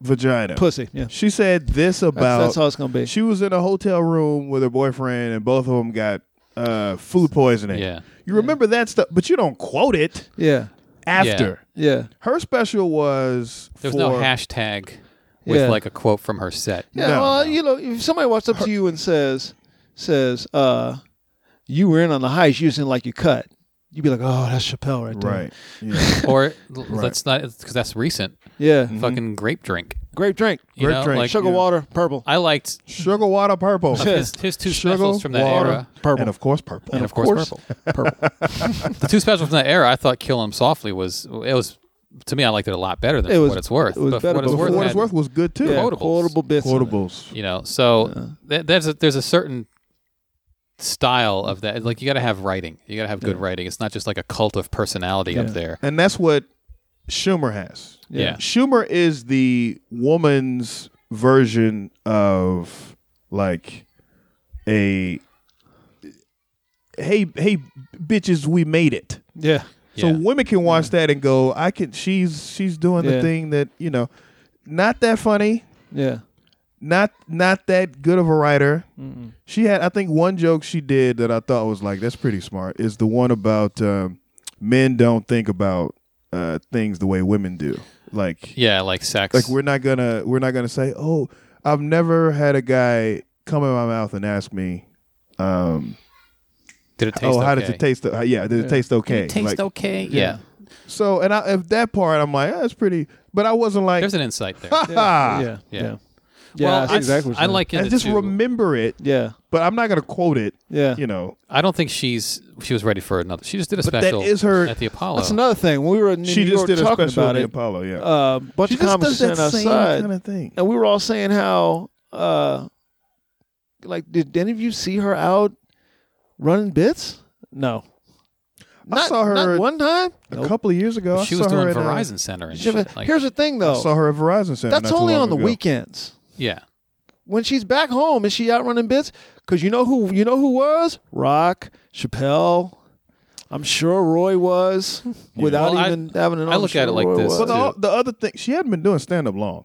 Speaker 7: vagina.
Speaker 5: Pussy. Yeah.
Speaker 7: She said this about.
Speaker 5: That's, that's how it's going to be.
Speaker 7: She was in a hotel room with her boyfriend, and both of them got uh, food poisoning.
Speaker 6: Yeah.
Speaker 7: you remember that stuff, but you don't quote it
Speaker 5: yeah.
Speaker 7: after.
Speaker 5: Yeah.
Speaker 7: Her special was
Speaker 6: there was
Speaker 7: for,
Speaker 6: no hashtag with
Speaker 5: Yeah.
Speaker 6: like a quote from her set
Speaker 5: Yeah,
Speaker 7: No,
Speaker 5: well, you know, if somebody walks up to you and says, says, uh, you were in on the heist, you was in like you cut. You'd be like, oh, that's Chappelle right there.
Speaker 7: Right. Yeah.
Speaker 6: or l- let's not because that's recent
Speaker 7: Mm-hmm.
Speaker 5: Yeah.
Speaker 6: fucking grape drink
Speaker 5: Grape drink.
Speaker 6: You
Speaker 7: Grape
Speaker 6: know,
Speaker 7: drink,
Speaker 6: like-
Speaker 5: Sugar water, purple.
Speaker 6: I liked
Speaker 7: Sugar water purple.
Speaker 6: his, his two
Speaker 7: Sugar
Speaker 6: specials from that
Speaker 7: water
Speaker 6: era.
Speaker 5: Purple.
Speaker 7: And of course purple.
Speaker 6: And of course,
Speaker 5: purple.
Speaker 6: The two specials from that era, I thought "Kill 'Em Softly" was it was to me. I liked it a lot better than
Speaker 5: It
Speaker 6: For
Speaker 5: was-
Speaker 6: what it's worth.
Speaker 5: it was
Speaker 6: But For
Speaker 5: better
Speaker 6: what it's
Speaker 5: before
Speaker 6: worth,
Speaker 7: For what
Speaker 6: had,
Speaker 7: it's worth was good too.
Speaker 5: yeah,
Speaker 6: Quotables.
Speaker 5: quotable bits. in it.
Speaker 7: Quotables.
Speaker 6: you know. So th- there's a, there's a certain style of that. Like you got to have writing. You got to have good writing. It's not just like a cult of personality up there.
Speaker 7: And that's what Schumer has.
Speaker 6: Yeah.
Speaker 7: Schumer is the woman's version of like a hey hey bitches we made it.
Speaker 5: Yeah.
Speaker 7: So
Speaker 6: Yeah.
Speaker 7: women can watch that and go I can she's she's doing the
Speaker 5: Yeah.
Speaker 7: thing that, you know, not that funny,
Speaker 5: Yeah.
Speaker 7: not not that good of a writer. She had, I think, one joke she did that I thought was like that's pretty smart. Is the one about um, men don't think about uh, things the way women do. Like,
Speaker 6: Yeah, like sex.
Speaker 7: like we're not gonna we're not gonna say, oh, I've never had a guy come in my mouth and ask me, um,
Speaker 6: did it taste?
Speaker 7: oh, how
Speaker 6: okay?
Speaker 7: does it taste? Uh, yeah, did it taste okay?
Speaker 6: Taste
Speaker 7: Like,
Speaker 6: okay. Yeah.
Speaker 7: So, and I, if that part, I'm like, oh, that's pretty. But I wasn't like,
Speaker 6: There's an insight there.
Speaker 7: ha ha.
Speaker 5: Yeah.
Speaker 6: Yeah.
Speaker 5: Yeah.
Speaker 6: well,
Speaker 5: that's
Speaker 6: I,
Speaker 5: exactly what
Speaker 6: I
Speaker 5: you're
Speaker 6: like it.
Speaker 7: I just remember it,
Speaker 5: Yeah.
Speaker 7: but I'm not gonna quote it.
Speaker 5: Yeah.
Speaker 7: you know.
Speaker 6: I don't think she's she was ready for another. She just did a
Speaker 7: that
Speaker 6: special
Speaker 7: is her-
Speaker 6: at the Apollo.
Speaker 5: That's another thing. When we were in New
Speaker 7: She
Speaker 5: York
Speaker 7: just did a
Speaker 5: talking
Speaker 7: special
Speaker 5: about
Speaker 7: on the
Speaker 5: it,
Speaker 7: Apollo. Yeah.
Speaker 5: uh, bunch
Speaker 7: she
Speaker 5: of
Speaker 7: just
Speaker 5: comics
Speaker 7: does that
Speaker 5: sitting
Speaker 7: same
Speaker 5: outside.
Speaker 7: kind of thing.
Speaker 5: and we were all saying how uh like did any of you see her out running bits no
Speaker 7: I saw her
Speaker 5: not one time
Speaker 7: a
Speaker 5: Nope.
Speaker 7: couple of years ago.
Speaker 6: she
Speaker 7: I
Speaker 6: was
Speaker 7: saw
Speaker 6: doing
Speaker 7: her at, uh,
Speaker 6: Verizon Center and
Speaker 5: She-
Speaker 6: shit. Like,
Speaker 5: here's the thing
Speaker 7: I
Speaker 5: though
Speaker 7: saw her at Verizon Center. not
Speaker 5: that's
Speaker 7: too
Speaker 5: only
Speaker 7: long
Speaker 5: on the
Speaker 7: ago.
Speaker 5: weekends
Speaker 6: yeah,
Speaker 5: when she's back home is she out running bits because you know who you know who was rock chappelle I'm sure Roy was without
Speaker 6: Well, I-
Speaker 5: even having an.
Speaker 6: I look at it like this.
Speaker 7: But uh, the,
Speaker 6: too.
Speaker 7: the other thing, she hadn't been doing stand up long.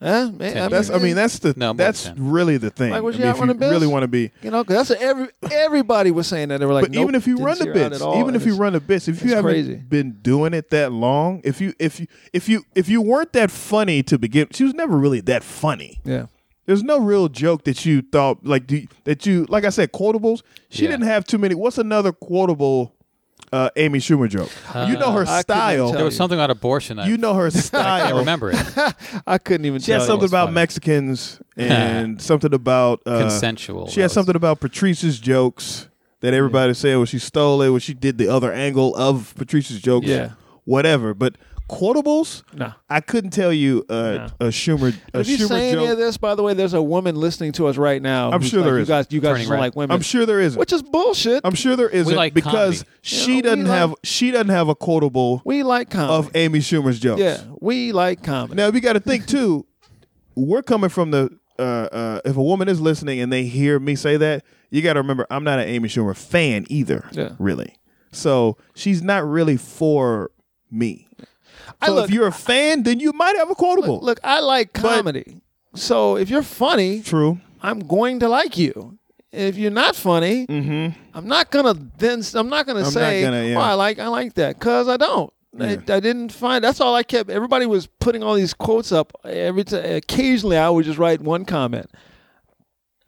Speaker 5: Eh, man, I mean,
Speaker 7: That's I mean that's the
Speaker 6: No, more
Speaker 7: that's
Speaker 6: than ten.
Speaker 7: really the thing.
Speaker 5: Like, was
Speaker 7: I
Speaker 5: she
Speaker 7: mean,
Speaker 5: out
Speaker 7: if you
Speaker 5: running bills?
Speaker 7: really want to be,
Speaker 5: you know, 'cause that's what every everybody was saying that they were like.
Speaker 7: but even if you run the bits, even if you run the bits, if you
Speaker 5: it's
Speaker 7: haven't
Speaker 5: crazy.
Speaker 7: been doing it that long, if you if you if you if you weren't that funny to begin, she was never really that funny.
Speaker 5: yeah,
Speaker 7: There's no real joke that you thought like do you- that you like I said quotables. She
Speaker 6: Yeah.
Speaker 7: didn't have too many. What's another quotable uh, Amy Schumer joke? you know
Speaker 6: Uh,
Speaker 7: her
Speaker 5: I couldn't
Speaker 7: style.
Speaker 5: tell
Speaker 6: there was
Speaker 5: you.
Speaker 6: something about abortion. I,
Speaker 7: You know her
Speaker 6: I
Speaker 7: style.
Speaker 6: can't remember it.
Speaker 5: I couldn't even.
Speaker 7: She had
Speaker 5: tell you.
Speaker 7: something about
Speaker 6: funny.
Speaker 7: Mexicans and something about uh,
Speaker 6: Consensual.
Speaker 7: She
Speaker 6: That
Speaker 7: had
Speaker 6: was-
Speaker 7: something about Patrice's jokes that everybody said when she stole it, when she did the other angle of Patrice's jokes.
Speaker 5: Yeah.
Speaker 7: whatever. But quotables,
Speaker 5: Nah.
Speaker 7: I couldn't tell you uh, a Schumer a
Speaker 5: If you
Speaker 7: Schumer
Speaker 5: say any
Speaker 7: joke.
Speaker 5: of this, by the way, there's a woman listening to us right now.
Speaker 7: I'm
Speaker 5: who's
Speaker 7: sure
Speaker 5: like,
Speaker 7: there
Speaker 5: you
Speaker 7: is.
Speaker 5: guys, you guys
Speaker 6: Turning
Speaker 5: don't
Speaker 6: red.
Speaker 5: like women,
Speaker 7: I'm sure there isn't.
Speaker 5: which is bullshit.
Speaker 7: I'm sure there isn't
Speaker 6: like comedy.
Speaker 7: because she
Speaker 5: Yeah, we
Speaker 7: doesn't
Speaker 5: like-
Speaker 7: have she doesn't have a quotable
Speaker 5: we like comedy.
Speaker 7: of Amy Schumer's jokes.
Speaker 5: yeah, we like comedy.
Speaker 7: Now we got to think too. we're coming from the uh, uh, if a woman is listening and they hear me say that, you got to remember I'm not an Amy Schumer fan either.
Speaker 5: Yeah.
Speaker 7: Really. So she's not really for me.
Speaker 5: I
Speaker 7: So
Speaker 5: look-
Speaker 7: if you're a fan, then you might have a quotable.
Speaker 5: look, look, I like comedy. so if you're funny,
Speaker 7: True.
Speaker 5: I'm going to like you. If you're not funny, I'm not gonna then I'm not gonna
Speaker 7: Mm-hmm. not
Speaker 5: say
Speaker 7: gonna, yeah.
Speaker 5: oh, I like I like that because I don't. I, I didn't find. That's all I kept. Everybody was putting all these quotes up every time. Occasionally, I would just write one comment.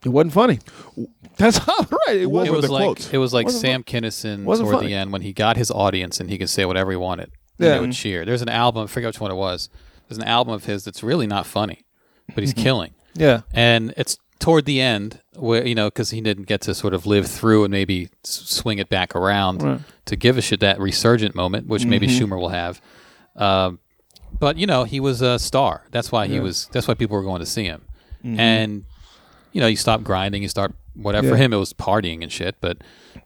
Speaker 5: It wasn't funny. That's all right. It wasn't.
Speaker 7: What
Speaker 6: It
Speaker 7: were
Speaker 6: was
Speaker 7: the
Speaker 6: like
Speaker 7: quotes?
Speaker 6: it was like
Speaker 5: Wasn't
Speaker 6: Sam Kinison
Speaker 5: wasn't
Speaker 6: toward
Speaker 5: funny.
Speaker 6: the end when he got his audience and he could say whatever he wanted. Yeah,
Speaker 5: Yeah.
Speaker 6: they would cheer. There's an album. I forget which one it was. There's an album of his that's really not funny, but he's
Speaker 7: Mm-hmm.
Speaker 6: killing.
Speaker 5: Yeah.
Speaker 6: and it's toward the end where you know because he didn't get to sort of live through and maybe s- swing it back around to give a shit that resurgent moment which maybe
Speaker 5: Mm-hmm.
Speaker 6: schumer will have um, but you know he was a star that's why he was that's why people were going to see him
Speaker 5: Mm-hmm.
Speaker 6: and you know you stop grinding you start whatever for
Speaker 5: Yeah.
Speaker 6: him it was partying and shit but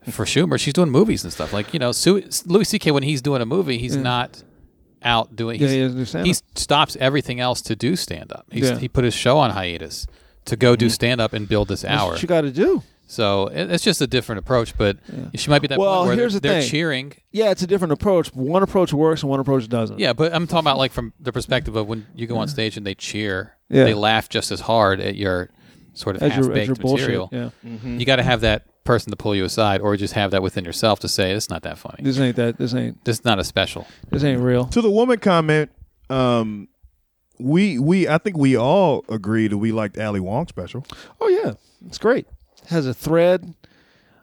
Speaker 6: for schumer she's doing movies and stuff like you know Sue, louis ck when he's doing a movie he's not out doing
Speaker 5: Yeah,
Speaker 6: he's-
Speaker 5: he doesn't do stand-up.
Speaker 6: he's stops everything else to do stand up.
Speaker 5: Yeah.
Speaker 6: He put his show on hiatus to go do stand up and build this
Speaker 5: That's
Speaker 6: hour.
Speaker 5: what you got to do.
Speaker 6: So it, it's just a different approach, but she might be that
Speaker 5: Well,
Speaker 6: point where
Speaker 5: here's
Speaker 6: they're,
Speaker 5: the
Speaker 6: they're
Speaker 5: thing.
Speaker 6: cheering.
Speaker 5: Yeah, it's a different approach. One approach works and one approach doesn't.
Speaker 6: Yeah, but I'm talking about like from the perspective of when you go on stage and they cheer,
Speaker 5: Yeah.
Speaker 6: they laugh just as hard at your sort of
Speaker 5: As
Speaker 6: half
Speaker 5: your- as your
Speaker 6: baked
Speaker 5: bullshit,
Speaker 6: material.
Speaker 5: yeah.
Speaker 6: You got to have that person to pull you aside, or just have that within yourself to say it's not that funny.
Speaker 5: This ain't that. This ain't.
Speaker 6: This is not a special.
Speaker 5: This ain't real.
Speaker 7: To the woman comment, um, we we I think we all agree that we liked Ali Wong special.
Speaker 5: Oh yeah, it's great. Has a thread.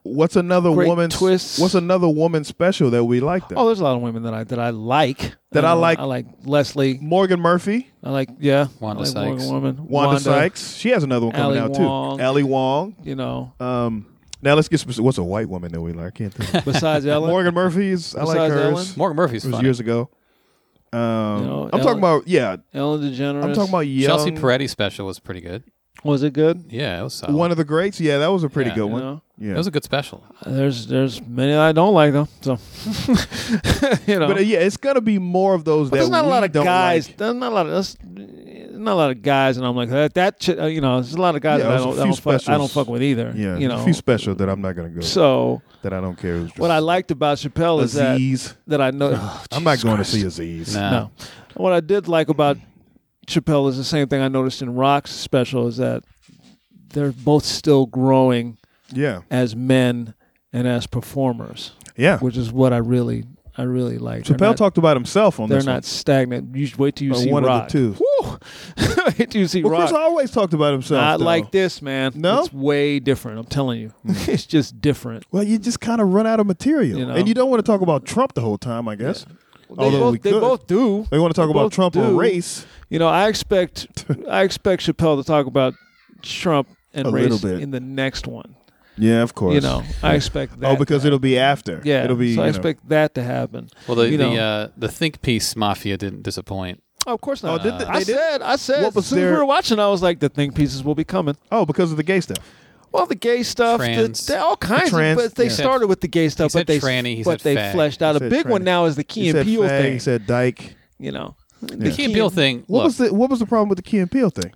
Speaker 7: What's another
Speaker 5: Great
Speaker 7: woman
Speaker 5: twists.
Speaker 7: What's another woman special that we liked?
Speaker 5: Oh, there's a lot of women that I that I like.
Speaker 7: That I like-
Speaker 5: I like Leslie.
Speaker 7: Morgan Murphy.
Speaker 5: I like yeah.
Speaker 6: Wanda
Speaker 5: I like Morgan
Speaker 6: Sykes.
Speaker 5: Woman.
Speaker 7: Wanda, Sykes. She has another one
Speaker 5: Ali
Speaker 7: coming out
Speaker 5: Wong.
Speaker 7: too. Ali Wong.
Speaker 5: You know,
Speaker 7: Um, now let's get specific. What's a white woman that we like? I can't think. of.
Speaker 5: besides Ellen.
Speaker 7: Morgan Murphy's. I like
Speaker 5: Besides
Speaker 7: hers.
Speaker 5: Ellen?
Speaker 6: Morgan Murphy's
Speaker 7: It was
Speaker 6: funny.
Speaker 7: years ago. Um,
Speaker 5: know,
Speaker 7: I'm
Speaker 5: Ellen-
Speaker 7: talking about yeah.
Speaker 5: Ellen DeGeneres.
Speaker 7: I'm talking about young,
Speaker 6: Chelsea Peretti special was pretty good.
Speaker 5: Was it good?
Speaker 6: Yeah, it was solid.
Speaker 7: One of the greats. Yeah, that was a pretty
Speaker 6: Yeah,
Speaker 7: good
Speaker 6: you
Speaker 7: one.
Speaker 5: know.
Speaker 7: Yeah.
Speaker 6: It was a good special.
Speaker 5: There's there's many that I don't like though. So you know,
Speaker 7: but uh, yeah, it's gonna be more of those that
Speaker 5: there's not a
Speaker 7: we
Speaker 5: lot of
Speaker 7: don't
Speaker 5: guys.
Speaker 7: like.
Speaker 5: There's not a lot of that's, there's not a lot of guys, and I'm like that. That ch- uh, you know, there's a lot of guys
Speaker 7: Yeah,
Speaker 5: that I
Speaker 7: there's a
Speaker 5: don't, I
Speaker 7: few
Speaker 5: don't, fuck, I don't
Speaker 7: specials.
Speaker 5: fuck with either.
Speaker 7: Yeah,
Speaker 5: you
Speaker 7: there's
Speaker 5: know.
Speaker 7: a few special that I'm not gonna go.
Speaker 5: so
Speaker 7: that I don't care. who's
Speaker 5: what I liked about Chappelle is that
Speaker 7: Aziz.
Speaker 5: that I know.
Speaker 7: I'm not going to see Aziz.
Speaker 6: Nah.
Speaker 5: No. What I did like about Chappelle is the same thing I noticed in Rock's special is that they're both still growing
Speaker 7: Yeah,
Speaker 5: as men and as performers,
Speaker 7: yeah.
Speaker 5: which is what I really, I really like.
Speaker 7: Chappelle talked about himself on
Speaker 5: They're
Speaker 7: this one.
Speaker 5: not stagnant. You should wait till you
Speaker 7: Or
Speaker 5: see
Speaker 7: one of the
Speaker 5: Rock.
Speaker 7: two.
Speaker 5: Woo! wait till you see
Speaker 7: Well,
Speaker 5: Rock.
Speaker 7: Chris always talked about himself.
Speaker 5: Not
Speaker 7: though.
Speaker 5: like this, man.
Speaker 7: No? Hmm.
Speaker 5: it's way different. I'm telling you, it's just different.
Speaker 7: Well, you just kind of run out of material,
Speaker 5: You know?
Speaker 7: and you don't want to talk about Trump the whole time, I guess.
Speaker 5: they
Speaker 7: Although
Speaker 5: both,
Speaker 7: we
Speaker 5: they
Speaker 7: could.
Speaker 5: both do.
Speaker 7: They want to talk
Speaker 5: They
Speaker 7: about
Speaker 5: both
Speaker 7: Trump or
Speaker 5: do.
Speaker 7: race.
Speaker 5: You know, I expect I expect Chappelle to talk about Trump and
Speaker 7: A little
Speaker 5: race
Speaker 7: bit.
Speaker 5: in the next one.
Speaker 7: Yeah, of course.
Speaker 5: You know, I expect that.
Speaker 7: oh, because
Speaker 5: to
Speaker 7: it'll be after.
Speaker 5: happen. yeah,
Speaker 7: it'll be.
Speaker 5: So I
Speaker 7: you know.
Speaker 5: expect that to happen.
Speaker 6: Well, the
Speaker 5: you
Speaker 6: the,
Speaker 5: know.
Speaker 6: uh, the think piece mafia didn't disappoint.
Speaker 5: oh, of course not.
Speaker 7: Oh, did they-
Speaker 5: I
Speaker 7: they did?
Speaker 5: said, I said,
Speaker 7: What was
Speaker 5: as soon as
Speaker 7: their-
Speaker 5: we were watching, I was like, the think pieces will be coming.
Speaker 7: Oh, because of the gay stuff.
Speaker 5: Well, the gay stuff, the-
Speaker 6: Trans.
Speaker 5: the- all kinds.
Speaker 7: trans,
Speaker 5: of, but they
Speaker 7: yeah.
Speaker 5: started with the gay stuff,
Speaker 6: said
Speaker 5: but they
Speaker 6: tranny, he
Speaker 5: but
Speaker 6: said
Speaker 5: they
Speaker 6: fag.
Speaker 5: fleshed out a
Speaker 7: said
Speaker 5: big one
Speaker 7: tranny.
Speaker 5: now is the Key
Speaker 7: he
Speaker 5: and
Speaker 7: said
Speaker 5: Peele
Speaker 7: fag,
Speaker 5: thing.
Speaker 7: He said dyke.
Speaker 5: you know,
Speaker 7: Yeah.
Speaker 6: The Key and Peele thing.
Speaker 7: What
Speaker 6: look,
Speaker 7: was the What was the problem with the Key and Peele thing?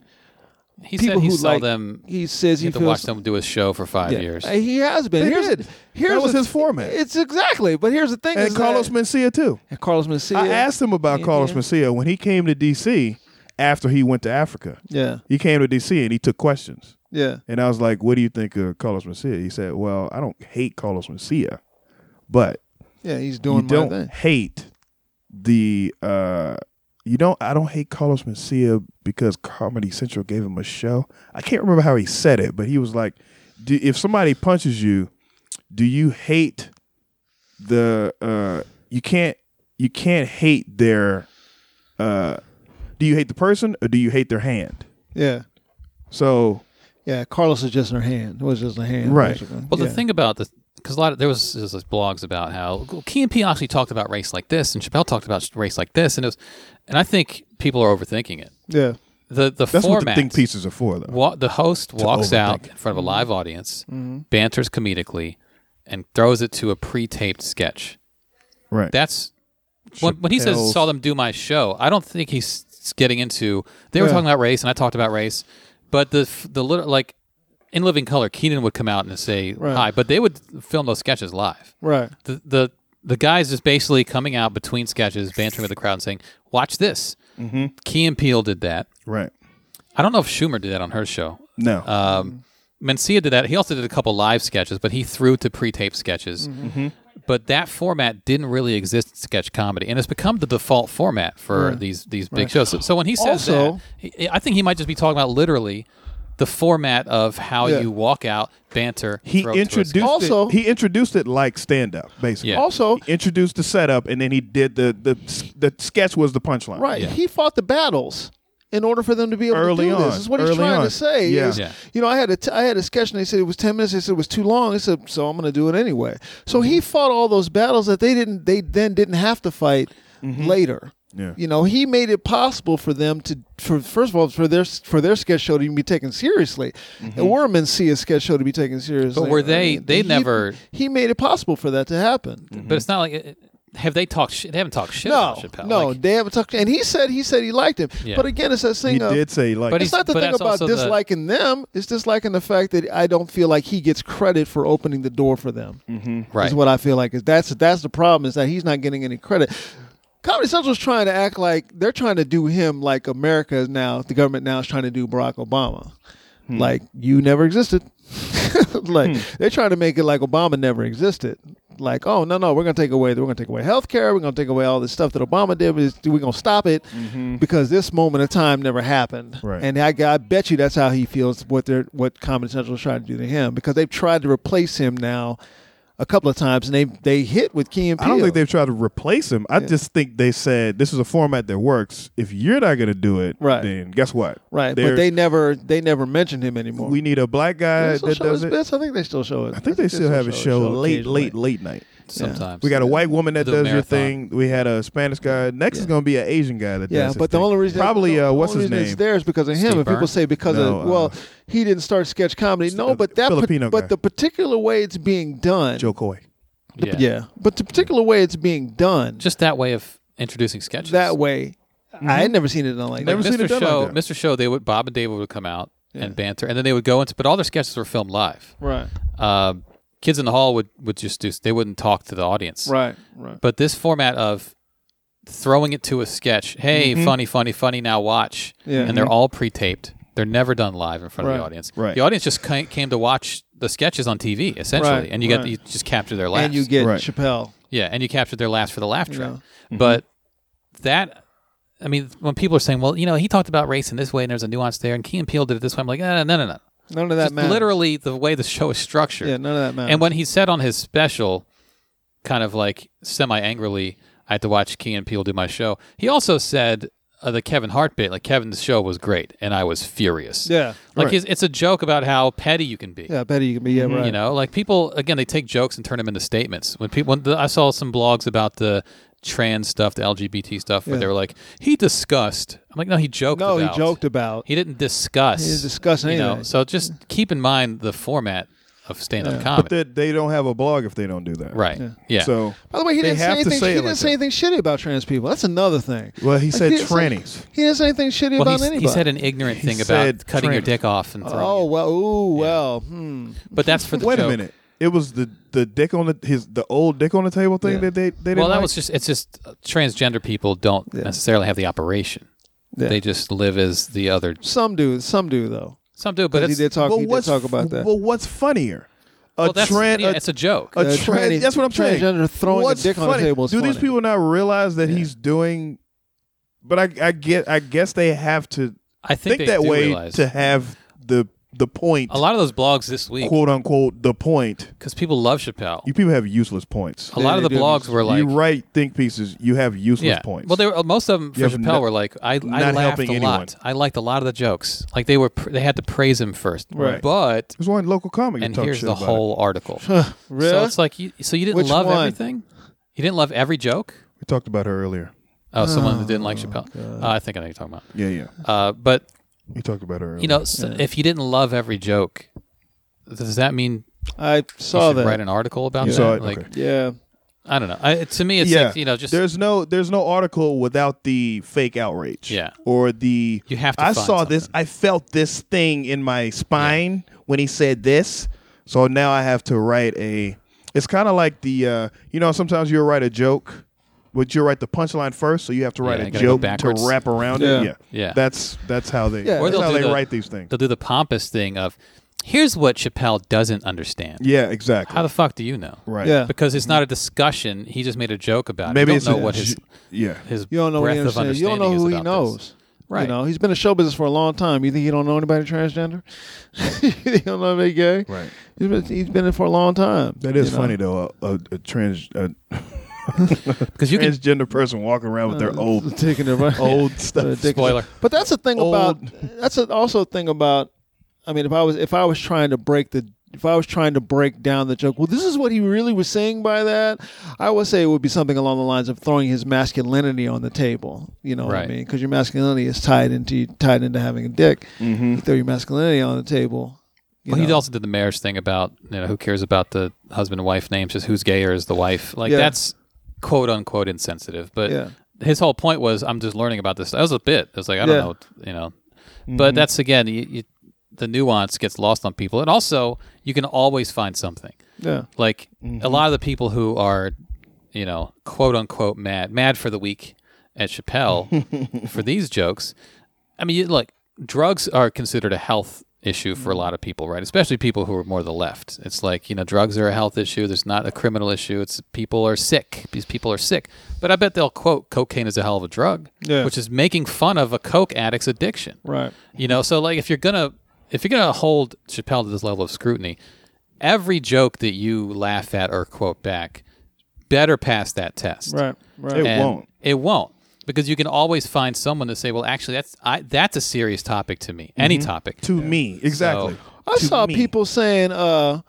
Speaker 6: He
Speaker 5: people
Speaker 6: said he
Speaker 5: who
Speaker 6: saw
Speaker 5: like
Speaker 6: them.
Speaker 5: He says
Speaker 6: he
Speaker 5: he
Speaker 6: had to watch
Speaker 5: feels
Speaker 6: them do a show for five
Speaker 5: Yeah.
Speaker 6: years.
Speaker 5: Uh, He has been.
Speaker 7: They
Speaker 5: here's,
Speaker 7: did.
Speaker 5: Here's
Speaker 7: That was
Speaker 5: the-
Speaker 7: his format.
Speaker 5: It's exactly. But here's the thing.
Speaker 7: and
Speaker 5: is
Speaker 7: Carlos
Speaker 5: that-
Speaker 7: Mencia too.
Speaker 5: and Carlos Mencia.
Speaker 7: I asked him about
Speaker 5: Yeah,
Speaker 7: Carlos
Speaker 5: yeah.
Speaker 7: Mencia when he came to DC after he went to Africa.
Speaker 5: Yeah,
Speaker 7: He came to DC and he took questions.
Speaker 5: yeah,
Speaker 7: And I was like, "What do you think of Carlos Mencia?" He said, "Well, I don't hate Carlos Mencia, but
Speaker 5: yeah. He's doing
Speaker 7: you
Speaker 5: my
Speaker 7: don't
Speaker 5: thing.
Speaker 7: hate the uh you don't I don't hate Carlos Mencia because Comedy Central gave him a show. I can't remember how he said it, but he was like, do, if somebody punches you, do you hate the uh you can't you can't hate their uh do you hate the person or do you hate their hand?
Speaker 5: Yeah,
Speaker 7: So
Speaker 5: yeah. Carlos is just in her hand. It was just her hand.
Speaker 7: Right.
Speaker 5: basically.
Speaker 6: Well, the
Speaker 5: Yeah.
Speaker 6: thing about the because a lot of there was, there was blogs about how Key and P actually talked about race like this, and Chappelle talked about race like this, and it was, and I think people are overthinking it.
Speaker 5: Yeah,
Speaker 6: The the
Speaker 7: that's what the
Speaker 6: format
Speaker 7: think pieces are for though.
Speaker 6: wa- the host walks out
Speaker 7: overthink.
Speaker 6: in front of a live audience, banters comedically, and throws it to a pre-taped sketch.
Speaker 7: Right.
Speaker 6: That's when, when he says
Speaker 7: Chappelle's-
Speaker 6: saw them do my show. I don't think he's s- getting into. They were talking about race, and I talked about race, but the f- the lit- like in Living Color, Keenan would come out and say hi, but they would film those sketches live.
Speaker 5: right.
Speaker 6: The the the guys just basically coming out between sketches, bantering with the crowd, and saying, "Watch this." Mm-hmm. Key and Peele did that.
Speaker 7: right.
Speaker 6: I don't know if Schumer did that on her show.
Speaker 7: No.
Speaker 6: Um, Mencia did that. He also did a couple live sketches, but he threw to pre-taped sketches.
Speaker 5: Mm-hmm.
Speaker 6: But that format didn't really exist in sketch comedy, and it's become the default format for these these big shows. So, so when he says
Speaker 5: Also-
Speaker 6: that, he, I think he might just be talking about literally the format of how
Speaker 5: Yeah.
Speaker 6: you walk out, banter.
Speaker 7: He
Speaker 6: throw it to a
Speaker 7: introduced
Speaker 6: sketch.
Speaker 5: Also-
Speaker 7: it, he introduced it like stand up basically.
Speaker 6: Yeah.
Speaker 5: Also-
Speaker 7: he introduced the setup and then he did the the the sketch was the punchline.
Speaker 5: Right. He fought the battles in order for them to be able
Speaker 7: Early
Speaker 5: to do
Speaker 7: on.
Speaker 5: this. Is what
Speaker 7: Early
Speaker 5: he's trying
Speaker 7: on.
Speaker 5: to say.
Speaker 7: Yeah.
Speaker 5: is,
Speaker 6: Yeah.
Speaker 5: You know, I had a t- I had a sketch and they said it was ten minutes. They said it was too long. I said, so I'm going to do it anyway. So
Speaker 7: Mm-hmm.
Speaker 5: he fought all those battles that they didn't. They then didn't have to fight later.
Speaker 7: Mm-hmm. Yeah.
Speaker 5: You know, he made it possible for them to, for first of all, for their for their sketch show to even be taken seriously,
Speaker 7: Mm-hmm.
Speaker 5: and we're a Mencia sketch show to be taken seriously.
Speaker 6: But were they- they
Speaker 5: he-
Speaker 6: never-
Speaker 5: He made it possible for that to
Speaker 7: Mm-hmm.
Speaker 5: happen.
Speaker 6: but it's not like it, have they talked? shit? They haven't talked shit
Speaker 5: No,
Speaker 6: about Chappelle.
Speaker 5: no,
Speaker 6: Like,
Speaker 5: they haven't talked. And he said he said he liked him.
Speaker 6: Yeah.
Speaker 5: But again, it's that thing
Speaker 7: He
Speaker 5: of
Speaker 7: did say like
Speaker 6: But
Speaker 5: it's
Speaker 6: he's-
Speaker 5: not the thing
Speaker 6: that's
Speaker 5: about
Speaker 6: also the-
Speaker 5: disliking them. It's disliking the fact that I don't feel like he gets credit for opening the door for them.
Speaker 6: Mm-hmm. right.
Speaker 5: Is what I feel like is that's that's the problem is that he's not getting any credit. Comedy Central's trying to act like they're trying to do him like America is now the government now is trying to do Barack Obama,
Speaker 7: Hmm.
Speaker 5: like you never existed. like they're trying to make it like Obama never existed. Like oh no no we're gonna take away we're gonna take away health care we're gonna take away all this stuff that Obama did we're just- we're gonna stop it because this moment of time never happened.
Speaker 7: Mm-hmm. Right.
Speaker 5: And I, I bet you that's how he feels what they're what Comedy Central is trying to do to him because they've tried to replace him now a couple of times and they they hit with Key and
Speaker 7: I don't
Speaker 5: Peele.
Speaker 7: think they've tried to replace him. I just think they said this is a format that works. If you're not going to do it,
Speaker 5: Right.
Speaker 7: then guess what?
Speaker 5: right, but
Speaker 7: There-
Speaker 5: they never they never mentioned him anymore.
Speaker 7: we need a black guy
Speaker 5: They still
Speaker 7: that
Speaker 5: show his
Speaker 7: does it.
Speaker 5: bits. I think they still show it.
Speaker 7: I think they still have a show, late, late,
Speaker 5: occasionally.
Speaker 7: late night.
Speaker 6: Sometimes
Speaker 7: We got a white woman that
Speaker 6: The
Speaker 7: does your
Speaker 6: marathon.
Speaker 7: thing. We had a Spanish guy. Next is going to be an Asian guy that
Speaker 5: Yeah,
Speaker 7: does. his
Speaker 5: but the
Speaker 7: thing.
Speaker 5: only reason
Speaker 7: probably
Speaker 5: the
Speaker 7: uh,
Speaker 5: only
Speaker 7: what's his
Speaker 5: reason
Speaker 7: name?
Speaker 5: It's there is because of him.
Speaker 6: Steve
Speaker 5: and people
Speaker 6: Byrne?
Speaker 5: say because
Speaker 7: No,
Speaker 5: of well,
Speaker 7: uh,
Speaker 5: he didn't start sketch comedy. No, but that pa-
Speaker 7: Filipino guy.
Speaker 5: but the particular way it's being done.
Speaker 7: Joe Coy.
Speaker 5: the- yeah. but the particular way it's being done
Speaker 6: just that way of introducing sketches.
Speaker 5: that way, I
Speaker 6: Mm-hmm.
Speaker 5: had never seen it done like
Speaker 7: Never
Speaker 5: that.
Speaker 7: seen it
Speaker 6: Mr.
Speaker 7: done like
Speaker 6: Show,
Speaker 7: that.
Speaker 6: Mr. Show, they would Bob and David would come out and banter, and then they would go into. But all their sketches were filmed live.
Speaker 5: Right,
Speaker 6: Uh, Kids in the Hall would would just do. They wouldn't talk to the audience.
Speaker 5: right, right.
Speaker 6: But this format of throwing it to a sketch. Hey, funny, funny, funny. Now watch.
Speaker 5: Mm-hmm. Yeah. Mm-hmm.
Speaker 6: And they're all pre-taped. They're never done live in front of the
Speaker 5: Right,
Speaker 6: audience.
Speaker 7: right.
Speaker 6: The audience just ca- came to watch the sketches on TV essentially,
Speaker 5: Right,
Speaker 6: and you got
Speaker 5: right.
Speaker 6: you just capture their laughs.
Speaker 5: And you get
Speaker 7: Right.
Speaker 5: Chappelle.
Speaker 6: Yeah, and you captured their laughs for the laugh track.
Speaker 5: know.
Speaker 6: But
Speaker 5: Mm-hmm.
Speaker 6: that, I mean, when people are saying, "Well, you know, he talked about race in this way, and there's a nuance there," and Key and Peele did it this way, I'm like, "No, no, no, no, no."
Speaker 5: None of that
Speaker 6: Just
Speaker 5: matters.
Speaker 6: literally the way the show is structured.
Speaker 5: Yeah, none of that matters.
Speaker 6: And when he said on his special, kind of like semi angrily, I had to watch Key and Peele do my show. He also said uh, the Kevin Hart bit, like Kevin's show was great, and I was furious.
Speaker 5: Yeah.
Speaker 6: like his, it's a joke about how petty you can be.
Speaker 5: yeah, better you can be. Yeah, right.
Speaker 6: Mm-hmm, You know, like people again, they take jokes and turn them into statements. When people, when the, I saw some blogs about the trans stuff, the LGBT stuff, where
Speaker 5: Yeah.
Speaker 6: they were like, "He discussed." I'm like, "No, he joked."
Speaker 5: no,
Speaker 6: about.
Speaker 5: he joked about.
Speaker 6: He didn't discuss.
Speaker 5: He didn't discuss
Speaker 6: You know,
Speaker 5: anything.
Speaker 6: so just keep in mind the format of stand up
Speaker 7: But
Speaker 6: comedy.
Speaker 7: that they don't have a blog if they don't do that.
Speaker 6: right. Yeah.
Speaker 7: So
Speaker 5: By the way, he
Speaker 7: they
Speaker 5: didn't say
Speaker 7: have to
Speaker 5: anything.
Speaker 7: say
Speaker 5: he
Speaker 7: it
Speaker 5: didn't
Speaker 7: like
Speaker 5: say
Speaker 7: that.
Speaker 5: anything shitty about trans people. That's another thing.
Speaker 7: Well, he
Speaker 5: Like,
Speaker 7: said
Speaker 5: didn't say-
Speaker 7: trannies.
Speaker 5: he didn't say anything shitty
Speaker 6: Well,
Speaker 5: about
Speaker 6: he's-
Speaker 5: anybody.
Speaker 6: he said an ignorant thing about
Speaker 7: said
Speaker 6: cutting your
Speaker 7: trans-
Speaker 6: dick off and throwing.
Speaker 5: "Oh
Speaker 6: it.
Speaker 5: well, ooh well." Hmm.
Speaker 6: but that's for the
Speaker 7: Wait
Speaker 6: joke.
Speaker 7: a minute. It was the the dick on the his the old dick on the table thing that they they didn't.
Speaker 6: Well, that
Speaker 7: like?
Speaker 6: was just it's just uh, transgender people don't necessarily have the operation.
Speaker 5: Yeah.
Speaker 6: They just live as the other.
Speaker 5: Some do, some do though.
Speaker 6: Some do, but
Speaker 5: he
Speaker 6: it's
Speaker 5: did talk.
Speaker 7: But
Speaker 5: he did
Speaker 7: what's
Speaker 5: talk about
Speaker 7: f-
Speaker 5: that.
Speaker 7: Well, what's funnier? A
Speaker 6: well, that's,
Speaker 7: tran-
Speaker 6: yeah,
Speaker 7: a-
Speaker 6: it's a joke.
Speaker 7: a
Speaker 5: Uh,
Speaker 7: trans.
Speaker 5: tranny-
Speaker 7: that's what I'm saying.
Speaker 5: transgender throwing a
Speaker 7: What's
Speaker 5: dick on the
Speaker 7: funny-
Speaker 5: table is
Speaker 7: Do these
Speaker 5: funny.
Speaker 7: people not realize that he's doing? But I, I get. I guess they have to
Speaker 6: I think, they
Speaker 7: that
Speaker 6: do
Speaker 7: way
Speaker 6: realize.
Speaker 7: to have the the point.
Speaker 6: a lot of those blogs this week
Speaker 7: quote unquote the point.
Speaker 6: because people love Chappelle.
Speaker 7: You people have useless points.
Speaker 6: a lot of the
Speaker 5: they do.
Speaker 6: blogs were like
Speaker 7: you write think pieces. You have useless
Speaker 6: yeah.
Speaker 7: points.
Speaker 6: Well, they were, most of them for
Speaker 7: have
Speaker 6: Chappelle
Speaker 7: no-
Speaker 6: were like, I, I
Speaker 7: not
Speaker 6: laughed a
Speaker 7: helping anyone.
Speaker 6: lot. I liked a lot of the jokes. Like they were, pr- they had to praise him first,
Speaker 7: Right.
Speaker 6: But
Speaker 7: There's one local comic. that
Speaker 6: and
Speaker 7: talks
Speaker 6: here's
Speaker 7: shit
Speaker 6: the
Speaker 7: about it.
Speaker 6: whole article. So
Speaker 5: Really?
Speaker 6: it's like, you, so you didn't
Speaker 5: Which
Speaker 6: love
Speaker 5: one?
Speaker 6: everything. You didn't love every joke.
Speaker 7: We talked about her earlier.
Speaker 6: Oh, someone that didn't like Chappelle. Uh, I think I know what you're talking
Speaker 7: Yeah, yeah.
Speaker 6: about. Uh, but
Speaker 7: We talked about her earlier.
Speaker 6: you know, s if you didn't love every joke, does that mean
Speaker 5: I
Speaker 6: you
Speaker 5: saw
Speaker 6: should
Speaker 5: that.
Speaker 6: write an article about
Speaker 7: You
Speaker 6: that?
Speaker 7: saw it?
Speaker 6: Like,
Speaker 7: Okay.
Speaker 5: yeah,
Speaker 6: I don't know. I, to me, it's like you know, just
Speaker 7: there's no there's no article without the fake outrage.
Speaker 6: Yeah.
Speaker 7: or the
Speaker 6: You have to
Speaker 7: I
Speaker 6: find
Speaker 7: saw this.
Speaker 6: something.
Speaker 7: I felt this thing in my spine when he said this. So now I have to write a. It's kind of like the uh, you know sometimes you'll write a joke, but you will write the punchline first, so you have to write
Speaker 6: Yeah,
Speaker 7: a
Speaker 6: you gotta go
Speaker 7: joke to
Speaker 6: backwards.
Speaker 7: wrap around
Speaker 5: Yeah.
Speaker 7: it. Yeah,
Speaker 6: Yeah.
Speaker 7: That's that's how they
Speaker 5: Yeah. Or
Speaker 7: that's
Speaker 6: they'll
Speaker 7: how
Speaker 6: do
Speaker 7: they
Speaker 6: the-
Speaker 7: write these things.
Speaker 6: they'll do the pompous thing of, here's what Chappelle doesn't understand.
Speaker 7: yeah, exactly.
Speaker 6: How the fuck do you know?
Speaker 7: right.
Speaker 5: yeah.
Speaker 6: Because it's not a discussion. He just made a joke about
Speaker 7: Maybe
Speaker 6: it. You
Speaker 7: it's
Speaker 6: don't know
Speaker 7: a-
Speaker 6: what his
Speaker 7: yeah.
Speaker 6: his
Speaker 5: You don't know what
Speaker 6: breadth
Speaker 5: he
Speaker 6: of
Speaker 5: understands. You
Speaker 6: understanding
Speaker 5: don't know
Speaker 6: is
Speaker 5: who he
Speaker 6: about
Speaker 5: knows.
Speaker 6: This.
Speaker 5: You
Speaker 6: Right.
Speaker 5: know, he's been in show business for a long time. You think he don't know anybody transgender? you don't know anybody gay?
Speaker 7: Right.
Speaker 5: He's been, he's been in for a long time.
Speaker 7: That is
Speaker 5: you know?
Speaker 7: funny though. A, a, a trans a
Speaker 6: Because you can
Speaker 7: transgender person walking around with
Speaker 5: Uh,
Speaker 7: their old
Speaker 5: Taking their
Speaker 7: old
Speaker 5: Uh,
Speaker 7: stuff.
Speaker 5: dick-
Speaker 6: Spoiler.
Speaker 5: But that's the thing
Speaker 7: Old.
Speaker 5: about that's a, also a thing about. I mean, if I was if I was trying to break the if I was trying to break down the joke, well, this is what he really was saying by that. I would say it would be something along the lines of throwing his masculinity on the table. You know what I
Speaker 6: Right.
Speaker 5: mean? Because your masculinity is tied into tied into having a dick.
Speaker 7: Mm-hmm.
Speaker 5: You throw your masculinity on the table. you
Speaker 6: Well, he
Speaker 5: know.
Speaker 6: also did the marriage thing about you know who cares about the husband and wife names, just who's gay or is the wife. Like
Speaker 5: Yeah.
Speaker 6: that's quote unquote insensitive. But
Speaker 5: Yeah.
Speaker 6: his whole point was, I'm just learning about this. That was a bit. It was like I don't
Speaker 5: Yeah. Mm-hmm.
Speaker 6: know, you know. But that's again, you, you, the nuance gets lost on people, and also you can always find something.
Speaker 5: yeah.
Speaker 6: Like a lot of the people who are, you know, quote unquote mad, mad for the week at Chappelle for these jokes. I mean, you, look, drugs are considered a health issue for a lot of people, right? Especially people who are more the left. It's like, you know, drugs are a health issue. There's not a criminal issue. It's people are sick. These people are sick. But I bet they'll quote cocaine is a hell of a drug,
Speaker 5: Yeah.
Speaker 6: which is making fun of a coke addict's addiction.
Speaker 5: Right.
Speaker 6: You know, so like if you're gonna if you're gonna hold Chappelle to this level of scrutiny, every joke that you laugh at or quote back better pass that test.
Speaker 5: Right. Right.
Speaker 7: It
Speaker 6: And
Speaker 7: won't.
Speaker 6: It won't. Because you can always find someone to say, "Well, actually, that's I, that's a serious topic to me. Any topic
Speaker 7: to me exactly.
Speaker 6: So-
Speaker 5: I
Speaker 7: To
Speaker 5: saw
Speaker 7: me.
Speaker 5: people saying, uh,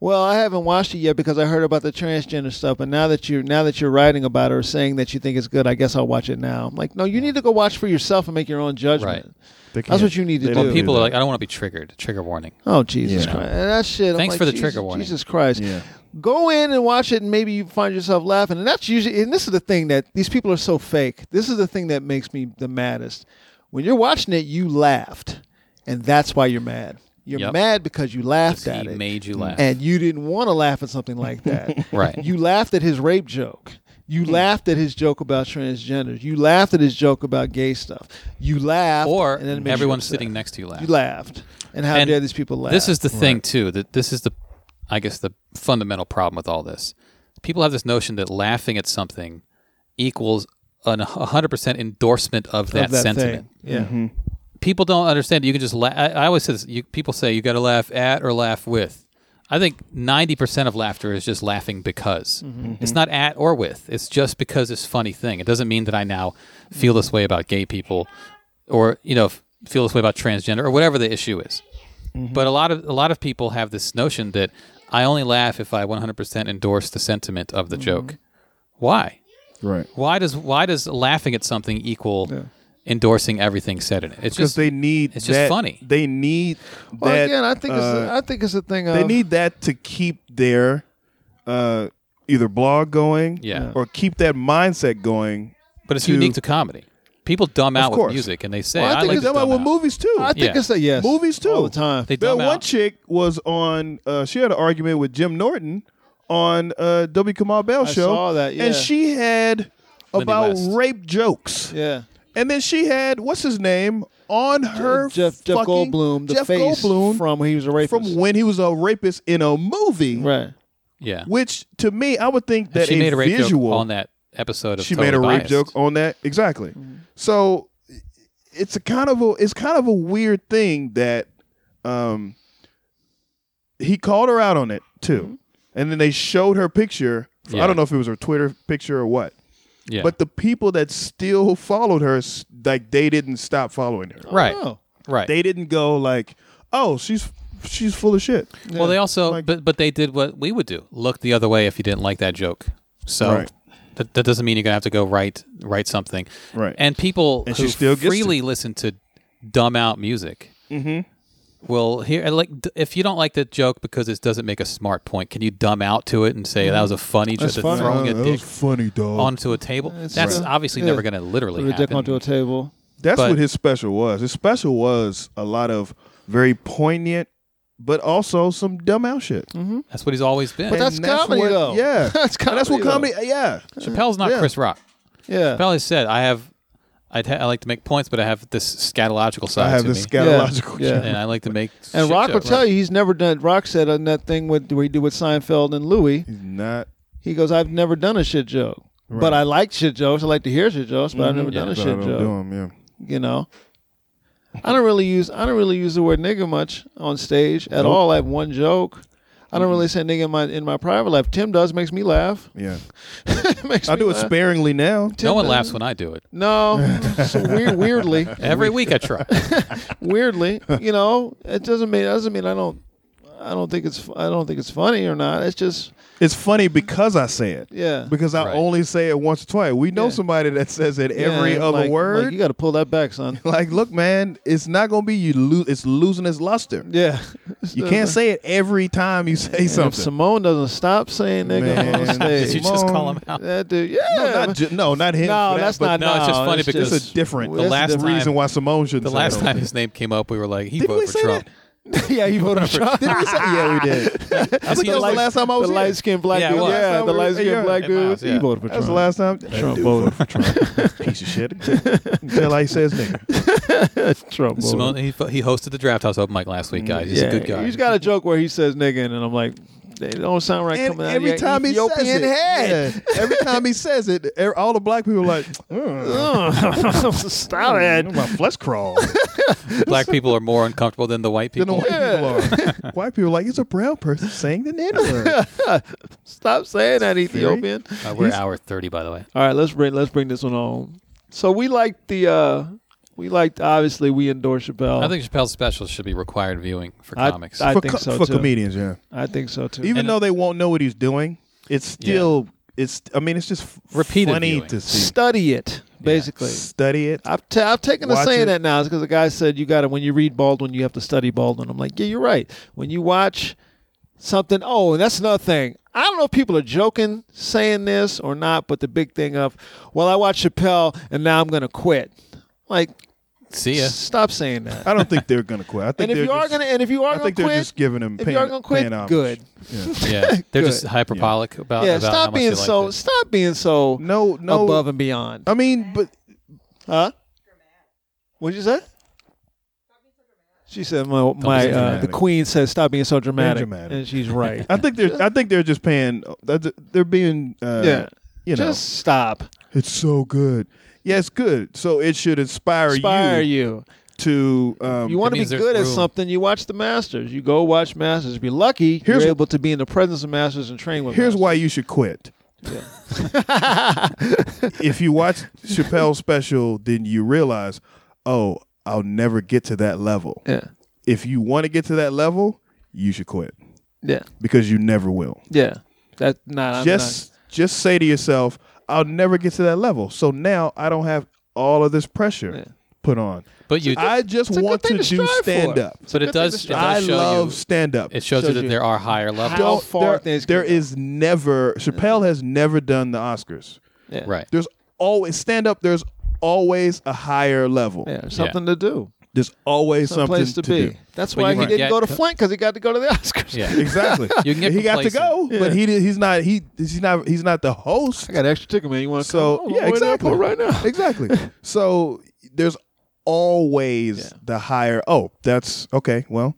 Speaker 5: "Well, I haven't watched it yet because I heard about the transgender stuff, but now that you now that you're writing about it or saying that you think it's good, I guess I'll watch it now." I'm like, "No, you need to go watch for yourself and make your own judgment."
Speaker 6: Right.
Speaker 7: They
Speaker 5: That's
Speaker 7: can't-
Speaker 5: what you need to
Speaker 7: they
Speaker 5: do.
Speaker 7: don't
Speaker 6: people
Speaker 7: that.
Speaker 6: are like, I don't want to be triggered. Trigger warning.
Speaker 5: Oh Jesus
Speaker 7: Yeah.
Speaker 5: Christ! And that shit. I'm
Speaker 6: Thanks
Speaker 5: like,
Speaker 6: for the
Speaker 5: Jesus-
Speaker 6: trigger warning.
Speaker 5: Jesus Christ.
Speaker 7: Yeah.
Speaker 5: Go in and watch it, and maybe you find yourself laughing. And that's usually. And this is the thing that these people are so fake. This is the thing that makes me the maddest. When you're watching it, you laughed, and that's why you're mad. You're
Speaker 6: Yep.
Speaker 5: mad because you laughed at
Speaker 6: he
Speaker 5: it.
Speaker 6: made you laugh.
Speaker 5: and you didn't want to laugh at something like that.
Speaker 6: Right. Hmm.
Speaker 5: You laughed at his rape joke. You laughed at his joke about transgenders. You laughed at his joke about gay stuff. You laughed,
Speaker 6: or
Speaker 5: and then it makes you
Speaker 6: everyone
Speaker 5: upset.
Speaker 6: sitting next to you laughs.
Speaker 5: You laughed, and how
Speaker 6: And
Speaker 5: dare these people laugh?
Speaker 6: This is the thing too that this is the, I guess the fundamental problem with all this. People have this notion that laughing at something equals an 100% endorsement of that,
Speaker 5: of that
Speaker 6: sentiment.
Speaker 5: thing. Yeah.
Speaker 6: People don't understand. You can just laugh. I, I always say this. You, people say you got to laugh at or laugh with. I think 90% of laughter is just laughing because.
Speaker 5: Mm-hmm.
Speaker 6: It's not at or with. It's just because it's a funny thing. It doesn't mean that I now feel this way about gay people or, you know, f- feel this way about transgender or whatever the issue is. But a lot of a lot of people have this notion that I only laugh if I 100% endorse the sentiment of the joke. Why?
Speaker 7: Right.
Speaker 6: Why does why does laughing at something equal endorsing everything said in it. It's
Speaker 7: because
Speaker 6: just
Speaker 7: they need
Speaker 6: it's just
Speaker 7: that-
Speaker 6: funny.
Speaker 7: They need that.
Speaker 5: Well, again, I think it's
Speaker 7: uh,
Speaker 5: a, I think it's a thing.
Speaker 7: they
Speaker 5: of-
Speaker 7: need that to keep their uh, either blog going,
Speaker 6: Yeah.
Speaker 7: or keep that mindset going.
Speaker 6: but it's
Speaker 7: to-
Speaker 6: unique to comedy. People dumb out with
Speaker 7: course.
Speaker 6: music and they say
Speaker 7: Well, I
Speaker 6: I,
Speaker 7: think
Speaker 6: like
Speaker 7: it's
Speaker 6: to
Speaker 7: that way
Speaker 6: dumb
Speaker 7: with
Speaker 6: out.
Speaker 7: movies too.
Speaker 5: I think
Speaker 6: Yeah.
Speaker 5: it's a yes.
Speaker 7: movies too
Speaker 5: all the time.
Speaker 6: They
Speaker 7: That
Speaker 6: dumb
Speaker 7: one
Speaker 6: out.
Speaker 7: chick was on. Uh, she had an argument with Jim Norton on uh, W. Kamau Bell
Speaker 5: I
Speaker 7: show,
Speaker 5: saw that, yeah.
Speaker 7: and she had about
Speaker 6: West.
Speaker 7: rape jokes.
Speaker 5: yeah.
Speaker 7: And then she had what's his name on her
Speaker 5: Jeff Jeff
Speaker 7: fucking-
Speaker 5: Goldblum, the
Speaker 7: Jeff
Speaker 5: face
Speaker 7: Goldblum
Speaker 5: from when he was a rapist.
Speaker 7: from when he was a rapist in a movie.
Speaker 5: right.
Speaker 6: Yeah.
Speaker 7: Which to me, I would think that
Speaker 6: she made a rape
Speaker 7: visual
Speaker 6: joke on that episode of
Speaker 7: she
Speaker 6: Totally
Speaker 7: made a rape
Speaker 6: Biased.
Speaker 7: joke on that exactly. So it's a kind of a it's kind of a weird thing that um he called her out on it too. And then they showed her picture. I
Speaker 6: Yeah.
Speaker 7: don't know if it was her Twitter picture or what.
Speaker 6: Yeah.
Speaker 7: But the people that still followed her s- like they didn't stop following her.
Speaker 6: right.
Speaker 5: Oh.
Speaker 6: Right.
Speaker 7: They didn't go like, "Oh, she's she's full of shit."
Speaker 6: well, they also
Speaker 7: like-
Speaker 6: but but they did what we would do. Look the other way if you didn't like that joke. So
Speaker 7: Right.
Speaker 6: that, that doesn't mean you're going to have to go write write something.
Speaker 7: Right.
Speaker 6: And people
Speaker 7: And she
Speaker 6: who
Speaker 7: still gets to-
Speaker 6: freely listen to dumb out music.
Speaker 5: Mm-hmm.
Speaker 6: Well, here, like, d- if you don't like the joke because it doesn't make a smart point, can you dumb out to it and say that was a funny joke?
Speaker 5: That's funny.
Speaker 6: Throwing a
Speaker 7: Mm-hmm. Uh, that
Speaker 6: dick
Speaker 7: was funny, dog.
Speaker 6: onto a table. That's
Speaker 5: right.
Speaker 6: obviously
Speaker 5: Yeah.
Speaker 6: never going to literally
Speaker 5: Put a dick
Speaker 6: happen.
Speaker 5: onto a table.
Speaker 7: That's
Speaker 6: But-
Speaker 7: what his special was. His special was a lot of very poignant, but also some dumb out shit.
Speaker 5: Mm-hmm.
Speaker 6: That's what he's always been.
Speaker 5: But that's
Speaker 7: And
Speaker 5: comedy,
Speaker 7: what-
Speaker 5: though.
Speaker 7: Yeah,
Speaker 5: That's
Speaker 7: And That's what
Speaker 5: comedy,
Speaker 7: comedy. Yeah,
Speaker 6: Chappelle's not
Speaker 7: Yeah.
Speaker 6: Chris Rock.
Speaker 5: Yeah.
Speaker 6: Chappelle has said, "I have, I'd ha- I like to make points, but I have this scatological side
Speaker 7: I have
Speaker 6: to
Speaker 7: this
Speaker 6: me,
Speaker 7: scatological.
Speaker 5: Yeah.
Speaker 7: shit.
Speaker 6: and I like to make."
Speaker 5: And
Speaker 6: shit
Speaker 5: Rock will
Speaker 6: jokes.
Speaker 5: tell you he's never done. Rock said on that thing with we do with Seinfeld and Louis.
Speaker 7: He's not.
Speaker 5: He goes, "I've never done a shit joke, but I like shit jokes. I like to hear shit jokes, but I've never done a
Speaker 7: but I
Speaker 5: shit
Speaker 7: don't
Speaker 5: joke.
Speaker 7: do him. Yeah.
Speaker 5: you know." I don't really use I don't really use the word nigga much on stage at all. I have one joke. I don't really say nigga in my in my private life. Tim does makes me laugh.
Speaker 7: Yeah,
Speaker 5: Makes
Speaker 7: I
Speaker 5: me
Speaker 7: do it
Speaker 5: laugh.
Speaker 7: sparingly now.
Speaker 6: No one
Speaker 5: Tim
Speaker 6: laughs when I do it.
Speaker 5: No, so weird, weirdly,
Speaker 6: Every week I try.
Speaker 5: weirdly, you know, it doesn't mean it doesn't mean I don't, I don't think it's I don't think it's funny or not. It's just
Speaker 7: It's funny because I say it.
Speaker 5: Yeah.
Speaker 7: because I
Speaker 6: Right.
Speaker 7: only say it once or twice. We know
Speaker 5: Yeah.
Speaker 7: somebody that says it every
Speaker 5: yeah,
Speaker 7: other
Speaker 5: like-
Speaker 7: word.
Speaker 5: like,
Speaker 7: Like,
Speaker 5: you got to pull that back, son.
Speaker 7: look, man, it's not gonna be you. Lo- it's losing its luster.
Speaker 5: Yeah, uh-huh.
Speaker 7: You can't say it every time you say
Speaker 5: And if
Speaker 7: something.
Speaker 5: Simone doesn't stop saying nigga
Speaker 7: Man,
Speaker 5: on
Speaker 6: Did you
Speaker 5: stage.
Speaker 6: just
Speaker 7: Come
Speaker 6: call
Speaker 7: on.
Speaker 6: him out?
Speaker 5: that dude, yeah,
Speaker 7: No, not ju- no, not
Speaker 5: no,
Speaker 7: him. for that,
Speaker 5: that's
Speaker 7: but
Speaker 5: not.
Speaker 6: no, it's just funny because-
Speaker 7: It's a different.
Speaker 5: The
Speaker 6: last
Speaker 7: the reason
Speaker 6: time-
Speaker 7: why Simone shouldn't.
Speaker 6: The
Speaker 7: say
Speaker 6: last
Speaker 7: that.
Speaker 6: time his name came up, we were like, "He
Speaker 7: Did we
Speaker 6: voted for
Speaker 7: say
Speaker 6: Trump."
Speaker 5: yeah, you voted for Trump.
Speaker 7: Did we say? Yeah, we did. I think that was
Speaker 6: he
Speaker 7: the
Speaker 6: was like-
Speaker 7: last time I
Speaker 5: The
Speaker 7: was here.
Speaker 5: light skinned black
Speaker 6: Yeah, it
Speaker 5: dude.
Speaker 6: was.
Speaker 5: Yeah,
Speaker 7: Yeah,
Speaker 5: the
Speaker 7: we-
Speaker 5: light
Speaker 7: yeah.
Speaker 5: skinned black
Speaker 6: At
Speaker 5: dude.
Speaker 6: Miles,
Speaker 5: He
Speaker 6: yeah.
Speaker 5: voted for
Speaker 7: That was the
Speaker 5: Trump.
Speaker 7: last time. Trump voted for Trump. Piece of shit. Until I says nigga.
Speaker 5: Trump voted.
Speaker 6: Simone, he, he hosted the Draft House Open mic last week, guys. He's a good guy.
Speaker 5: He's got a joke where he says nigga, and I'm like, they don't sound right
Speaker 7: And
Speaker 5: coming out
Speaker 7: every
Speaker 5: of your
Speaker 7: time he
Speaker 5: Ethiopian
Speaker 7: says it,
Speaker 5: head.
Speaker 7: yeah, every time he says it, e- all the black people are like,
Speaker 5: Oh,
Speaker 7: "Ugh,
Speaker 5: Stop it.
Speaker 7: my flesh crawl."
Speaker 6: Black people are more uncomfortable than the white
Speaker 7: Then the
Speaker 6: people.
Speaker 7: white people are. White people are like, "It's a brown person saying the N word."
Speaker 5: Stop saying that Ethiopian.
Speaker 6: Uh, we're hour thirty, by the way.
Speaker 5: All right, let's bring let's bring this one home. So we like the uh we liked obviously we endorse Chappelle.
Speaker 6: I think Chappelle's specials should be required viewing for
Speaker 5: Oh. I,
Speaker 6: comics.
Speaker 5: I
Speaker 7: For,
Speaker 5: think
Speaker 7: co-
Speaker 5: so
Speaker 7: for
Speaker 5: too.
Speaker 7: comedians, yeah.
Speaker 5: I think so too.
Speaker 7: even
Speaker 6: And-
Speaker 7: though they won't know what he's doing, it's still it's. I mean, it's just f-
Speaker 6: Repeated
Speaker 7: funny
Speaker 6: viewing.
Speaker 7: to see.
Speaker 5: study it basically.
Speaker 7: Study it.
Speaker 5: I've, t- I've taken to
Speaker 7: Watch
Speaker 5: saying
Speaker 7: it.
Speaker 5: that now because the guy said you got to when you read Baldwin you have to study Baldwin. I'm like, yeah, you're right. When you watch something, oh, and that's another thing. I don't know if people are joking saying this or not, but the big thing of, well, I watched Chappelle and now I'm going to quit. Like,
Speaker 6: See ya.
Speaker 5: stop saying that.
Speaker 7: I don't think they're gonna quit. I
Speaker 5: And
Speaker 7: think
Speaker 5: if
Speaker 7: they're
Speaker 5: you are
Speaker 7: just-
Speaker 5: gonna, and if you are
Speaker 7: I
Speaker 5: gonna
Speaker 7: think they're
Speaker 5: quit,
Speaker 7: just giving him.
Speaker 5: if
Speaker 7: paying,
Speaker 5: you are gonna quit,
Speaker 7: paying homage.
Speaker 5: good.
Speaker 6: Yeah, they're
Speaker 5: Good.
Speaker 6: just hyperbolic about
Speaker 5: Yeah,
Speaker 6: about how
Speaker 5: stop
Speaker 6: much
Speaker 5: being
Speaker 6: they like
Speaker 5: so,
Speaker 6: it.
Speaker 5: stop being so
Speaker 7: No, no.
Speaker 5: above and beyond.
Speaker 7: I mean, but
Speaker 5: Huh? What'd you say? She said, "My, my uh, the
Speaker 7: dramatic.
Speaker 5: queen says stop being so dramatic,",
Speaker 7: dramatic.
Speaker 5: and she's right.
Speaker 7: I think they're. I think they're just paying. They're being. Uh,
Speaker 5: yeah,
Speaker 7: You know,
Speaker 5: just stop,
Speaker 7: it's so good. Yeah, it's good. So it should inspire,
Speaker 5: inspire you.
Speaker 7: to. Um,
Speaker 5: You want to be
Speaker 6: means there's
Speaker 5: good at
Speaker 6: room.
Speaker 5: something? You watch the Masters. You go watch Masters. If you're lucky,
Speaker 7: Here's-
Speaker 5: you're able to be in the presence of Masters and train with.
Speaker 7: Here's
Speaker 5: masters.
Speaker 7: why you should quit. if you watch Chappelle's special, then you realize, oh, I'll never get to that level.
Speaker 5: Yeah,
Speaker 7: If you want to get to that level, you should quit
Speaker 5: yeah,
Speaker 7: because you never will.
Speaker 5: yeah. That's not I'm
Speaker 7: just just say to yourself, I'll never get to that level. So now I don't have all of this pressure put on.
Speaker 6: But you,
Speaker 7: I just
Speaker 5: a good
Speaker 7: want to
Speaker 5: thing to
Speaker 7: do
Speaker 5: strive for.
Speaker 7: stand up.
Speaker 6: but it does. It
Speaker 7: I
Speaker 6: does show
Speaker 7: love
Speaker 6: you.
Speaker 7: stand up.
Speaker 6: It shows,
Speaker 5: shows
Speaker 6: you that
Speaker 5: you
Speaker 6: there are higher levels.
Speaker 5: how far
Speaker 7: there,
Speaker 5: things can
Speaker 7: there
Speaker 5: go.
Speaker 7: is never Chappelle has never done the Oscars.
Speaker 5: Yeah.
Speaker 6: Right.
Speaker 7: There's always stand up. There's always a higher level.
Speaker 5: Yeah, something to do,
Speaker 7: There's always
Speaker 5: some
Speaker 7: something
Speaker 5: place to, be.
Speaker 7: do.
Speaker 5: That's
Speaker 6: But
Speaker 5: why
Speaker 6: you
Speaker 5: he
Speaker 6: can
Speaker 5: didn't
Speaker 6: get-
Speaker 5: go to Flint because he got to go to the Oscars.
Speaker 6: Yeah.
Speaker 7: Exactly.
Speaker 6: You can get
Speaker 7: he got to go,
Speaker 6: complacent.
Speaker 7: but he did, he's not he he's not he's not the host.
Speaker 5: I got an extra ticket, man. You want to
Speaker 7: So
Speaker 5: come? Oh,
Speaker 7: yeah,
Speaker 5: we're not
Speaker 7: exactly.
Speaker 5: going Right now,
Speaker 7: exactly. So there's always
Speaker 5: Yeah.
Speaker 7: the higher. Oh, that's okay. Well,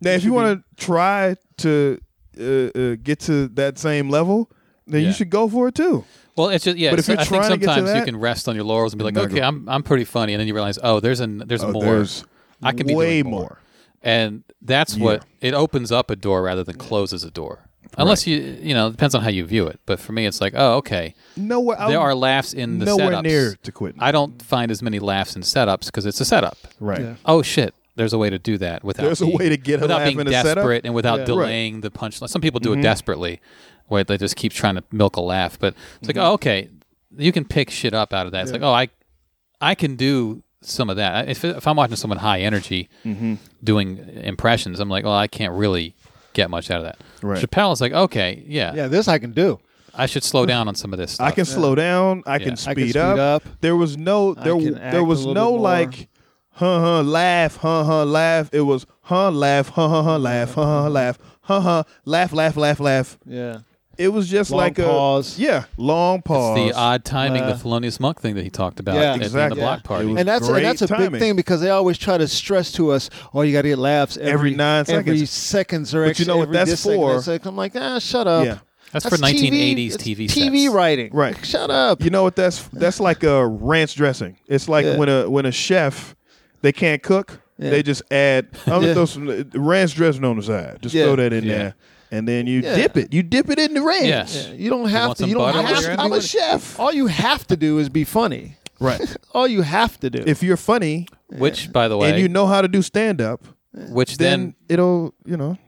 Speaker 7: now if you want to try to uh, uh, get to that same level, then
Speaker 6: Yeah.
Speaker 7: you should go for it too.
Speaker 6: Well, it's just yeah.
Speaker 7: But if
Speaker 6: so
Speaker 7: you're
Speaker 6: I think
Speaker 7: trying to get to
Speaker 6: sometimes you
Speaker 7: that-
Speaker 6: can rest on your laurels and be like,
Speaker 7: Not
Speaker 6: okay,
Speaker 7: good.
Speaker 6: I'm I'm pretty funny, and then you realize, oh, there's an there's
Speaker 7: Oh,
Speaker 6: more.
Speaker 7: there's
Speaker 6: I can be
Speaker 7: way
Speaker 6: doing
Speaker 7: more.
Speaker 6: and that's what it opens up a door rather than closes a door. Unless you you know it depends on how you view it. But for me, it's like, oh, okay,
Speaker 7: Nowhere. I
Speaker 6: there
Speaker 7: would-
Speaker 6: are laughs in the
Speaker 7: nowhere
Speaker 6: setups.
Speaker 7: near to quit.
Speaker 6: I don't find as many laughs in setups because it's a setup.
Speaker 7: right.
Speaker 6: Oh shit. There's a way to do that without.
Speaker 7: There's a
Speaker 6: being-
Speaker 7: way to get a
Speaker 6: without
Speaker 7: laugh
Speaker 6: being
Speaker 7: in a setup? Mm-hmm.
Speaker 6: desperate and without delaying the punchline. Some people do it desperately, where they just keep trying to milk a laugh. But it's
Speaker 7: Mm-hmm.
Speaker 6: like, oh, okay, you can pick shit up out of that. It's like, oh, I, I can do some of that. If, if I'm watching someone high energy
Speaker 7: Mm-hmm.
Speaker 6: doing impressions, I'm like, well, I can't really get much out of that.
Speaker 7: Right.
Speaker 6: Chappelle is like, okay, yeah,
Speaker 5: yeah, this I can do.
Speaker 6: I should slow down on some of this stuff.
Speaker 7: I can slow down. I
Speaker 6: Yeah.
Speaker 7: can speed,
Speaker 5: I can speed up.
Speaker 7: There was no there
Speaker 5: can act
Speaker 7: there
Speaker 5: a
Speaker 7: was
Speaker 5: little
Speaker 7: no
Speaker 5: bit more.
Speaker 7: like huh huh laugh huh huh laugh. It was huh laugh huh huh huh laugh huh huh laugh huh huh laugh laugh laugh laugh.
Speaker 5: Yeah,
Speaker 7: It was just
Speaker 5: Long
Speaker 7: like
Speaker 5: pause.
Speaker 7: a yeah long pause.
Speaker 6: the odd timing, the
Speaker 5: Uh,
Speaker 6: Thelonious Monk thing that he talked about
Speaker 5: yeah,
Speaker 6: at the end of
Speaker 7: exactly.
Speaker 6: the block
Speaker 7: Yeah.
Speaker 6: party.
Speaker 7: It was-
Speaker 5: and that's and
Speaker 7: great
Speaker 5: that's a
Speaker 7: timing.
Speaker 5: big thing because they always try to stress to us, oh, you got to get laughs every,
Speaker 7: Every nine
Speaker 5: every
Speaker 7: seconds.
Speaker 5: seconds or
Speaker 7: But you know what
Speaker 5: every
Speaker 7: that's
Speaker 5: this second,
Speaker 7: for?
Speaker 5: that second. I'm like, ah, shut up.
Speaker 7: Yeah.
Speaker 6: That's for 1980s
Speaker 5: it's
Speaker 6: TV
Speaker 5: TV
Speaker 6: sets.
Speaker 5: writing.
Speaker 7: Right.
Speaker 5: Shut up.
Speaker 7: You know what? That's that's like a ranch dressing. It's like
Speaker 5: Yeah.
Speaker 7: when a when a chef they can't cook,
Speaker 5: Yeah.
Speaker 7: they just add. I'm gonna
Speaker 5: Yeah.
Speaker 7: throw some uh, ranch dressing on the side. Just
Speaker 5: Yeah.
Speaker 7: throw that in
Speaker 6: Yeah.
Speaker 7: there, and then you
Speaker 5: Yeah.
Speaker 7: dip it. You dip it in the ranch.
Speaker 6: Yeah.
Speaker 5: You don't
Speaker 6: You
Speaker 5: have
Speaker 6: want
Speaker 5: to.
Speaker 6: some
Speaker 5: You don't
Speaker 6: butter
Speaker 5: have
Speaker 6: with your
Speaker 5: to. do
Speaker 6: I'm a
Speaker 5: it. All you have to do is be funny.
Speaker 7: Right.
Speaker 5: All you have to do.
Speaker 7: if you're funny
Speaker 6: Which, by the way,
Speaker 7: and you know how to do stand up,
Speaker 6: which
Speaker 7: then,
Speaker 6: then
Speaker 7: it'll you know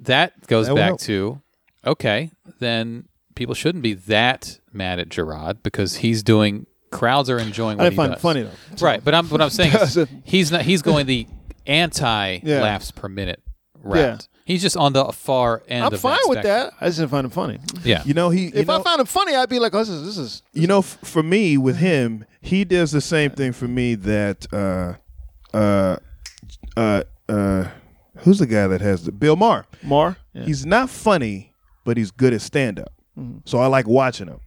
Speaker 6: that goes
Speaker 7: That will
Speaker 6: back
Speaker 7: help.
Speaker 6: to okay, then people shouldn't be that mad at Gerard because he's doing crowds are enjoying what
Speaker 5: I didn't
Speaker 6: he
Speaker 5: find
Speaker 6: does.
Speaker 5: it funny though.
Speaker 6: Right, but I'm what I'm saying is
Speaker 5: Doesn't-
Speaker 6: he's not he's going the anti
Speaker 5: Yeah.
Speaker 6: laughs per minute route. He's just on the far end
Speaker 5: I'm
Speaker 6: of
Speaker 5: fine
Speaker 6: that
Speaker 5: with
Speaker 6: spectrum.
Speaker 5: that. I just didn't find it funny.
Speaker 6: Yeah.
Speaker 7: you know he. You
Speaker 5: if
Speaker 7: know,
Speaker 5: I found it funny, I'd be like, oh, this is this is
Speaker 7: you know f- for me with him, he does the same thing for me that uh uh uh uh who's the guy that has the Bill Maher.
Speaker 5: more. Yeah. Mm-hmm.
Speaker 7: He's not funny, but he's good at stand up. So I like watching him.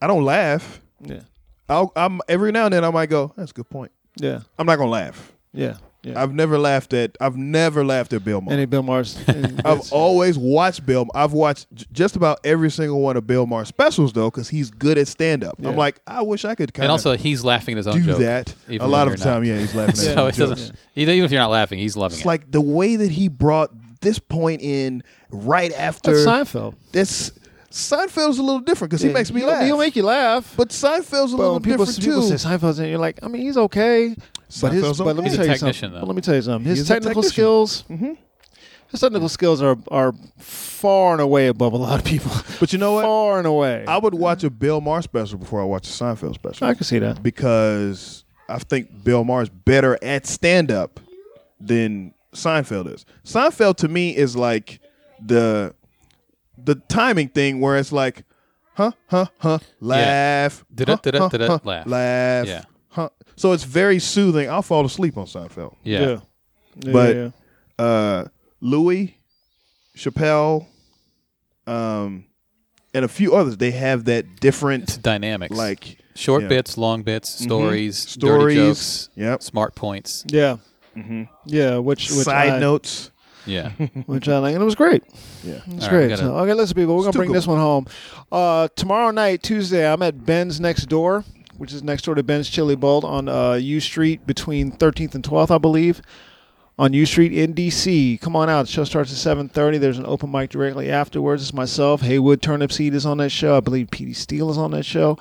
Speaker 7: I don't laugh.
Speaker 5: Yeah.
Speaker 7: I'll, I'm every now and then I might go. That's a good point.
Speaker 5: Yeah.
Speaker 7: I'm not gonna laugh.
Speaker 5: Yeah. Yeah.
Speaker 7: I've never laughed at. I've never laughed at Bill Maher.
Speaker 5: Any Bill Maher's.
Speaker 7: I've always watched Bill. I've watched j- just about every single one of Bill Maher's specials though, because he's good at stand up. I'm like, I wish I could kind
Speaker 6: And
Speaker 7: of
Speaker 6: also he's laughing at his own
Speaker 7: do
Speaker 6: joke.
Speaker 7: that.
Speaker 6: even
Speaker 7: A
Speaker 6: when
Speaker 7: lot
Speaker 6: you're
Speaker 7: of the time,
Speaker 6: not.
Speaker 7: yeah, he's laughing. at
Speaker 6: so
Speaker 7: his
Speaker 6: it
Speaker 7: own
Speaker 6: doesn't
Speaker 7: jokes.
Speaker 6: even if you're not laughing, he's loving
Speaker 7: It's
Speaker 6: it.
Speaker 7: like the way that he brought this point in right after
Speaker 5: That's Seinfeld.
Speaker 7: This Seinfeld's a little different because he makes me
Speaker 5: He'll-
Speaker 7: laugh.
Speaker 5: He'll make you laugh.
Speaker 7: but Seinfeld's a
Speaker 5: But
Speaker 7: little
Speaker 5: when people,
Speaker 7: different
Speaker 5: people
Speaker 7: too.
Speaker 5: say Seinfeld's and you're like, I mean, he's okay. But his,
Speaker 7: Seinfeld's
Speaker 5: but let
Speaker 7: okay.
Speaker 5: me
Speaker 7: He's a
Speaker 5: tell you
Speaker 6: technician,
Speaker 5: something.
Speaker 6: though.
Speaker 5: But let me tell you something.
Speaker 7: is
Speaker 5: His
Speaker 7: a
Speaker 5: technical
Speaker 7: technician. Mm-hmm.
Speaker 5: skills, his technical skills are are far and away above a lot of people.
Speaker 7: But you know what?
Speaker 5: Far and away.
Speaker 7: I would watch a Bill Maher special before I watch a Seinfeld special.
Speaker 5: I can see that.
Speaker 7: because I think Bill Maher's better at stand up than Seinfeld is. Seinfeld to me is like the the timing thing where it's like huh huh huh laugh
Speaker 6: Da-da,
Speaker 7: huh,
Speaker 6: da-da,
Speaker 7: huh,
Speaker 6: da-da,
Speaker 7: huh,
Speaker 6: laugh.
Speaker 7: laugh
Speaker 6: Yeah.
Speaker 7: huh. So it's very soothing. I'll fall asleep on Seinfeld.
Speaker 6: yeah.
Speaker 5: Yeah. Yeah,
Speaker 7: But-
Speaker 5: yeah, yeah.
Speaker 7: Uh Louis Chappelle um and a few others they have that different
Speaker 6: Dynamics.
Speaker 7: like
Speaker 6: Short
Speaker 7: Yeah. Mm-hmm.
Speaker 6: bits, long bits, stories, dirty
Speaker 7: Stories,
Speaker 6: jokes,
Speaker 7: yep.
Speaker 6: smart points.
Speaker 5: yeah. Yeah, which, which
Speaker 7: Mm-hmm. side
Speaker 5: I,
Speaker 7: notes.
Speaker 6: Yeah.
Speaker 5: which I like, and it was great.
Speaker 7: Yeah.
Speaker 5: It's
Speaker 6: All right, we
Speaker 5: great.
Speaker 6: gotta-
Speaker 5: So, okay, listen, people, we're gonna
Speaker 7: too
Speaker 5: bring
Speaker 7: good.
Speaker 5: this one home. Uh, tomorrow night, Tuesday, I'm at Ben's next door, which is next door to Ben's Chili Bowl on uh, U Street between 13th and 12th, I believe. On U Street in DC. Come on out. The show starts at 7:30. There's an open mic directly afterwards. It's myself. Haywood Turnipseed is on that show. I believe Petey Steele is on that show.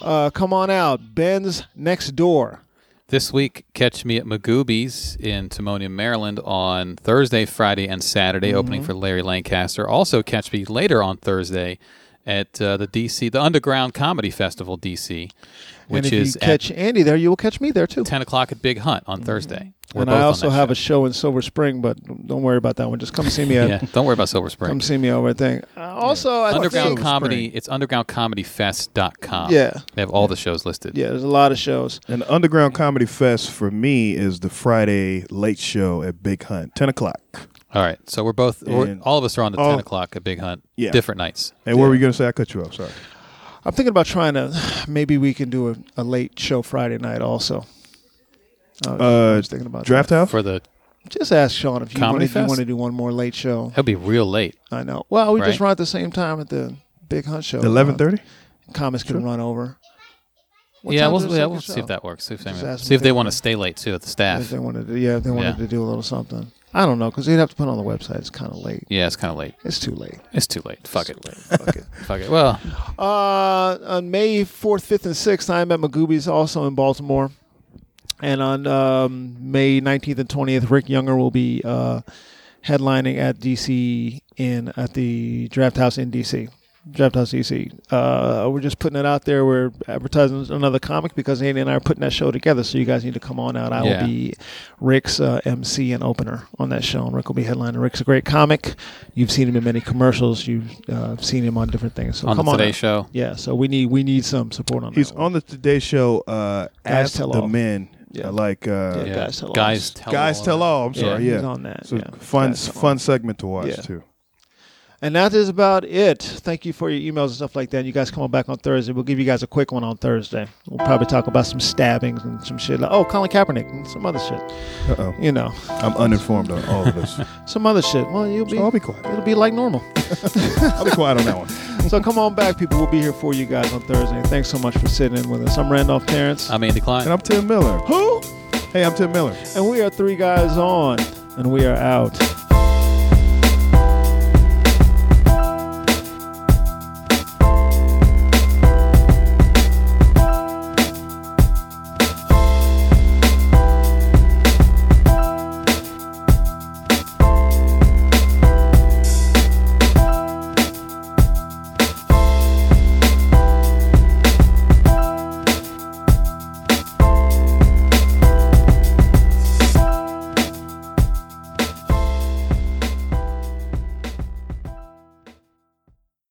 Speaker 5: Uh, come on out. Ben's next door.
Speaker 6: This week, catch me at Magoobies in Timonium, Maryland on Thursday, Friday, and Saturday,
Speaker 5: Mm-hmm.
Speaker 6: opening for Larry Lancaster. Also, catch me later on Thursday at uh, the DC, the Underground Comedy Festival, DC. which
Speaker 5: and if
Speaker 6: is
Speaker 5: you
Speaker 6: at
Speaker 5: catch Andy there, you will catch me there too.
Speaker 6: 10 o'clock at Big Hunt on Thursday. We're
Speaker 5: and
Speaker 6: both
Speaker 5: I
Speaker 6: on
Speaker 5: also
Speaker 6: that
Speaker 5: have a show in Silver Spring, but don't worry about that one. Just come see me
Speaker 6: show.
Speaker 5: at
Speaker 6: Yeah, don't worry about Silver Spring.
Speaker 5: come see me over at thing. Uh, also, I
Speaker 6: underground
Speaker 5: think,
Speaker 6: comedy. It's undergroundcomedyfest.com.
Speaker 5: Yeah.
Speaker 6: They have all the shows listed.
Speaker 5: Yeah, there's a lot of shows.
Speaker 7: And the Underground Comedy Fest for me is the Friday late show at Big Hunt, 10 o'clock.
Speaker 6: All right. So we're both, we're,
Speaker 7: And
Speaker 6: all of us are on the
Speaker 7: all-
Speaker 6: 10 o'clock at Big Hunt.
Speaker 7: Yeah.
Speaker 6: Different nights.
Speaker 7: And what were you going to say? I cut you off. Sorry.
Speaker 5: I'm thinking about trying to. Maybe we can do a, a late show Friday night also. I was- I
Speaker 7: Uh,
Speaker 5: was thinking about
Speaker 7: Draft House?
Speaker 6: For the,
Speaker 5: that. Just ask Sean if you
Speaker 6: Comedy
Speaker 5: want if you
Speaker 6: Fest?
Speaker 5: want to do one more late show.
Speaker 6: that'll be real late.
Speaker 5: I know. Well, we just
Speaker 6: Right.
Speaker 5: run at the same time at the Big Hunt show.
Speaker 7: 11.30?
Speaker 5: Uh, Comics can run over. What
Speaker 6: yeah,
Speaker 5: time
Speaker 6: we'll,
Speaker 5: does the
Speaker 6: yeah,
Speaker 5: second
Speaker 6: we'll see
Speaker 5: show?
Speaker 6: if that works. See if, they-
Speaker 5: Just ask
Speaker 6: see if
Speaker 5: them
Speaker 6: they
Speaker 5: if-
Speaker 6: want to stay late too at the staff.
Speaker 5: If they wanted to, yeah, if they wanted
Speaker 6: Yeah.
Speaker 5: to do a little something. I don't know because they'd have to put it on the website. It's kind of late.
Speaker 6: Yeah, it's kind of late.
Speaker 5: It's too late.
Speaker 6: It's too late. Fuck it.
Speaker 5: Fuck it.
Speaker 6: Fuck it. Well,
Speaker 5: Uh, on May 4th, 5th, and 6th, I'm at Magoobies, also in Baltimore. And on um, May 19th and 20th, Rick Younger will be uh, headlining at DC in at the Draft House in DC. Draft House DC. Uh, we're just putting it out there. We're advertising another comic because Andy and I are putting that show together. So you guys need to come on out. I
Speaker 6: Yeah.
Speaker 5: will be Rick's uh, MC and opener on that show, and Rick will be headlining. Rick's a great comic. You've seen him in many commercials. You've uh, seen him on different things. So
Speaker 6: on
Speaker 5: come
Speaker 6: the Today
Speaker 5: out.
Speaker 6: Show.
Speaker 5: Yeah, so we need we need some support on
Speaker 7: He's
Speaker 5: that.
Speaker 7: on the Today Show, uh,
Speaker 5: Guys
Speaker 7: Ask
Speaker 5: Tell
Speaker 7: the
Speaker 5: All.
Speaker 7: Men.
Speaker 5: Yeah.
Speaker 7: I like uh,
Speaker 5: Yeah. Guys Tell All.
Speaker 6: Guys tell
Speaker 7: Guys
Speaker 6: all.
Speaker 7: Tell All. I'm
Speaker 6: Yeah.
Speaker 7: sorry. Yeah.
Speaker 5: He's on that,
Speaker 7: So
Speaker 5: yeah.
Speaker 7: fun,
Speaker 5: Guys Tell All.
Speaker 7: fun segment to watch,
Speaker 5: Yeah.
Speaker 7: too.
Speaker 5: And that is about it. Thank you for your emails and stuff like that. You guys come on back on Thursday. We'll give you guys a quick one on Thursday. We'll probably talk about some stabbings and some shit. Like, oh, Colin Kaepernick and some other shit.
Speaker 7: Uh-oh.
Speaker 5: You know,
Speaker 7: I'm uninformed on all of this.
Speaker 5: some other shit. Well, you'll be.
Speaker 7: So I'll be quiet.
Speaker 5: It'll be like normal.
Speaker 7: I'll be quiet on that one.
Speaker 5: so come on back, people. We'll be here for you guys on Thursday. Thanks so much for sitting in with us. I'm Randolph Terrence.
Speaker 6: I'm Andy Klein.
Speaker 7: And I'm Tim Miller.
Speaker 5: Who?
Speaker 7: Hey, I'm Tim Miller.
Speaker 5: And we are three guys on, and we are out.